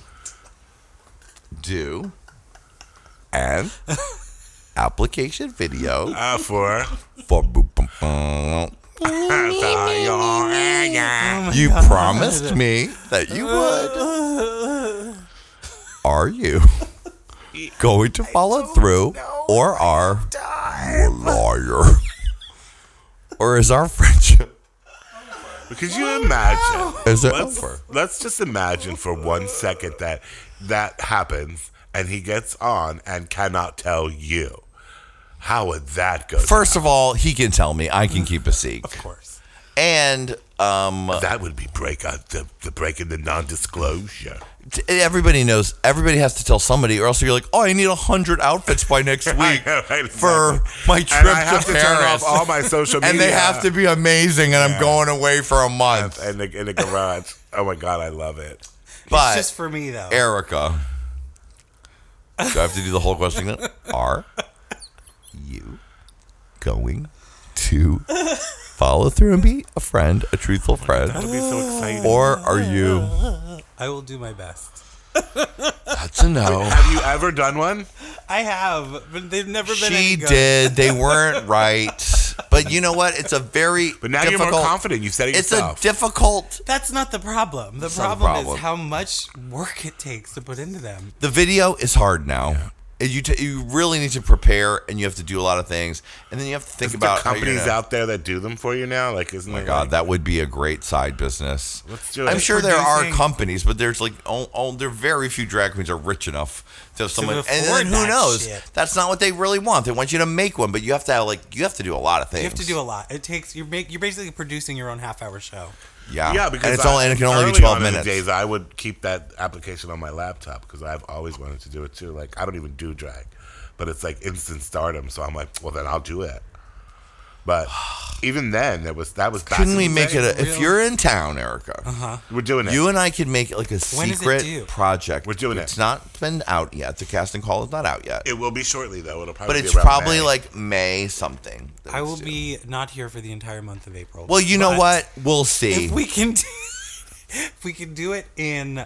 Speaker 1: do
Speaker 4: [laughs]
Speaker 1: an application video
Speaker 4: Uh, for.
Speaker 1: for. Boop Bum Bum.
Speaker 4: Yes.
Speaker 1: You promised me that you would. Are you going to follow through or are you a liar? [laughs] Or is our friendship
Speaker 4: Could you imagine?
Speaker 1: is it
Speaker 4: let's,
Speaker 1: over?
Speaker 4: let's just imagine for one second that that happens and he gets on and cannot tell you. How would that go?
Speaker 1: First of all, he can tell me. I can keep a secret.
Speaker 2: Of course.
Speaker 1: And um,
Speaker 4: that would be break uh, the, the break in the non-disclosure.
Speaker 1: t- everybody knows. Everybody has to tell somebody, or else you're like, "Oh, I need hundred outfits by next
Speaker 4: I
Speaker 1: week
Speaker 4: know, right,
Speaker 1: for
Speaker 4: exactly.
Speaker 1: my
Speaker 4: and
Speaker 1: trip
Speaker 4: I have
Speaker 1: to
Speaker 4: to turn
Speaker 1: Paris."
Speaker 4: off all my social
Speaker 1: [laughs]
Speaker 4: media.
Speaker 1: and they have to be amazing, and I'm going away for a month.
Speaker 4: in the, in the garage. Oh my god, I love it.
Speaker 1: But
Speaker 2: Just for me though.
Speaker 1: Erica. Do I have to do the whole question? again? Are you going to follow through and be a friend, a truthful
Speaker 4: It'll
Speaker 1: friend?
Speaker 4: be so exciting.
Speaker 1: Or are you,
Speaker 2: I will do my best.
Speaker 1: that's a no.
Speaker 4: [sighs] have you ever done one?
Speaker 2: I have, but they've never been any
Speaker 1: She
Speaker 2: good.
Speaker 1: did. They weren't right. But you know what? It's a very
Speaker 4: But now
Speaker 1: difficult,
Speaker 4: you're more confident. You said it
Speaker 1: It's
Speaker 4: yourself.
Speaker 1: a difficult
Speaker 2: That's not the problem. The
Speaker 1: not the
Speaker 2: problem,
Speaker 1: problem.
Speaker 2: is how much work it takes to put into them.
Speaker 1: the video is hard now. And You t- you really need to prepare, and you have to do a lot of things, and then you have to think
Speaker 4: Isn't there
Speaker 1: about how you're
Speaker 4: companies
Speaker 1: gonna-
Speaker 4: out there that do them for you now. Like, isn't
Speaker 1: Oh my
Speaker 4: there,
Speaker 1: God,
Speaker 4: like,
Speaker 1: that would be a great side business.
Speaker 4: Let's do it.
Speaker 1: I'm sure there are
Speaker 2: Producing-
Speaker 1: companies, but there's like oh, oh, there are very few drag queens are rich enough to have someone. And
Speaker 2: afford
Speaker 1: then who
Speaker 2: that
Speaker 1: knows?
Speaker 2: shit.
Speaker 1: That's not what they really want. They want you to make one, but you have to have, like you have to do a lot of things.
Speaker 2: You have to do a lot. It takes you're make, you're basically producing your own half hour show.
Speaker 1: yeah,
Speaker 4: Yeah, because
Speaker 1: and it's
Speaker 4: I-
Speaker 1: only and it can only
Speaker 4: early
Speaker 1: be 12
Speaker 4: on in the
Speaker 1: minutes.
Speaker 4: Days I would keep that application on my laptop because I've always wanted to do it too. Like I don't even do drag, but it's like instant stardom. So I'm like, well then I'll do it.
Speaker 1: [sighs]
Speaker 4: But even then, there was that was. back
Speaker 1: Couldn't
Speaker 4: in
Speaker 1: we
Speaker 4: the
Speaker 1: make
Speaker 4: day.
Speaker 1: it? A, if you're in town, Erica,
Speaker 2: Uh-huh.
Speaker 4: We're doing it.
Speaker 1: you and I could make it like a
Speaker 2: When is it
Speaker 1: secret
Speaker 2: due?
Speaker 1: project.
Speaker 4: We're doing it.
Speaker 1: It's not been out yet. The casting call is not out yet,
Speaker 4: it will be shortly though. It'll probably.
Speaker 1: but
Speaker 4: be
Speaker 1: it's
Speaker 4: around
Speaker 1: probably
Speaker 4: May.
Speaker 1: like May something. that
Speaker 2: I
Speaker 1: it's
Speaker 2: will
Speaker 1: due.
Speaker 2: be not here for the entire month of April.
Speaker 1: Well, you know
Speaker 2: but
Speaker 1: what? We'll see.
Speaker 2: If we can, do, [laughs] if we can do it in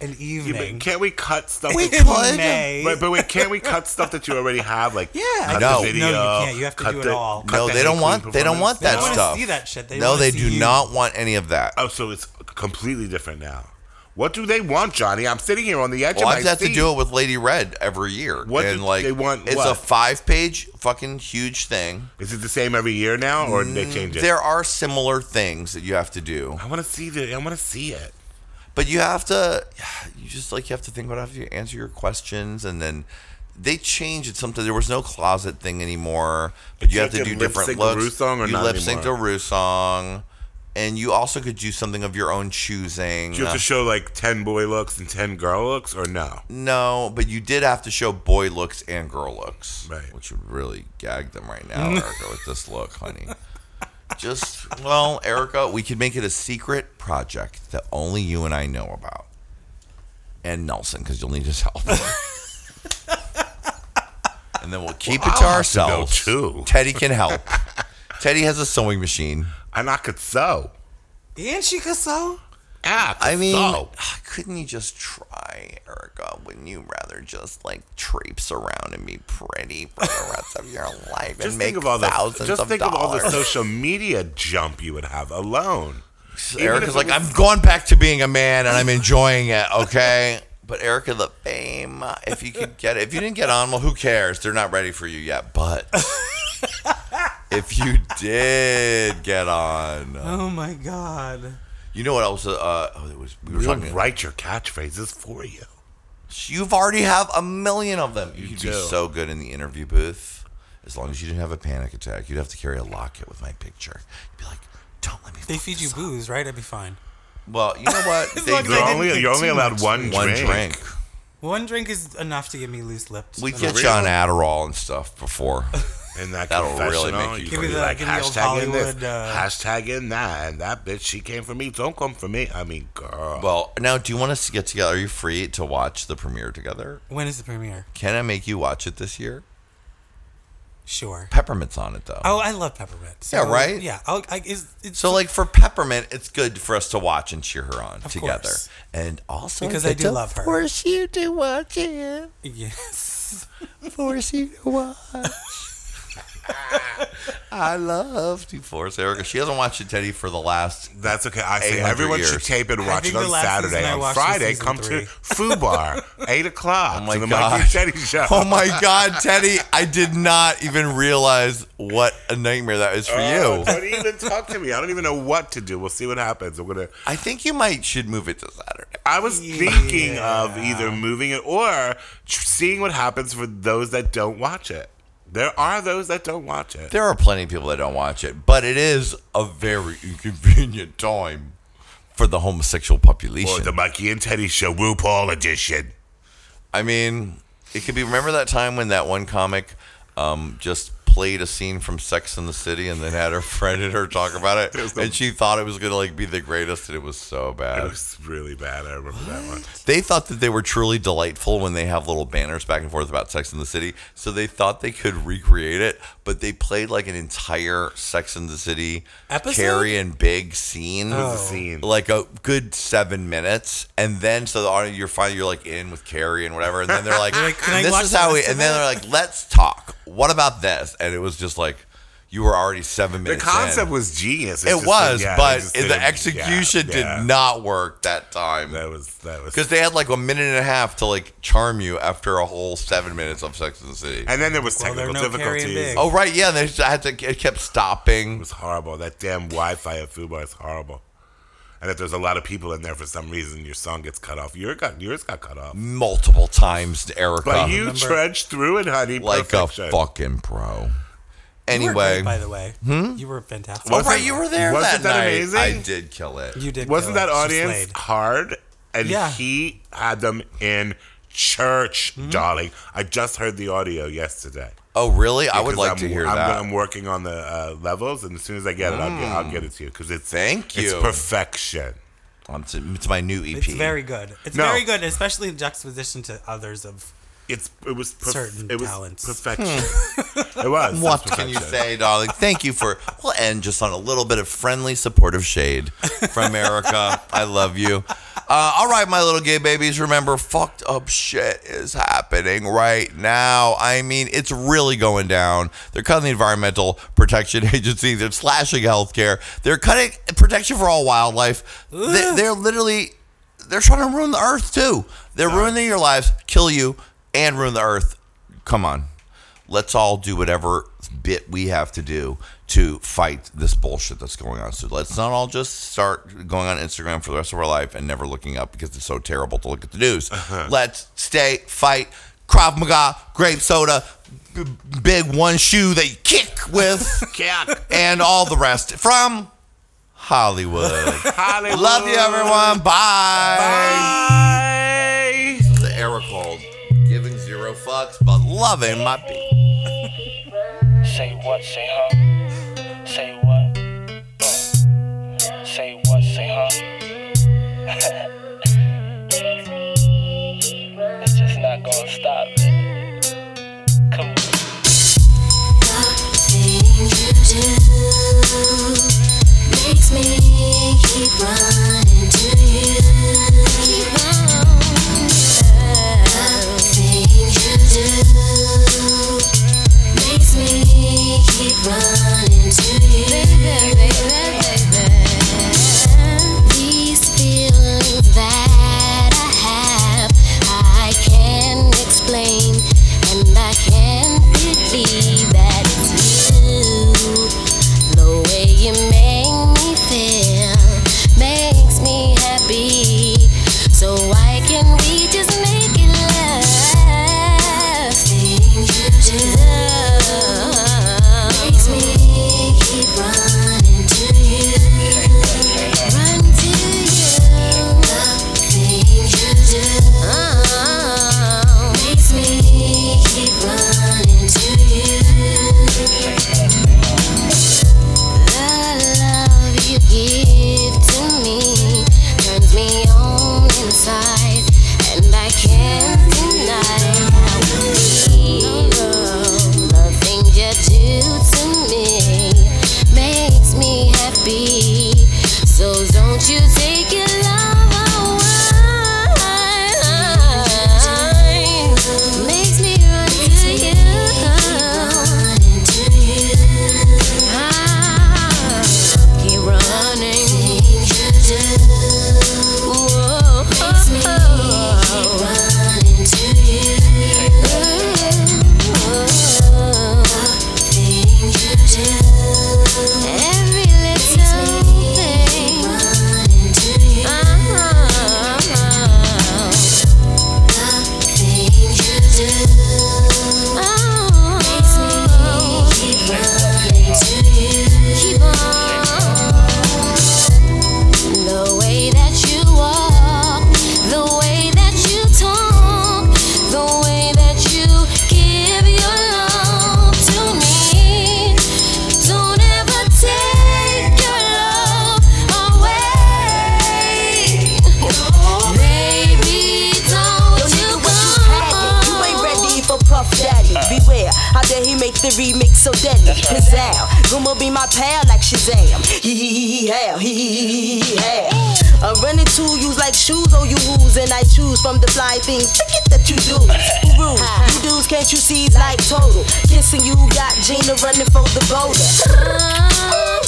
Speaker 2: an
Speaker 4: Yeah, but
Speaker 2: evening.
Speaker 4: Can't we cut stuff?
Speaker 1: We
Speaker 2: [laughs]
Speaker 4: that-
Speaker 2: in
Speaker 1: could.
Speaker 2: May.
Speaker 4: Right, but wait, can't we cut stuff that you already have? Like,
Speaker 2: Yeah.
Speaker 4: cut
Speaker 1: No. No,
Speaker 4: the
Speaker 1: you
Speaker 4: video,
Speaker 2: can't. You have to
Speaker 4: cut
Speaker 2: do it
Speaker 4: the-
Speaker 2: all.
Speaker 4: cut
Speaker 1: No,
Speaker 4: the
Speaker 1: they don't
Speaker 4: Hate
Speaker 1: want.
Speaker 4: Queen
Speaker 1: They don't
Speaker 4: performance?
Speaker 1: want that
Speaker 2: don't wanna
Speaker 1: stuff.
Speaker 2: see that shit. They
Speaker 1: no,
Speaker 2: wanna
Speaker 1: they
Speaker 2: see
Speaker 1: do
Speaker 2: you.
Speaker 1: not want any of that.
Speaker 4: Oh, so it's completely different now. What do they want, Johnny? I'm sitting here on the edge
Speaker 1: Well,
Speaker 4: of my
Speaker 1: I've had
Speaker 4: seat.
Speaker 1: to do it with Lady Red every year.
Speaker 4: What
Speaker 1: and
Speaker 4: do
Speaker 1: like
Speaker 4: they want
Speaker 1: It's
Speaker 4: what?
Speaker 1: a five-page fucking huge thing.
Speaker 4: Is it the same every year now, or did they change it?
Speaker 1: There are similar things that you have to do,
Speaker 4: I want to see the. I want to see it.
Speaker 1: but you have to. [sighs] You just like you have to think about how you answer your questions, and then they changed it. Something there was no closet thing anymore, but, you
Speaker 4: you
Speaker 1: have to
Speaker 4: can
Speaker 1: do different
Speaker 4: lip-sync a
Speaker 1: looks.
Speaker 4: Rue song or
Speaker 1: you
Speaker 4: not
Speaker 1: lip sync to a
Speaker 4: anymore?
Speaker 1: Rue song, and you also could do something of your own choosing.
Speaker 4: Do you have to show like ten boy looks and ten girl looks, or no?
Speaker 1: No, but you did have to show boy looks and girl looks.
Speaker 4: Right.
Speaker 1: Which would really gag them right
Speaker 4: [laughs]
Speaker 1: now, Erica, with this look, honey. Just, well, Erica, we could make it a secret project that only you and I know about. And Nelson, because you'll need his help. and then we'll keep it
Speaker 4: I'll
Speaker 1: to
Speaker 4: have to go
Speaker 1: ourselves.
Speaker 4: too.
Speaker 1: Teddy can help. Teddy has a sewing machine.
Speaker 4: And I could sew.
Speaker 2: And she could sew.
Speaker 4: Ah,
Speaker 1: I mean,
Speaker 4: sew.
Speaker 1: couldn't you just try, Erica? Wouldn't you rather just like traipse around and be pretty for the rest of
Speaker 4: [laughs]
Speaker 1: your life and
Speaker 4: just
Speaker 1: make
Speaker 4: think of all the.
Speaker 1: thousands
Speaker 4: Just
Speaker 1: of
Speaker 4: think of all
Speaker 1: dollars? [laughs]
Speaker 4: the social media jump you would have alone. even if
Speaker 1: Erica's
Speaker 4: it
Speaker 1: like,
Speaker 4: was- [laughs]
Speaker 1: I'm going back to being a man and I'm enjoying it. Okay, But Erica the Fame, uh, if you could get it, if you didn't get on, well, who cares? They're not ready for you yet.
Speaker 4: [laughs]
Speaker 1: But if you did get on, uh,
Speaker 2: Oh my god.
Speaker 1: you know what else? Uh, oh, it was, we were
Speaker 4: We'll
Speaker 1: talking.
Speaker 4: write your catchphrases for you.
Speaker 1: You've already have a million of them. You would
Speaker 4: do.
Speaker 1: be so good in the interview booth. As long as you didn't have a panic attack, you'd have to carry a locket with my picture. You'd be like, "Don't let me."
Speaker 2: They
Speaker 1: fuck
Speaker 2: feed you
Speaker 1: this up."
Speaker 2: booze, right? That'd be fine.
Speaker 1: Well, you know what?
Speaker 2: [laughs] As
Speaker 1: They
Speaker 2: long as
Speaker 1: do
Speaker 2: I
Speaker 4: You're
Speaker 2: didn't
Speaker 4: only
Speaker 2: get
Speaker 4: you're
Speaker 2: too
Speaker 4: only allowed
Speaker 2: much
Speaker 4: one
Speaker 1: one
Speaker 4: drink.
Speaker 1: drink.
Speaker 2: One drink is enough to get me loose lips.
Speaker 1: We
Speaker 2: And
Speaker 1: get
Speaker 2: I'm-
Speaker 1: you on Adderall and stuff
Speaker 2: [laughs]
Speaker 1: before.
Speaker 4: In that
Speaker 1: That'll really
Speaker 4: confessional,
Speaker 1: make you
Speaker 4: you
Speaker 1: Give
Speaker 2: me
Speaker 4: can be
Speaker 2: the-
Speaker 4: like
Speaker 2: give me old
Speaker 4: hashtag in this,
Speaker 2: Hollywood, uh,
Speaker 4: hashtag in that, and that bitch she came for me. Don't come for me. I mean, girl.
Speaker 1: well, now do you want us to get together? Are you free to watch the premiere together?
Speaker 2: When is the premiere?
Speaker 1: Can I make you watch it this year?
Speaker 2: Sure.
Speaker 1: Peppermint's on it though.
Speaker 2: Oh, I love peppermint. So,
Speaker 1: Yeah, right?
Speaker 2: Yeah. I'll, I, is, it's [laughs]
Speaker 1: So like for Peppermint, it's good for us to watch and cheer her on together.
Speaker 2: course.
Speaker 1: And also
Speaker 2: Because I
Speaker 1: it's
Speaker 2: do love her.
Speaker 1: Of course you to watch it.
Speaker 2: yes.
Speaker 1: force you to watch. I love to force Erica. She hasn't watched it, Teddy, for the last.
Speaker 4: That's okay. I say
Speaker 1: 800
Speaker 4: everyone should
Speaker 1: years.
Speaker 4: tape it and
Speaker 2: I
Speaker 4: watch it
Speaker 2: think
Speaker 4: on
Speaker 2: the last season
Speaker 4: Saturday.
Speaker 2: I
Speaker 4: On
Speaker 2: watched was
Speaker 4: Friday,
Speaker 2: season
Speaker 4: come
Speaker 2: three. [laughs]
Speaker 4: to Foo Bar, 8 o'clock,
Speaker 1: Oh my
Speaker 4: to the
Speaker 1: God.
Speaker 4: Mike and Teddy Show.
Speaker 1: Oh my God, Teddy! I did not even realize what a nightmare that is for
Speaker 4: Oh,
Speaker 1: you.
Speaker 4: [laughs] Don't even talk to me. I don't even know what to do. We'll see what happens. I'm gonna.
Speaker 1: I think you might should move it to Saturday.
Speaker 4: I was thinking of either moving it or tr- seeing what happens for those that don't watch it. There are those that don't watch it.
Speaker 1: There are plenty of people that don't watch it, but it is a very inconvenient time for the homosexual
Speaker 4: Or
Speaker 1: population.
Speaker 4: the Mikey and Teddy Show RuPaul edition.
Speaker 1: I mean, it could be. Remember that time when that one comic um, just played a scene from Sex in the City and then had her friend and her talk about [laughs] it, and she thought it was gonna like be the greatest, and it was so
Speaker 4: It
Speaker 1: bad.
Speaker 4: was really bad. I remember that one.
Speaker 1: They thought that they were truly delightful when they have little banners back and forth about Sex in the City, so they thought they could recreate it, but they played like an entire Sex in the City
Speaker 2: Episode?
Speaker 1: Carrie and Big scene
Speaker 4: The scene.
Speaker 1: like a good seven minutes, and then so the audience you're finally you're like in with Carrie and whatever, and then they're
Speaker 4: [laughs]
Speaker 1: like,
Speaker 2: like, "Can I
Speaker 1: "This
Speaker 2: watch
Speaker 1: is
Speaker 2: the
Speaker 1: how we,"
Speaker 2: rest of
Speaker 1: and then
Speaker 2: it?
Speaker 1: they're like, "Let's talk. What about this?" And it was just like you were already seven
Speaker 4: The
Speaker 1: minutes.
Speaker 4: concept
Speaker 1: in.
Speaker 4: was genius. It's
Speaker 1: it
Speaker 4: just
Speaker 1: was,
Speaker 4: that, yeah, it
Speaker 1: but
Speaker 4: just
Speaker 1: the
Speaker 4: didn't- yeah,
Speaker 1: execution
Speaker 4: yeah.
Speaker 1: did not work that time
Speaker 4: That was that was
Speaker 1: because they had like a minute and a half to like charm you after a whole seven minutes of Sex in the City.
Speaker 4: And then there was
Speaker 2: Well, there
Speaker 4: technical
Speaker 2: are no carrying
Speaker 4: difficulties.
Speaker 2: big.
Speaker 1: oh right, yeah, they just had to. It kept
Speaker 4: It
Speaker 1: stopping.
Speaker 4: was horrible. That damn Wi-Fi at Fubar is horrible. And if there's a lot of people in there for some reason, your song gets cut off. Your got yours got cut
Speaker 1: Mm,
Speaker 4: off.
Speaker 1: Multiple times, Erica.
Speaker 4: But you
Speaker 2: remember-
Speaker 4: trudged through it, honey.
Speaker 1: like
Speaker 4: Perfection.
Speaker 1: a fucking pro.
Speaker 2: You were great,
Speaker 1: Anyway,
Speaker 2: by the way, hmm? you were fantastic.
Speaker 1: oh
Speaker 4: Wasn't-
Speaker 1: right, you were there
Speaker 4: wasn't
Speaker 1: that,
Speaker 4: that
Speaker 1: night.
Speaker 4: amazing?
Speaker 1: I did kill it.
Speaker 2: You did.
Speaker 4: Wasn't
Speaker 2: kill it.
Speaker 4: that
Speaker 2: She
Speaker 4: audience
Speaker 2: slayed.
Speaker 4: hard? And
Speaker 2: Yeah.
Speaker 4: he had them in church,
Speaker 1: Mm-hmm.
Speaker 4: darling. I just heard the audio yesterday.
Speaker 1: oh really? I would
Speaker 4: 'Cause
Speaker 1: like
Speaker 4: I'm-
Speaker 1: to hear
Speaker 4: I'm,
Speaker 1: that. Mm.
Speaker 4: I'm working on the uh, levels, and as soon as I get it, I'll get, I'll get it to you because it's
Speaker 1: Thank
Speaker 4: It's
Speaker 1: you.
Speaker 4: perfection.
Speaker 1: Um, it's, it's my new EP.
Speaker 2: It's very good. It's
Speaker 4: No.
Speaker 2: very good, especially in juxtaposition to others of.
Speaker 4: It's it was perf-
Speaker 2: Certain
Speaker 4: it was
Speaker 2: talents.
Speaker 4: perfection.
Speaker 3: Hmm. [laughs]
Speaker 4: it was.
Speaker 1: what
Speaker 4: That's
Speaker 1: can you
Speaker 4: perfection.
Speaker 1: say, darling? Thank you for. We'll end just on a little bit of friendly, supportive shade from Erica. I love you. Uh, all right, my little gay babies. Remember, fucked up shit is happening right now. I mean, it's really going down. They're cutting the Environmental Protection [laughs] Agency. They're slashing healthcare. They're cutting protection for all wildlife. They, they're literally. They're trying to ruin the earth too. They're ruining your lives, kill you, and ruin the earth. Come on let's all do whatever bit we have to do to fight this bullshit that's going on. So let's not all just start going on Instagram for the rest of our life and never looking up because it's so terrible to look at the news. Let's stay, fight, Krav Maga, grape soda, b- big one shoe that you kick with, and all the rest from Hollywood.
Speaker 4: Hollywood.
Speaker 1: Love you, everyone. Bye.
Speaker 4: Bye.
Speaker 1: The Eric Hold, giving zero fucks, but loving my people.
Speaker 6: Say what, say huh? Say what? Uh, Say what, say huh? [laughs] it's just not gonna stop. Come on.
Speaker 7: Makes me keep running to you. Keep on. The things you do makes me keep running to you. These feelings that I have Uh-huh. you take your love away? Makes me run to you. Ah, keep running. Whoa. Every little thing. Uh-huh. Oh. Keep on. The way that you walk, the way that you talk, the way that you give your love to me. Don't ever take your love away. Baby, don't you
Speaker 8: Nigga, what you packing? You ain't
Speaker 7: go.
Speaker 8: ready for Puff Daddy. Beware, how dare he make the remix so deadly? Pizzazz, Guma be my pal like Shazam. He he he he hell, he he he he he hell. I'm running to yous like shoes on you woos, and I choose from the fly things. Forget that you do. Who rules? You dudes, can't you see? it's Like total. Kissing you got Gina running for the boulder.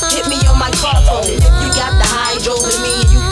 Speaker 8: Hit me on my car phone. If you got the hydro with me, you